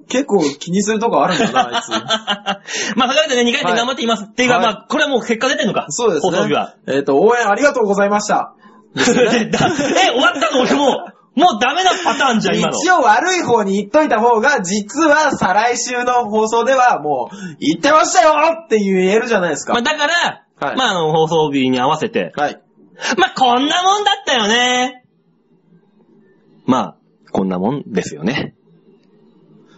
Speaker 2: 結構気にするとこあるんだな、あ いつ。
Speaker 1: まあ、というわけでね、2回戦頑張っています。っていうか、
Speaker 2: はい
Speaker 1: まあ、これはもう結果出てんのか。
Speaker 2: そうですね。
Speaker 1: 放送日 は。
Speaker 2: えっ、と、応援ありがとうございました。
Speaker 1: でだえ、終わったの俺もう、もうダメなパターンじゃん、今の。
Speaker 2: 一応悪い方に言っといた方が、実は再来週の放送ではもう、言ってましたよって言えるじゃないですか。
Speaker 1: まあ、だから、
Speaker 2: はい
Speaker 1: まあ、あの、放送日に合わせて、
Speaker 2: はい。
Speaker 1: まあ、こんなもんだったよね。まあ、こんなもんですよね。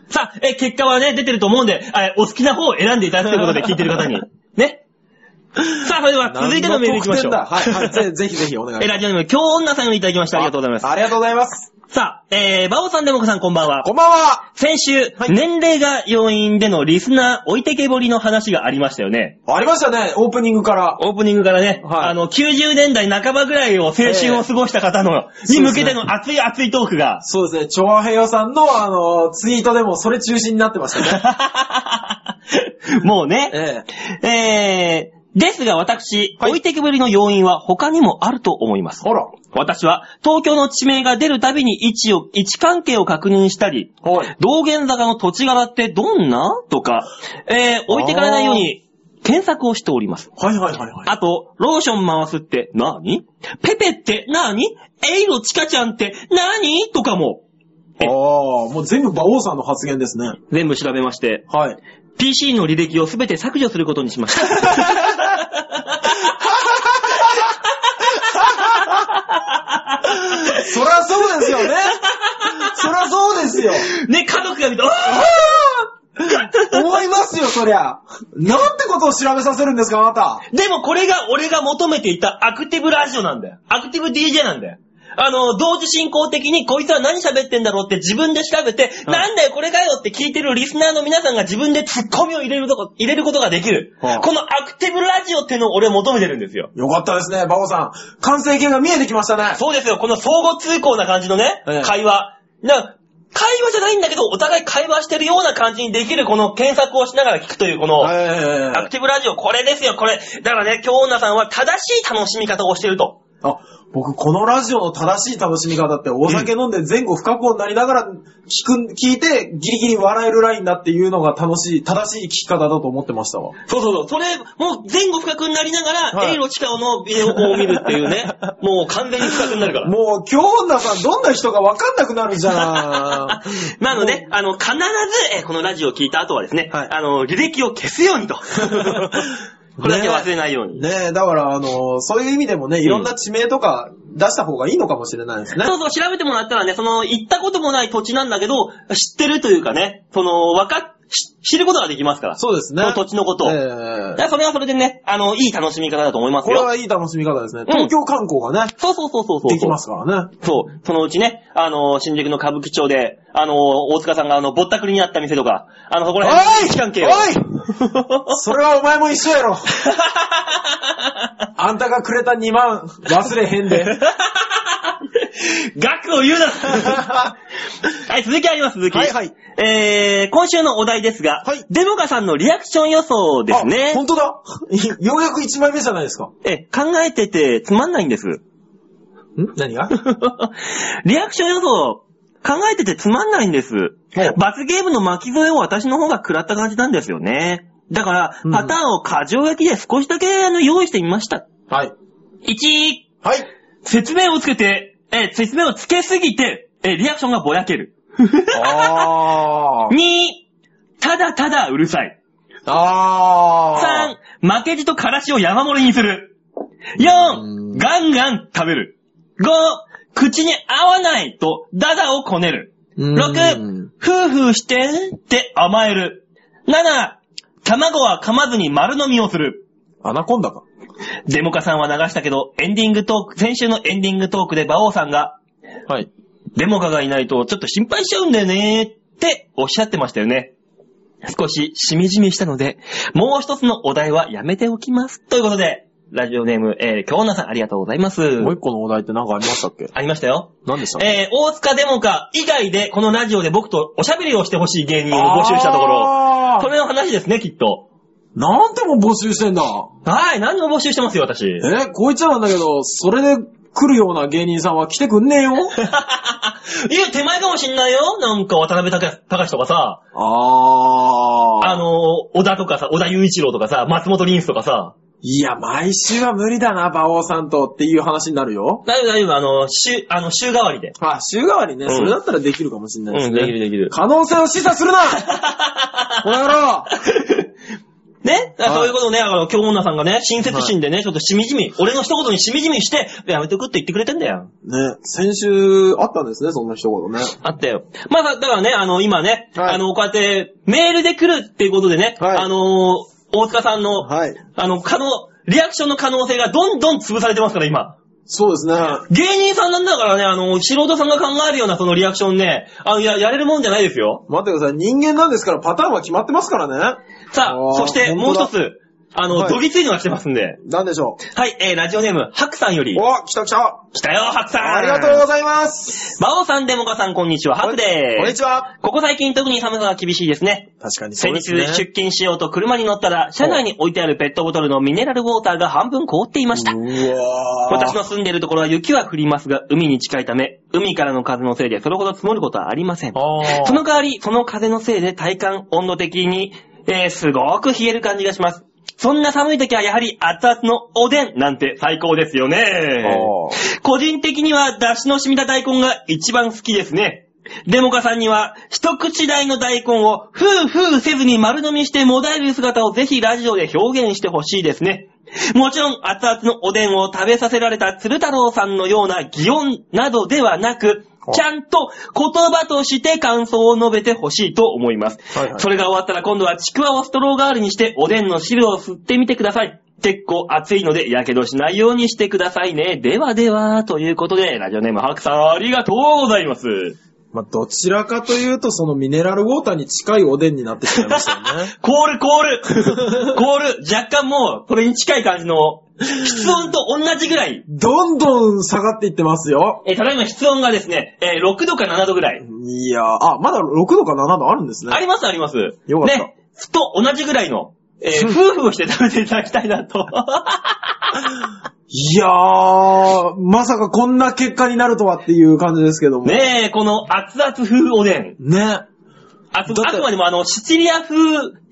Speaker 1: さあ、え、結果はね、出てると思うんで、あお好きな方を選んでいただくということで聞いてる方 に。ね。さあ、それでは続いてのメールいきましょう。
Speaker 2: 何の得点だはい、はいぜ。ぜひぜひお願い
Speaker 1: え、
Speaker 2: しま
Speaker 1: ラジオネーム、京女さんをいただきまし
Speaker 2: す。
Speaker 1: た。ありがとうございます。
Speaker 2: ありがとうございます。
Speaker 1: さあ、えー、バオさん、デモカさん、こんばんは。
Speaker 2: こんばんは。
Speaker 1: 先週、年齢が要因でのリスナー置いてけぼりの話がありましたよね。
Speaker 2: ありましたね、オープニングから。
Speaker 1: オープニングからね、
Speaker 2: はい
Speaker 1: あの、90年代半ばぐらいを青春を過ごした方の、に向けての熱い熱いトークが、
Speaker 2: そうですね、チョアヘヨさんの、あの、ツイートでもそれ中心になって ましたね。
Speaker 1: もうね、
Speaker 2: ええ。
Speaker 1: えー、ですが私、
Speaker 2: はい
Speaker 1: 置いてけぼりの要因は他にもあると思います。
Speaker 2: ほら。
Speaker 1: 私は東京の地名が出るたびに位置を、位置関係を確認したり、
Speaker 2: はい。
Speaker 1: 道玄坂の土地柄ってどんなとか、えー、置いてかれないように検索をしております。
Speaker 2: はいはいはいはい。
Speaker 1: あと、ローション回すって何ペペって何エイロチカちゃんって何とかも、
Speaker 2: ああ、もう全部馬王さんの発言ですね。
Speaker 1: 全部調べまして、
Speaker 2: はい。
Speaker 1: PC の履歴をすべて削除することにしました。
Speaker 2: そりゃそうです よね。そりゃそうですよ。
Speaker 1: ね、家族が見た、うわ
Speaker 2: 思いますよ、そりゃ。なんてことを調べさせるんですか、あなた。
Speaker 1: ーでもこれが俺が求めていたアクティブラジオなんだよ。アクティブ DJ なんだよ。あの、同時進行的にこいつは何喋ってんだろうって自分で調べて、なんだよこれかよって聞いてるリスナーの皆さんが自分でツッコミを入れるとこ、入れることができる。
Speaker 2: はあ
Speaker 1: このアクティブラジオっていうのを俺は求めてるんですよ。
Speaker 2: よかったですね、馬王さん。完成形が見えてきましたね。
Speaker 1: そうですよ、この相互通行な感じのね、
Speaker 2: ええ
Speaker 1: 会話。な会話じゃないんだけど、お互い会話してるような感じにできる、この検索をしながら聞くという、この、
Speaker 2: ええ
Speaker 1: アクティブラジオ、これですよ、これ。だからね、今日女さんは正しい楽しみ方をしてると。
Speaker 2: あ、僕、このラジオの正しい楽しみ方って、お酒飲んで前後不可抗になりながら聞く、聞いて、ギリギリ笑えるラインだっていうのが楽しい、正しい聞き方だと思ってましたわ。
Speaker 1: そうそうそう。それ、もう前後不覚になりながら、
Speaker 2: はい
Speaker 1: エイロチカオのビデオを見るっていう ね。もう完全に不覚になるから。
Speaker 2: もう、京女さん、どんな人がわかんなくなる じゃん。
Speaker 1: まあ、あのね、あの、必ず、えーこのラジオを聞いた後はですね、
Speaker 2: はい
Speaker 1: あの、履歴を消すように と。これだけ忘れないように。
Speaker 2: ねえ、だから、あの、そういう意味でもね、いろんな地名とか出した方がいいのかもしれないですね。
Speaker 1: そうそう、調べてもらったらね、その、行ったこともない土地なんだけど、知ってるというかね、その、わかっ、し知ることができますから。
Speaker 2: そうですね。
Speaker 1: その土地のことを。
Speaker 2: え
Speaker 1: だ
Speaker 2: え
Speaker 1: からそれはそれでね、あの、いい楽しみ方だと思います
Speaker 2: これ
Speaker 1: よ。
Speaker 2: はいい楽しみ方ですね。東京観光がね、
Speaker 1: そうそうそうそうそう。
Speaker 2: できますからね。
Speaker 1: そう。そのうちね、あの、新宿の歌舞伎町で、あの、大塚さんがあの、ぼったくりにあった店とか、あの、そこら辺の
Speaker 2: おい
Speaker 1: 位置関係を。
Speaker 2: おいそれはお前も一緒や ろ。あんたがくれた2万、忘れへ んで。
Speaker 1: 額を言う なはい、続きあります、続き。
Speaker 2: はいはい。
Speaker 1: えー、今週のお題ですが、
Speaker 2: はい
Speaker 1: デモカさんのリアクション予想ですね
Speaker 2: あ。本当だ。ようやく1枚目じゃないですか。
Speaker 1: え、考えててつまんないんです。
Speaker 2: ん何が
Speaker 1: リアクション予想、考えててつまんないんです
Speaker 2: ほう。
Speaker 1: 罰ゲームの巻き添えを私の方が食らった感じなんですよね。だから
Speaker 2: う、ん
Speaker 1: パターンを過剰書きで少しだけあの用意してみました。
Speaker 2: はい。
Speaker 1: 1、
Speaker 2: はい。
Speaker 1: 説明をつけて、えー、説明をつけすぎて、えー、リアクションがぼやけ る。
Speaker 2: あ ー。
Speaker 1: 2、ただただうるさい。
Speaker 2: あ
Speaker 1: 3
Speaker 2: ー。、
Speaker 1: 負けじとからしを山盛りにする。
Speaker 2: う
Speaker 1: 4、
Speaker 2: ん
Speaker 1: ガンガン食べる。5、口に合わないと、ダダをこねる。
Speaker 2: うん
Speaker 1: 6、夫婦してって甘える。7、卵は噛まずに丸飲みをする。
Speaker 2: アナコンダか。
Speaker 1: デモカさんは流したけど、エンディングトーク、先週のエンディングトークで馬王さんが、
Speaker 2: はい。
Speaker 1: デモカがいないとちょっと心配しちゃうんだよねっておっしゃってましたよね。少ししみじみしたので、もう一つのお題はやめておきます。ということで、ラジオネーム、えー、京奈さんありがとうございます。
Speaker 2: もう一個のお題って何かありましたっけ
Speaker 1: ありましたよ。
Speaker 2: 何でしたっけ
Speaker 1: えー、大塚デモカ以外でこのラジオで僕とおしゃべりをしてほしい芸人を募集したところ、
Speaker 2: あー
Speaker 1: それの話ですね、きっと。
Speaker 2: なんても募集してんだ。
Speaker 1: はい、何を募集してますよ、私。
Speaker 2: え、こいつらなんだけど、それで来るような芸人さんは来てくん ねえよ。
Speaker 1: いや、手前かもしんないよ。なんか、渡辺隆隆とかさ、
Speaker 2: あー。
Speaker 1: あのー、小田とかさ、小田雄一郎とかさ、松本凛子とかさ、
Speaker 2: いや、毎週は無理だな、馬王さんとっていう話になるよ。
Speaker 1: 大丈夫大丈夫、あの、週、あの、週替わりで。
Speaker 2: あ、週替わりね、
Speaker 1: うん
Speaker 2: それだったらできるかもしれないですね。
Speaker 1: できる。
Speaker 2: 可能性を示唆する なこの野郎
Speaker 1: ねだから
Speaker 2: はい
Speaker 1: そういうことをね、あの、今日女さんがね、親切心でね、ちょっとしみじみ、俺の一言にしみじみして、やめとくって言ってくれてんだよ。
Speaker 2: ね、先週あったんですね、そんな一言ね。
Speaker 1: あったよ。まあ、だからね、あの、今ね、
Speaker 2: はい
Speaker 1: あの、こうやって、メールで来るっていうことでね、
Speaker 2: はい
Speaker 1: あのー、大塚さんの、
Speaker 2: はい。
Speaker 1: あの、可能、リアクションの可能性がどんどん潰されてますから、今。
Speaker 2: そうですね。
Speaker 1: 芸人さんなんだからね、あの、素人さんが考えるようなそのリアクションね、あの、や、やれるもんじゃないですよ。
Speaker 2: 待ってください。人間なんですからパターンは決まってますからね。
Speaker 1: さ
Speaker 2: あ
Speaker 1: あ、
Speaker 2: ー
Speaker 1: そしてもう
Speaker 2: 本当
Speaker 1: 一
Speaker 2: だ
Speaker 1: つ、あの、
Speaker 2: はい
Speaker 1: どぎついのが来てますんで。
Speaker 2: なんでしょ
Speaker 1: はい、えー、ラジオネーム、ハクさんより
Speaker 2: う。。お、来た来た
Speaker 1: 来たよ、ハクさん。
Speaker 2: ありがとうございます
Speaker 1: バオさん、デモカさん、こんにちは、ハクで
Speaker 2: こんに
Speaker 1: す。
Speaker 2: ちは
Speaker 1: ここ最近特に寒さが厳しいですね。
Speaker 2: 確かにそ
Speaker 1: 先
Speaker 2: うで
Speaker 1: 日
Speaker 2: すね。
Speaker 1: 出勤しようと車に乗ったら、車内に置いてあるペットボトルのミネラルウォーターが半分凍っていました。
Speaker 2: うわー
Speaker 1: 私の住んでいるところは雪は降りますが、海に近いため、海からの風のせいでそれほど積もることはありません。
Speaker 2: あー
Speaker 1: その代わり、その風のせいで体感温度的に、えーすごく冷える感じがします。そんな寒い時はやはり熱々のおでんなんて最高ですよね。
Speaker 2: あー
Speaker 1: 個人的には、出汁の染みた大根が一番好きですね。デモカさんには、一口大の大根を、ふーふーせずに丸飲みしてもだえる姿をぜひラジオで表現してほしいですね。もちろん、熱々のおでんを食べさせられた鶴太郎さんのような擬音などではなく、ちゃんと言葉として感想を述べてほしいと思います。
Speaker 2: はいはい
Speaker 1: それが終わったら今度はちくわをストロー代わりにして、おでんの汁を吸ってみてください。結構熱いので、やけどしないようにしてくださいね。ではでは、ということで、ラジオネームハクさんありがとうございます。。
Speaker 2: まあ、どちらかというと、そのミネラルウォーターに近いおでんになってしまいましたよね
Speaker 1: コールコールコール若干もう、これに近い感じの、室温と同じぐらい。
Speaker 2: どんどん下がっていってますよ。
Speaker 1: えーただいま室温がですね、えー6度か7度ぐらい。
Speaker 2: いやー、あ、まだ6度か7度あるんですね。
Speaker 1: ありますあります。
Speaker 2: よかった
Speaker 1: ね、と同じぐらいの、え ー夫婦をして食べていただきたいなと。
Speaker 2: いやー、まさかこんな結果になるとはっていう感じですけども。。
Speaker 1: ねえ、この熱々風おでん。
Speaker 2: ね。
Speaker 1: あ
Speaker 2: だ
Speaker 1: と、
Speaker 2: っ
Speaker 1: あ
Speaker 2: て
Speaker 1: くまでもあの、シチリア風、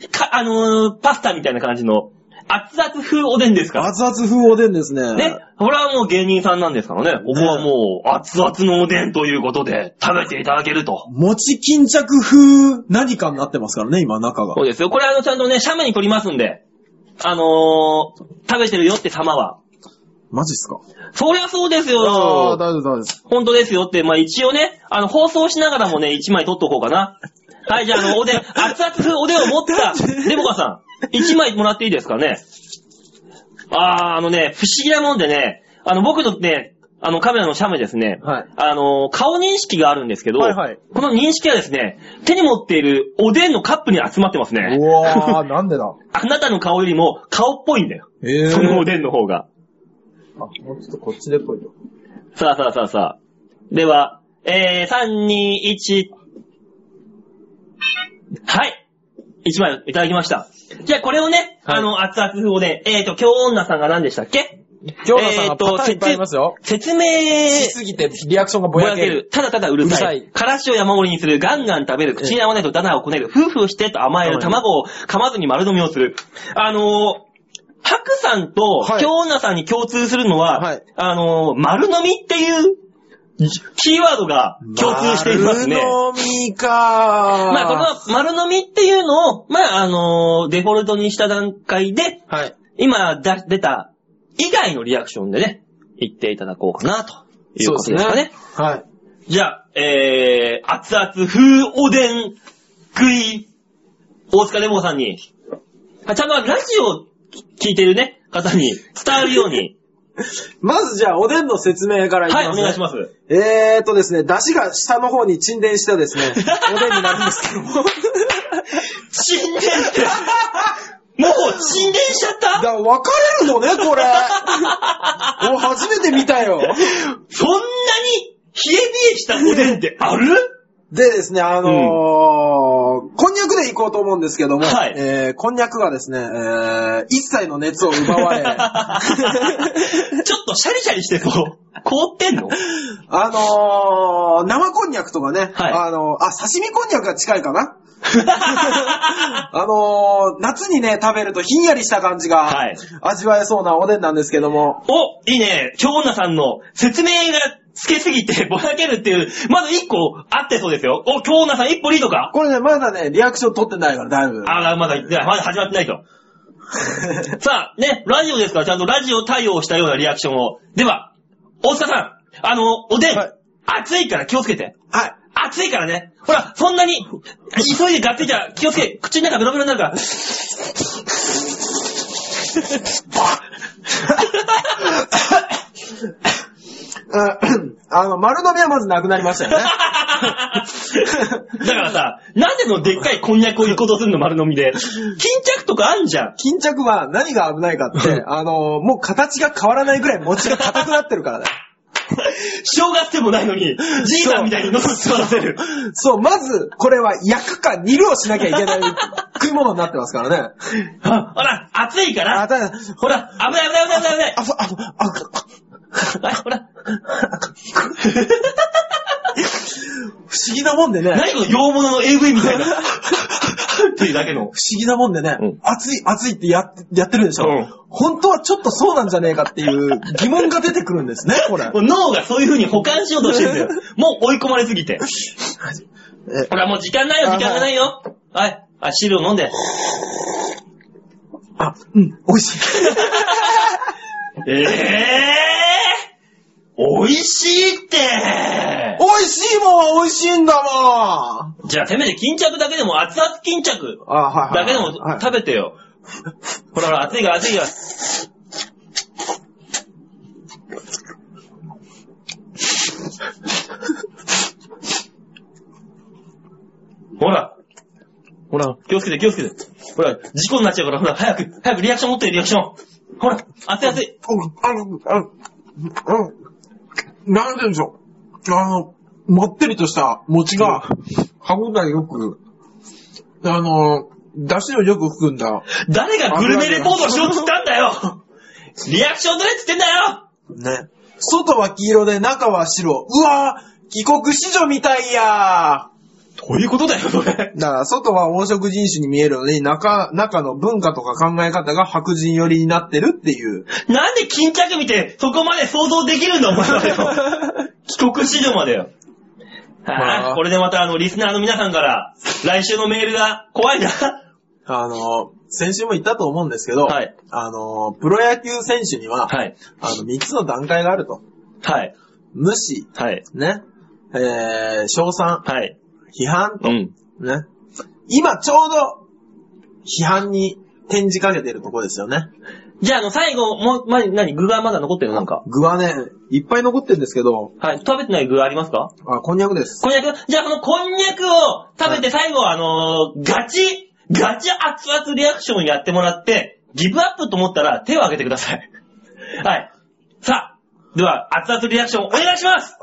Speaker 1: か、あのーパスタみたいな感じの、熱々風おでんですから。
Speaker 2: 熱々風おでんですね。
Speaker 1: ね。これはもう芸人さんなんですからね。ここはもう、熱々のおでんということで、食べていただけると。
Speaker 2: 餅巾着風何かになってますからね、今中が
Speaker 1: そ。うですよ。これあの、ちゃんとね、斜面に取りますんで。あのー食べてるよって様は。
Speaker 2: マジっすか
Speaker 1: そりゃそうです
Speaker 4: ああ、
Speaker 1: よ。
Speaker 4: 大丈夫、大丈夫です。
Speaker 1: 本当ですよって、まあ一応ね、あの、放送しながらもね、一枚取っとこうかな。はい、じゃあ、あの、おでん、 熱々風おでんを持った、デモカさん、一枚もらっていいですかね。あー、あのね、不思議なもんでね、あの、僕のね、あの、カメラのシャムですね、
Speaker 2: はい
Speaker 1: あの、顔認識があるんですけど、
Speaker 4: はいはい
Speaker 1: この認識はですね、手に持っているおでんのカップに集まってますね。
Speaker 4: うわー、なんで だ。
Speaker 1: あなたの顔よりも顔っぽいんだよ。
Speaker 2: え
Speaker 1: そのおでんの方が。
Speaker 2: あ、もうちょっとこっちでぽいと。
Speaker 1: さあさあさあさあ。では、えー、3、2、1。はい。1枚いただきました。じゃあこれをね、
Speaker 2: はい
Speaker 1: あの、熱々風をね、えーと、京女さんが何でしたっけ
Speaker 2: 京奈さんがパターンいっぱいありますよ。
Speaker 1: 説明
Speaker 2: しすぎてリアクションがぼ
Speaker 1: ぼ
Speaker 2: や
Speaker 1: やけ
Speaker 2: ける。
Speaker 1: る。ただただうるさ
Speaker 2: うる
Speaker 1: い
Speaker 2: さい。
Speaker 1: からしを山盛りにする。ガンガン食べる。口に合わないとダナーをこねる。夫婦してと甘える。
Speaker 2: はい
Speaker 1: 卵を噛まずに丸飲みをする。あのー、ハクさんと
Speaker 4: はい
Speaker 1: 京女さんに共通するのは、
Speaker 4: はい
Speaker 1: あのー、丸飲みっていうキーワードが共通していますね。
Speaker 4: 丸飲みかー。
Speaker 1: まあ、この丸飲みっていうのを、まあ、あのー、デフォルトにした段階で、
Speaker 2: はい。
Speaker 1: 今だ出た以外のリアクションでね、言っていただこうかな、ということですかね。。
Speaker 2: はい。
Speaker 1: じゃあ、えー、熱々風おでん食い、大塚レモンさんに、あちゃんとラジオ聞いてるね、方に伝わるように、
Speaker 2: まずじゃあ、おでんの説明からいきま
Speaker 1: は
Speaker 2: す、
Speaker 1: い、お願いします。
Speaker 2: えーとですね、出汁が下の方に沈殿したで すね、おでんになるんですけども。
Speaker 1: 沈殿って、 もう沈殿しちゃった
Speaker 2: だ、分かれるのね、こ れ。もう初めて見た
Speaker 1: そ
Speaker 2: よ。
Speaker 1: んなに冷え冷えしたおでんってある
Speaker 2: でですね、あのーこんにゃくでいこうと思うんですけども、
Speaker 1: はい
Speaker 2: えーこんにゃくがですね、えー一切の熱を奪わ れ、あ
Speaker 1: ちょっとシャリシャリしてこう、凍ってんの
Speaker 2: のー生こんにゃくとかね、
Speaker 1: はい
Speaker 2: あのーあ、刺身こんにゃくが近いか なあのー夏にね、食べるとひんやりした感じ
Speaker 1: は
Speaker 2: が
Speaker 1: い
Speaker 2: 味わえそうなおでんなんですけども、
Speaker 1: お、いいね。京女さんの説明がつけすぎて ぼやけるっていう、まだ一個あってそうですよ。お、京女さん一歩リードか
Speaker 2: これね、まだね、リアクション取ってないから、だいぶ。
Speaker 1: あー、まだ、いやまだ始まってないと。さあ、ね、ラジオですから、ちゃんとラジオ対応したようなリアクションを。では、大塚さん、あの、おでん、
Speaker 2: はい
Speaker 1: 熱いから気をつけて。
Speaker 2: はい。
Speaker 1: 熱いからね。ほら、そんなに、急いでがっついたら気をつけ、口の中ベロベロになるから。
Speaker 2: ああの、丸飲みはまずなくなりましたよね。
Speaker 1: だからさ、なんでのでっかいこんにゃくを行こうとするの丸飲みで。巾着とかあんじゃん。
Speaker 2: 巾着は何が危ないかって、あの、もう形が変わらないぐらい餅が硬くなってるからだよ。
Speaker 1: 正月でもないのに、じいさんみたいに喉詰まらせる。
Speaker 2: そう、まず、これは焼くか煮るをしなきゃいけない食い物になってますからね。
Speaker 1: あほら、暑いか
Speaker 2: あ、
Speaker 1: ら。
Speaker 2: ただ、
Speaker 1: ほら、危ない危ない危ない危ない
Speaker 2: あ、あ、あ、
Speaker 1: 危ない。ほ ら、
Speaker 2: 不思議なもんでね。
Speaker 1: 何この洋物の AV みたいな。熱いだけの
Speaker 2: 不。思議なもんでね、
Speaker 1: うん
Speaker 2: 熱い熱いってややってるでしょ、
Speaker 1: うん
Speaker 2: 本当はちょっとそうなんじゃねえかっていう疑問が出てくるんですね、これ。
Speaker 1: もう脳がそういう風に保管しようとしてるんだよ。もう追い込まれすぎて。
Speaker 2: え
Speaker 1: ほら、もう時間ないよ、時間がないよ。はい。あ、汁を飲んで。
Speaker 2: あ、うん、美味しい。
Speaker 1: ええー、美味しいって
Speaker 2: 美味しいもんは美味しいんだもん
Speaker 1: じゃあ、せめて巾着だけでも、熱々巾着
Speaker 2: あ、はい、は
Speaker 1: だ
Speaker 2: い。
Speaker 1: けでも
Speaker 2: はい
Speaker 1: 食べてよ。ほらほら、熱いが熱いが。ほら、
Speaker 2: ほら、
Speaker 1: 気をつけて気をつけて。ほら、事故になっちゃうから、ほら、早く、早くリアクション持って、リアクション。ほら、熱い熱い。
Speaker 2: あの、あの、うん、なんて言うんでしょう。あの、もってりとした餅が、歯応えよく、あの、出汁をよく含んだ。
Speaker 1: 誰がグルメレポートしようっつったんだよリアクション取れっつってんだよ
Speaker 2: ね。外は黄色で中は白。うわぁ帰国子女みたいや
Speaker 1: ということだよ、それ。
Speaker 2: だから、外は黄色人種に見えるのに、中、中の文化とか考え方が白人寄りになってるっていう。
Speaker 1: なんで巾着見て、そこまで想像できるんだ、お前はよ。 帰国子女までよ。
Speaker 2: ま
Speaker 1: あ
Speaker 2: あ
Speaker 1: あ、これでまたあの、リスナーの皆さんから、来週のメールが怖いな。
Speaker 2: あの、先週も言ったと思うんですけど、
Speaker 1: はい
Speaker 2: あの、プロ野球選手には、
Speaker 1: はい。
Speaker 2: あの、3つの段階があると。
Speaker 1: はい。
Speaker 2: 無視、
Speaker 1: はい。
Speaker 2: ね、えー、称賛、
Speaker 1: はい。
Speaker 2: 批判、
Speaker 1: うん。
Speaker 2: ね。今ちょうど、批判に転じかけてるとこですよね。
Speaker 1: じゃあ、あの、最後、もう、ま、何具がまだ残ってるのなんか。
Speaker 2: 具はね、いっぱい残ってるんですけど、
Speaker 1: はい。食べてない具ありますか
Speaker 2: あ、こんにゃくです。
Speaker 1: こんにゃくじゃあ、このこんにゃくを食べて最後は、あのーガチ、ガチ熱々リアクションやってもらって、ギブアップと思ったら手を挙げてください。 はい。さあ、では、熱々リアクションお願いします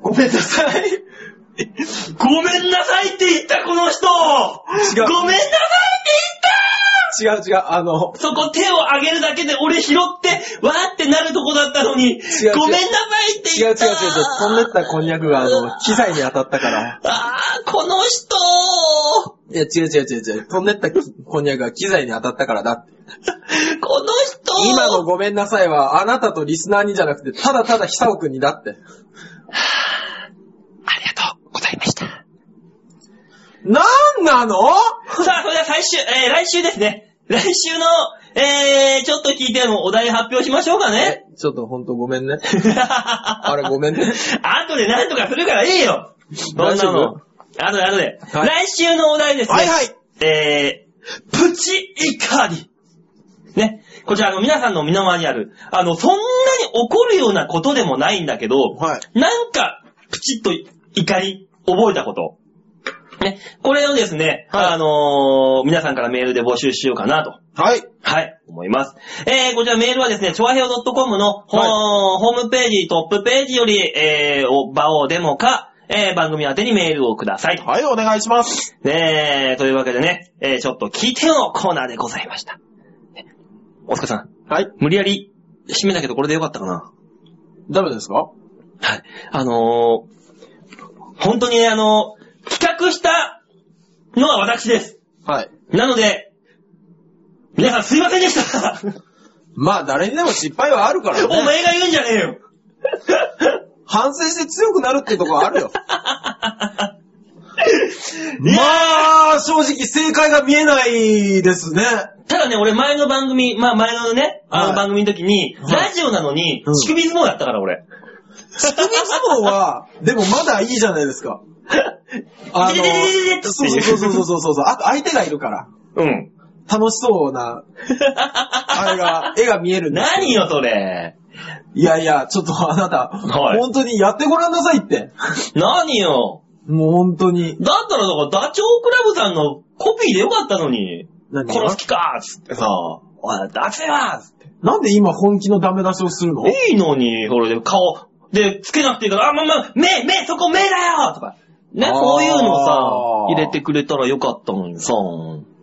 Speaker 2: ごめんなさい。
Speaker 1: ごめんなさいって言った、この人
Speaker 2: 違う
Speaker 1: ごめんなさいって言った
Speaker 2: 違う違う、あの、
Speaker 1: そこ手を挙げるだけで俺拾って、わーってなるとこだったのに、
Speaker 2: 違う
Speaker 1: ごめんなさいって
Speaker 2: 違う違う
Speaker 1: 言っ
Speaker 2: 違う、
Speaker 1: た
Speaker 2: 飛んでったこんにゃくが、あの、機材に当たったから。
Speaker 1: あー、この人
Speaker 2: いや、違う違う違う違う、飛んでったこんにゃくが機材に当たったからだって。
Speaker 1: この人
Speaker 2: 今のごめんなさいは、あなたとリスナーにじゃなくて、ただただ久尾くんにだって。
Speaker 1: ありがとうございました。
Speaker 2: なんなの
Speaker 1: さあ、それでは最終、えー、来週ですね。来週の、えー、ちょっと聞いてもお題発表しましょうかね。
Speaker 2: ちょっとほんとごめんね。
Speaker 1: あ
Speaker 2: あれごめんね。
Speaker 1: 後で何とかするからいいよ。そんな
Speaker 2: 大丈
Speaker 1: の
Speaker 2: 夫。
Speaker 1: 後で後で。
Speaker 2: はい
Speaker 1: 来週のお題ですね。
Speaker 2: はいはい。
Speaker 1: えー、プチ怒り。ね。こちら、あの、皆さんの身の回りにある、あの、そんなに怒るようなことでもないんだけど、
Speaker 2: はい。
Speaker 1: なんか、プチッと怒り、覚えたこと。ね。これをですね、
Speaker 2: はい
Speaker 1: あのー皆さんからメールで募集しようかなと。
Speaker 2: はい。
Speaker 1: はい、思います。えー、こちらメールはですね、ちょわへお .com のほ、ホームページ、トップページより、えー、お、場をデモか、えー、番組宛てにメールをくださいと。
Speaker 2: はい、お願いします。
Speaker 1: えー、というわけでね、えー、ちょっと聞いてよのコーナーでございました。ねお疲れさん、
Speaker 2: はい。
Speaker 1: 無理やり締めたけどこれでよかったかな
Speaker 2: ダメですか
Speaker 1: はい。 あのー、本当にねあのー企画したのは私です。
Speaker 2: はい。
Speaker 1: なので、皆さんすいませんで した
Speaker 2: まあ、誰にでも失敗はあるから
Speaker 1: お
Speaker 2: ね。
Speaker 1: 前が言うんじゃねえよ
Speaker 2: 反省して強くなるってとこはあ るよ。
Speaker 1: いや
Speaker 2: まあ、正直正解が見えないですね。
Speaker 1: ただね、俺前の番組、まあ前のね、あ
Speaker 2: は
Speaker 1: の
Speaker 2: い
Speaker 1: 番組の時に、
Speaker 2: はい
Speaker 1: ラジオなのに
Speaker 2: う、ん
Speaker 1: 乳首相撲だったから俺。
Speaker 2: 仕組み相撲は、 でもまだいいじゃないですか。あ
Speaker 1: でででででで
Speaker 2: の、そうそうそうそうそうそうそう。あと相手がいるから、
Speaker 1: うん。
Speaker 2: 楽しそうな、あれが、絵が見えるんですよ
Speaker 1: 何よそれ。
Speaker 2: いやいや、ちょっとあなた、
Speaker 1: はい
Speaker 2: 本当にやってごらんなさいって。
Speaker 1: 何よ。
Speaker 2: もう本当に。
Speaker 1: だったらだからダチョウクラブさんのコピーでよかったのに。
Speaker 2: 何
Speaker 1: この好きかーっつってさ、おい、出せわーっつって。
Speaker 2: なんで今本気のダメ出しをするの
Speaker 1: いいのに、これで顔、で、つけなくていいから、あ、まあまあ、目、目、そこ目だよとか。ね、
Speaker 2: あー
Speaker 1: こういうのをさ、入れてくれたらよかったのにさ。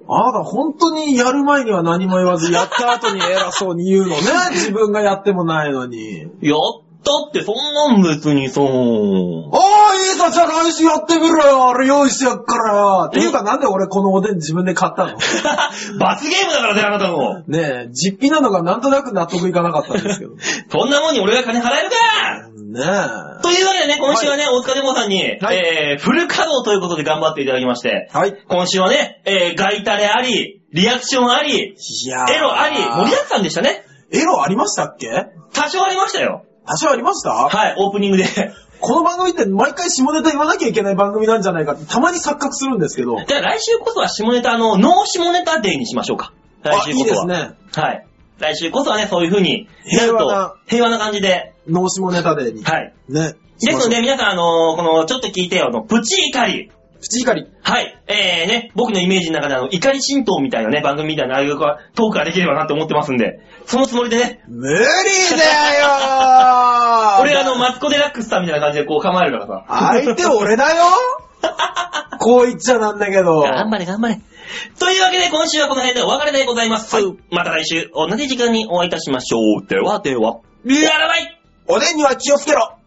Speaker 2: あなた本当にやる前に は何も言わず、やった後に偉そうに言うのね。自分がやってもないのに。
Speaker 1: やっってそんなん別にさ、
Speaker 2: おー、いいさ、じゃあ来週やってみろよ俺用意してやっからよっていうかなんで俺このおでん自分で買ったの
Speaker 1: 罰ゲームだからね、あなたも。
Speaker 2: ねえ、実費なのがなんとなく納得いかなかったんですけど。ね
Speaker 1: そんなもんに俺が金払えるか
Speaker 2: え。
Speaker 1: というわけでね、今週はね、大塚デモさんに、
Speaker 2: はい
Speaker 1: えー、フル稼働ということで頑張っていただきまして、
Speaker 2: はい。
Speaker 1: 今週はね、えー、ガイタレあり、リアクションあり、
Speaker 2: いやー
Speaker 1: エロあり、盛りだくさんでしたね。
Speaker 2: エロありましたっけ
Speaker 1: 多少ありましたよ。
Speaker 2: 多少ありました
Speaker 1: はい、オープニングで。じ
Speaker 2: この番組って毎回下ネタ言わなきゃいけない番組なんじゃないかってたまに錯覚するんですけ
Speaker 1: ゃ
Speaker 2: ど。
Speaker 1: あ来週こそは下ネタ、あの、ノー下ネタデーにしましょうか。来
Speaker 2: あ、
Speaker 1: 週
Speaker 2: いい
Speaker 1: こそ
Speaker 2: で
Speaker 1: は。
Speaker 2: すね。
Speaker 1: はい。来週こそはね、そういう風になる
Speaker 2: 平和
Speaker 1: と
Speaker 2: な、
Speaker 1: 平和な感じで、
Speaker 2: 脳下ネタデーに。
Speaker 1: はい。
Speaker 2: ね。
Speaker 1: ですので、皆さん、あのーこの、ちょっと聞いてよ、あの、プチ怒り。
Speaker 2: プチ怒り。
Speaker 1: はい。えーね、僕のイメージの中で、あの、怒り神道みたいなね、番組みたいな、ああいうトークができればなと思ってますんで、そのつもりでね、
Speaker 2: 無理だよ ー
Speaker 1: 俺、あの、マツコ・デラックスさんみたいな感じでこう構えるからさ。
Speaker 2: 相手俺だよこう言っちゃなんだけ ど。
Speaker 1: 頑張れ、頑張れ。というわけで、今週はこの辺でお別れでございます。
Speaker 2: はい
Speaker 1: また来週、同じ時間にお会いいたしましょう。ではでは、ララバイ
Speaker 2: おでんには気をつけろ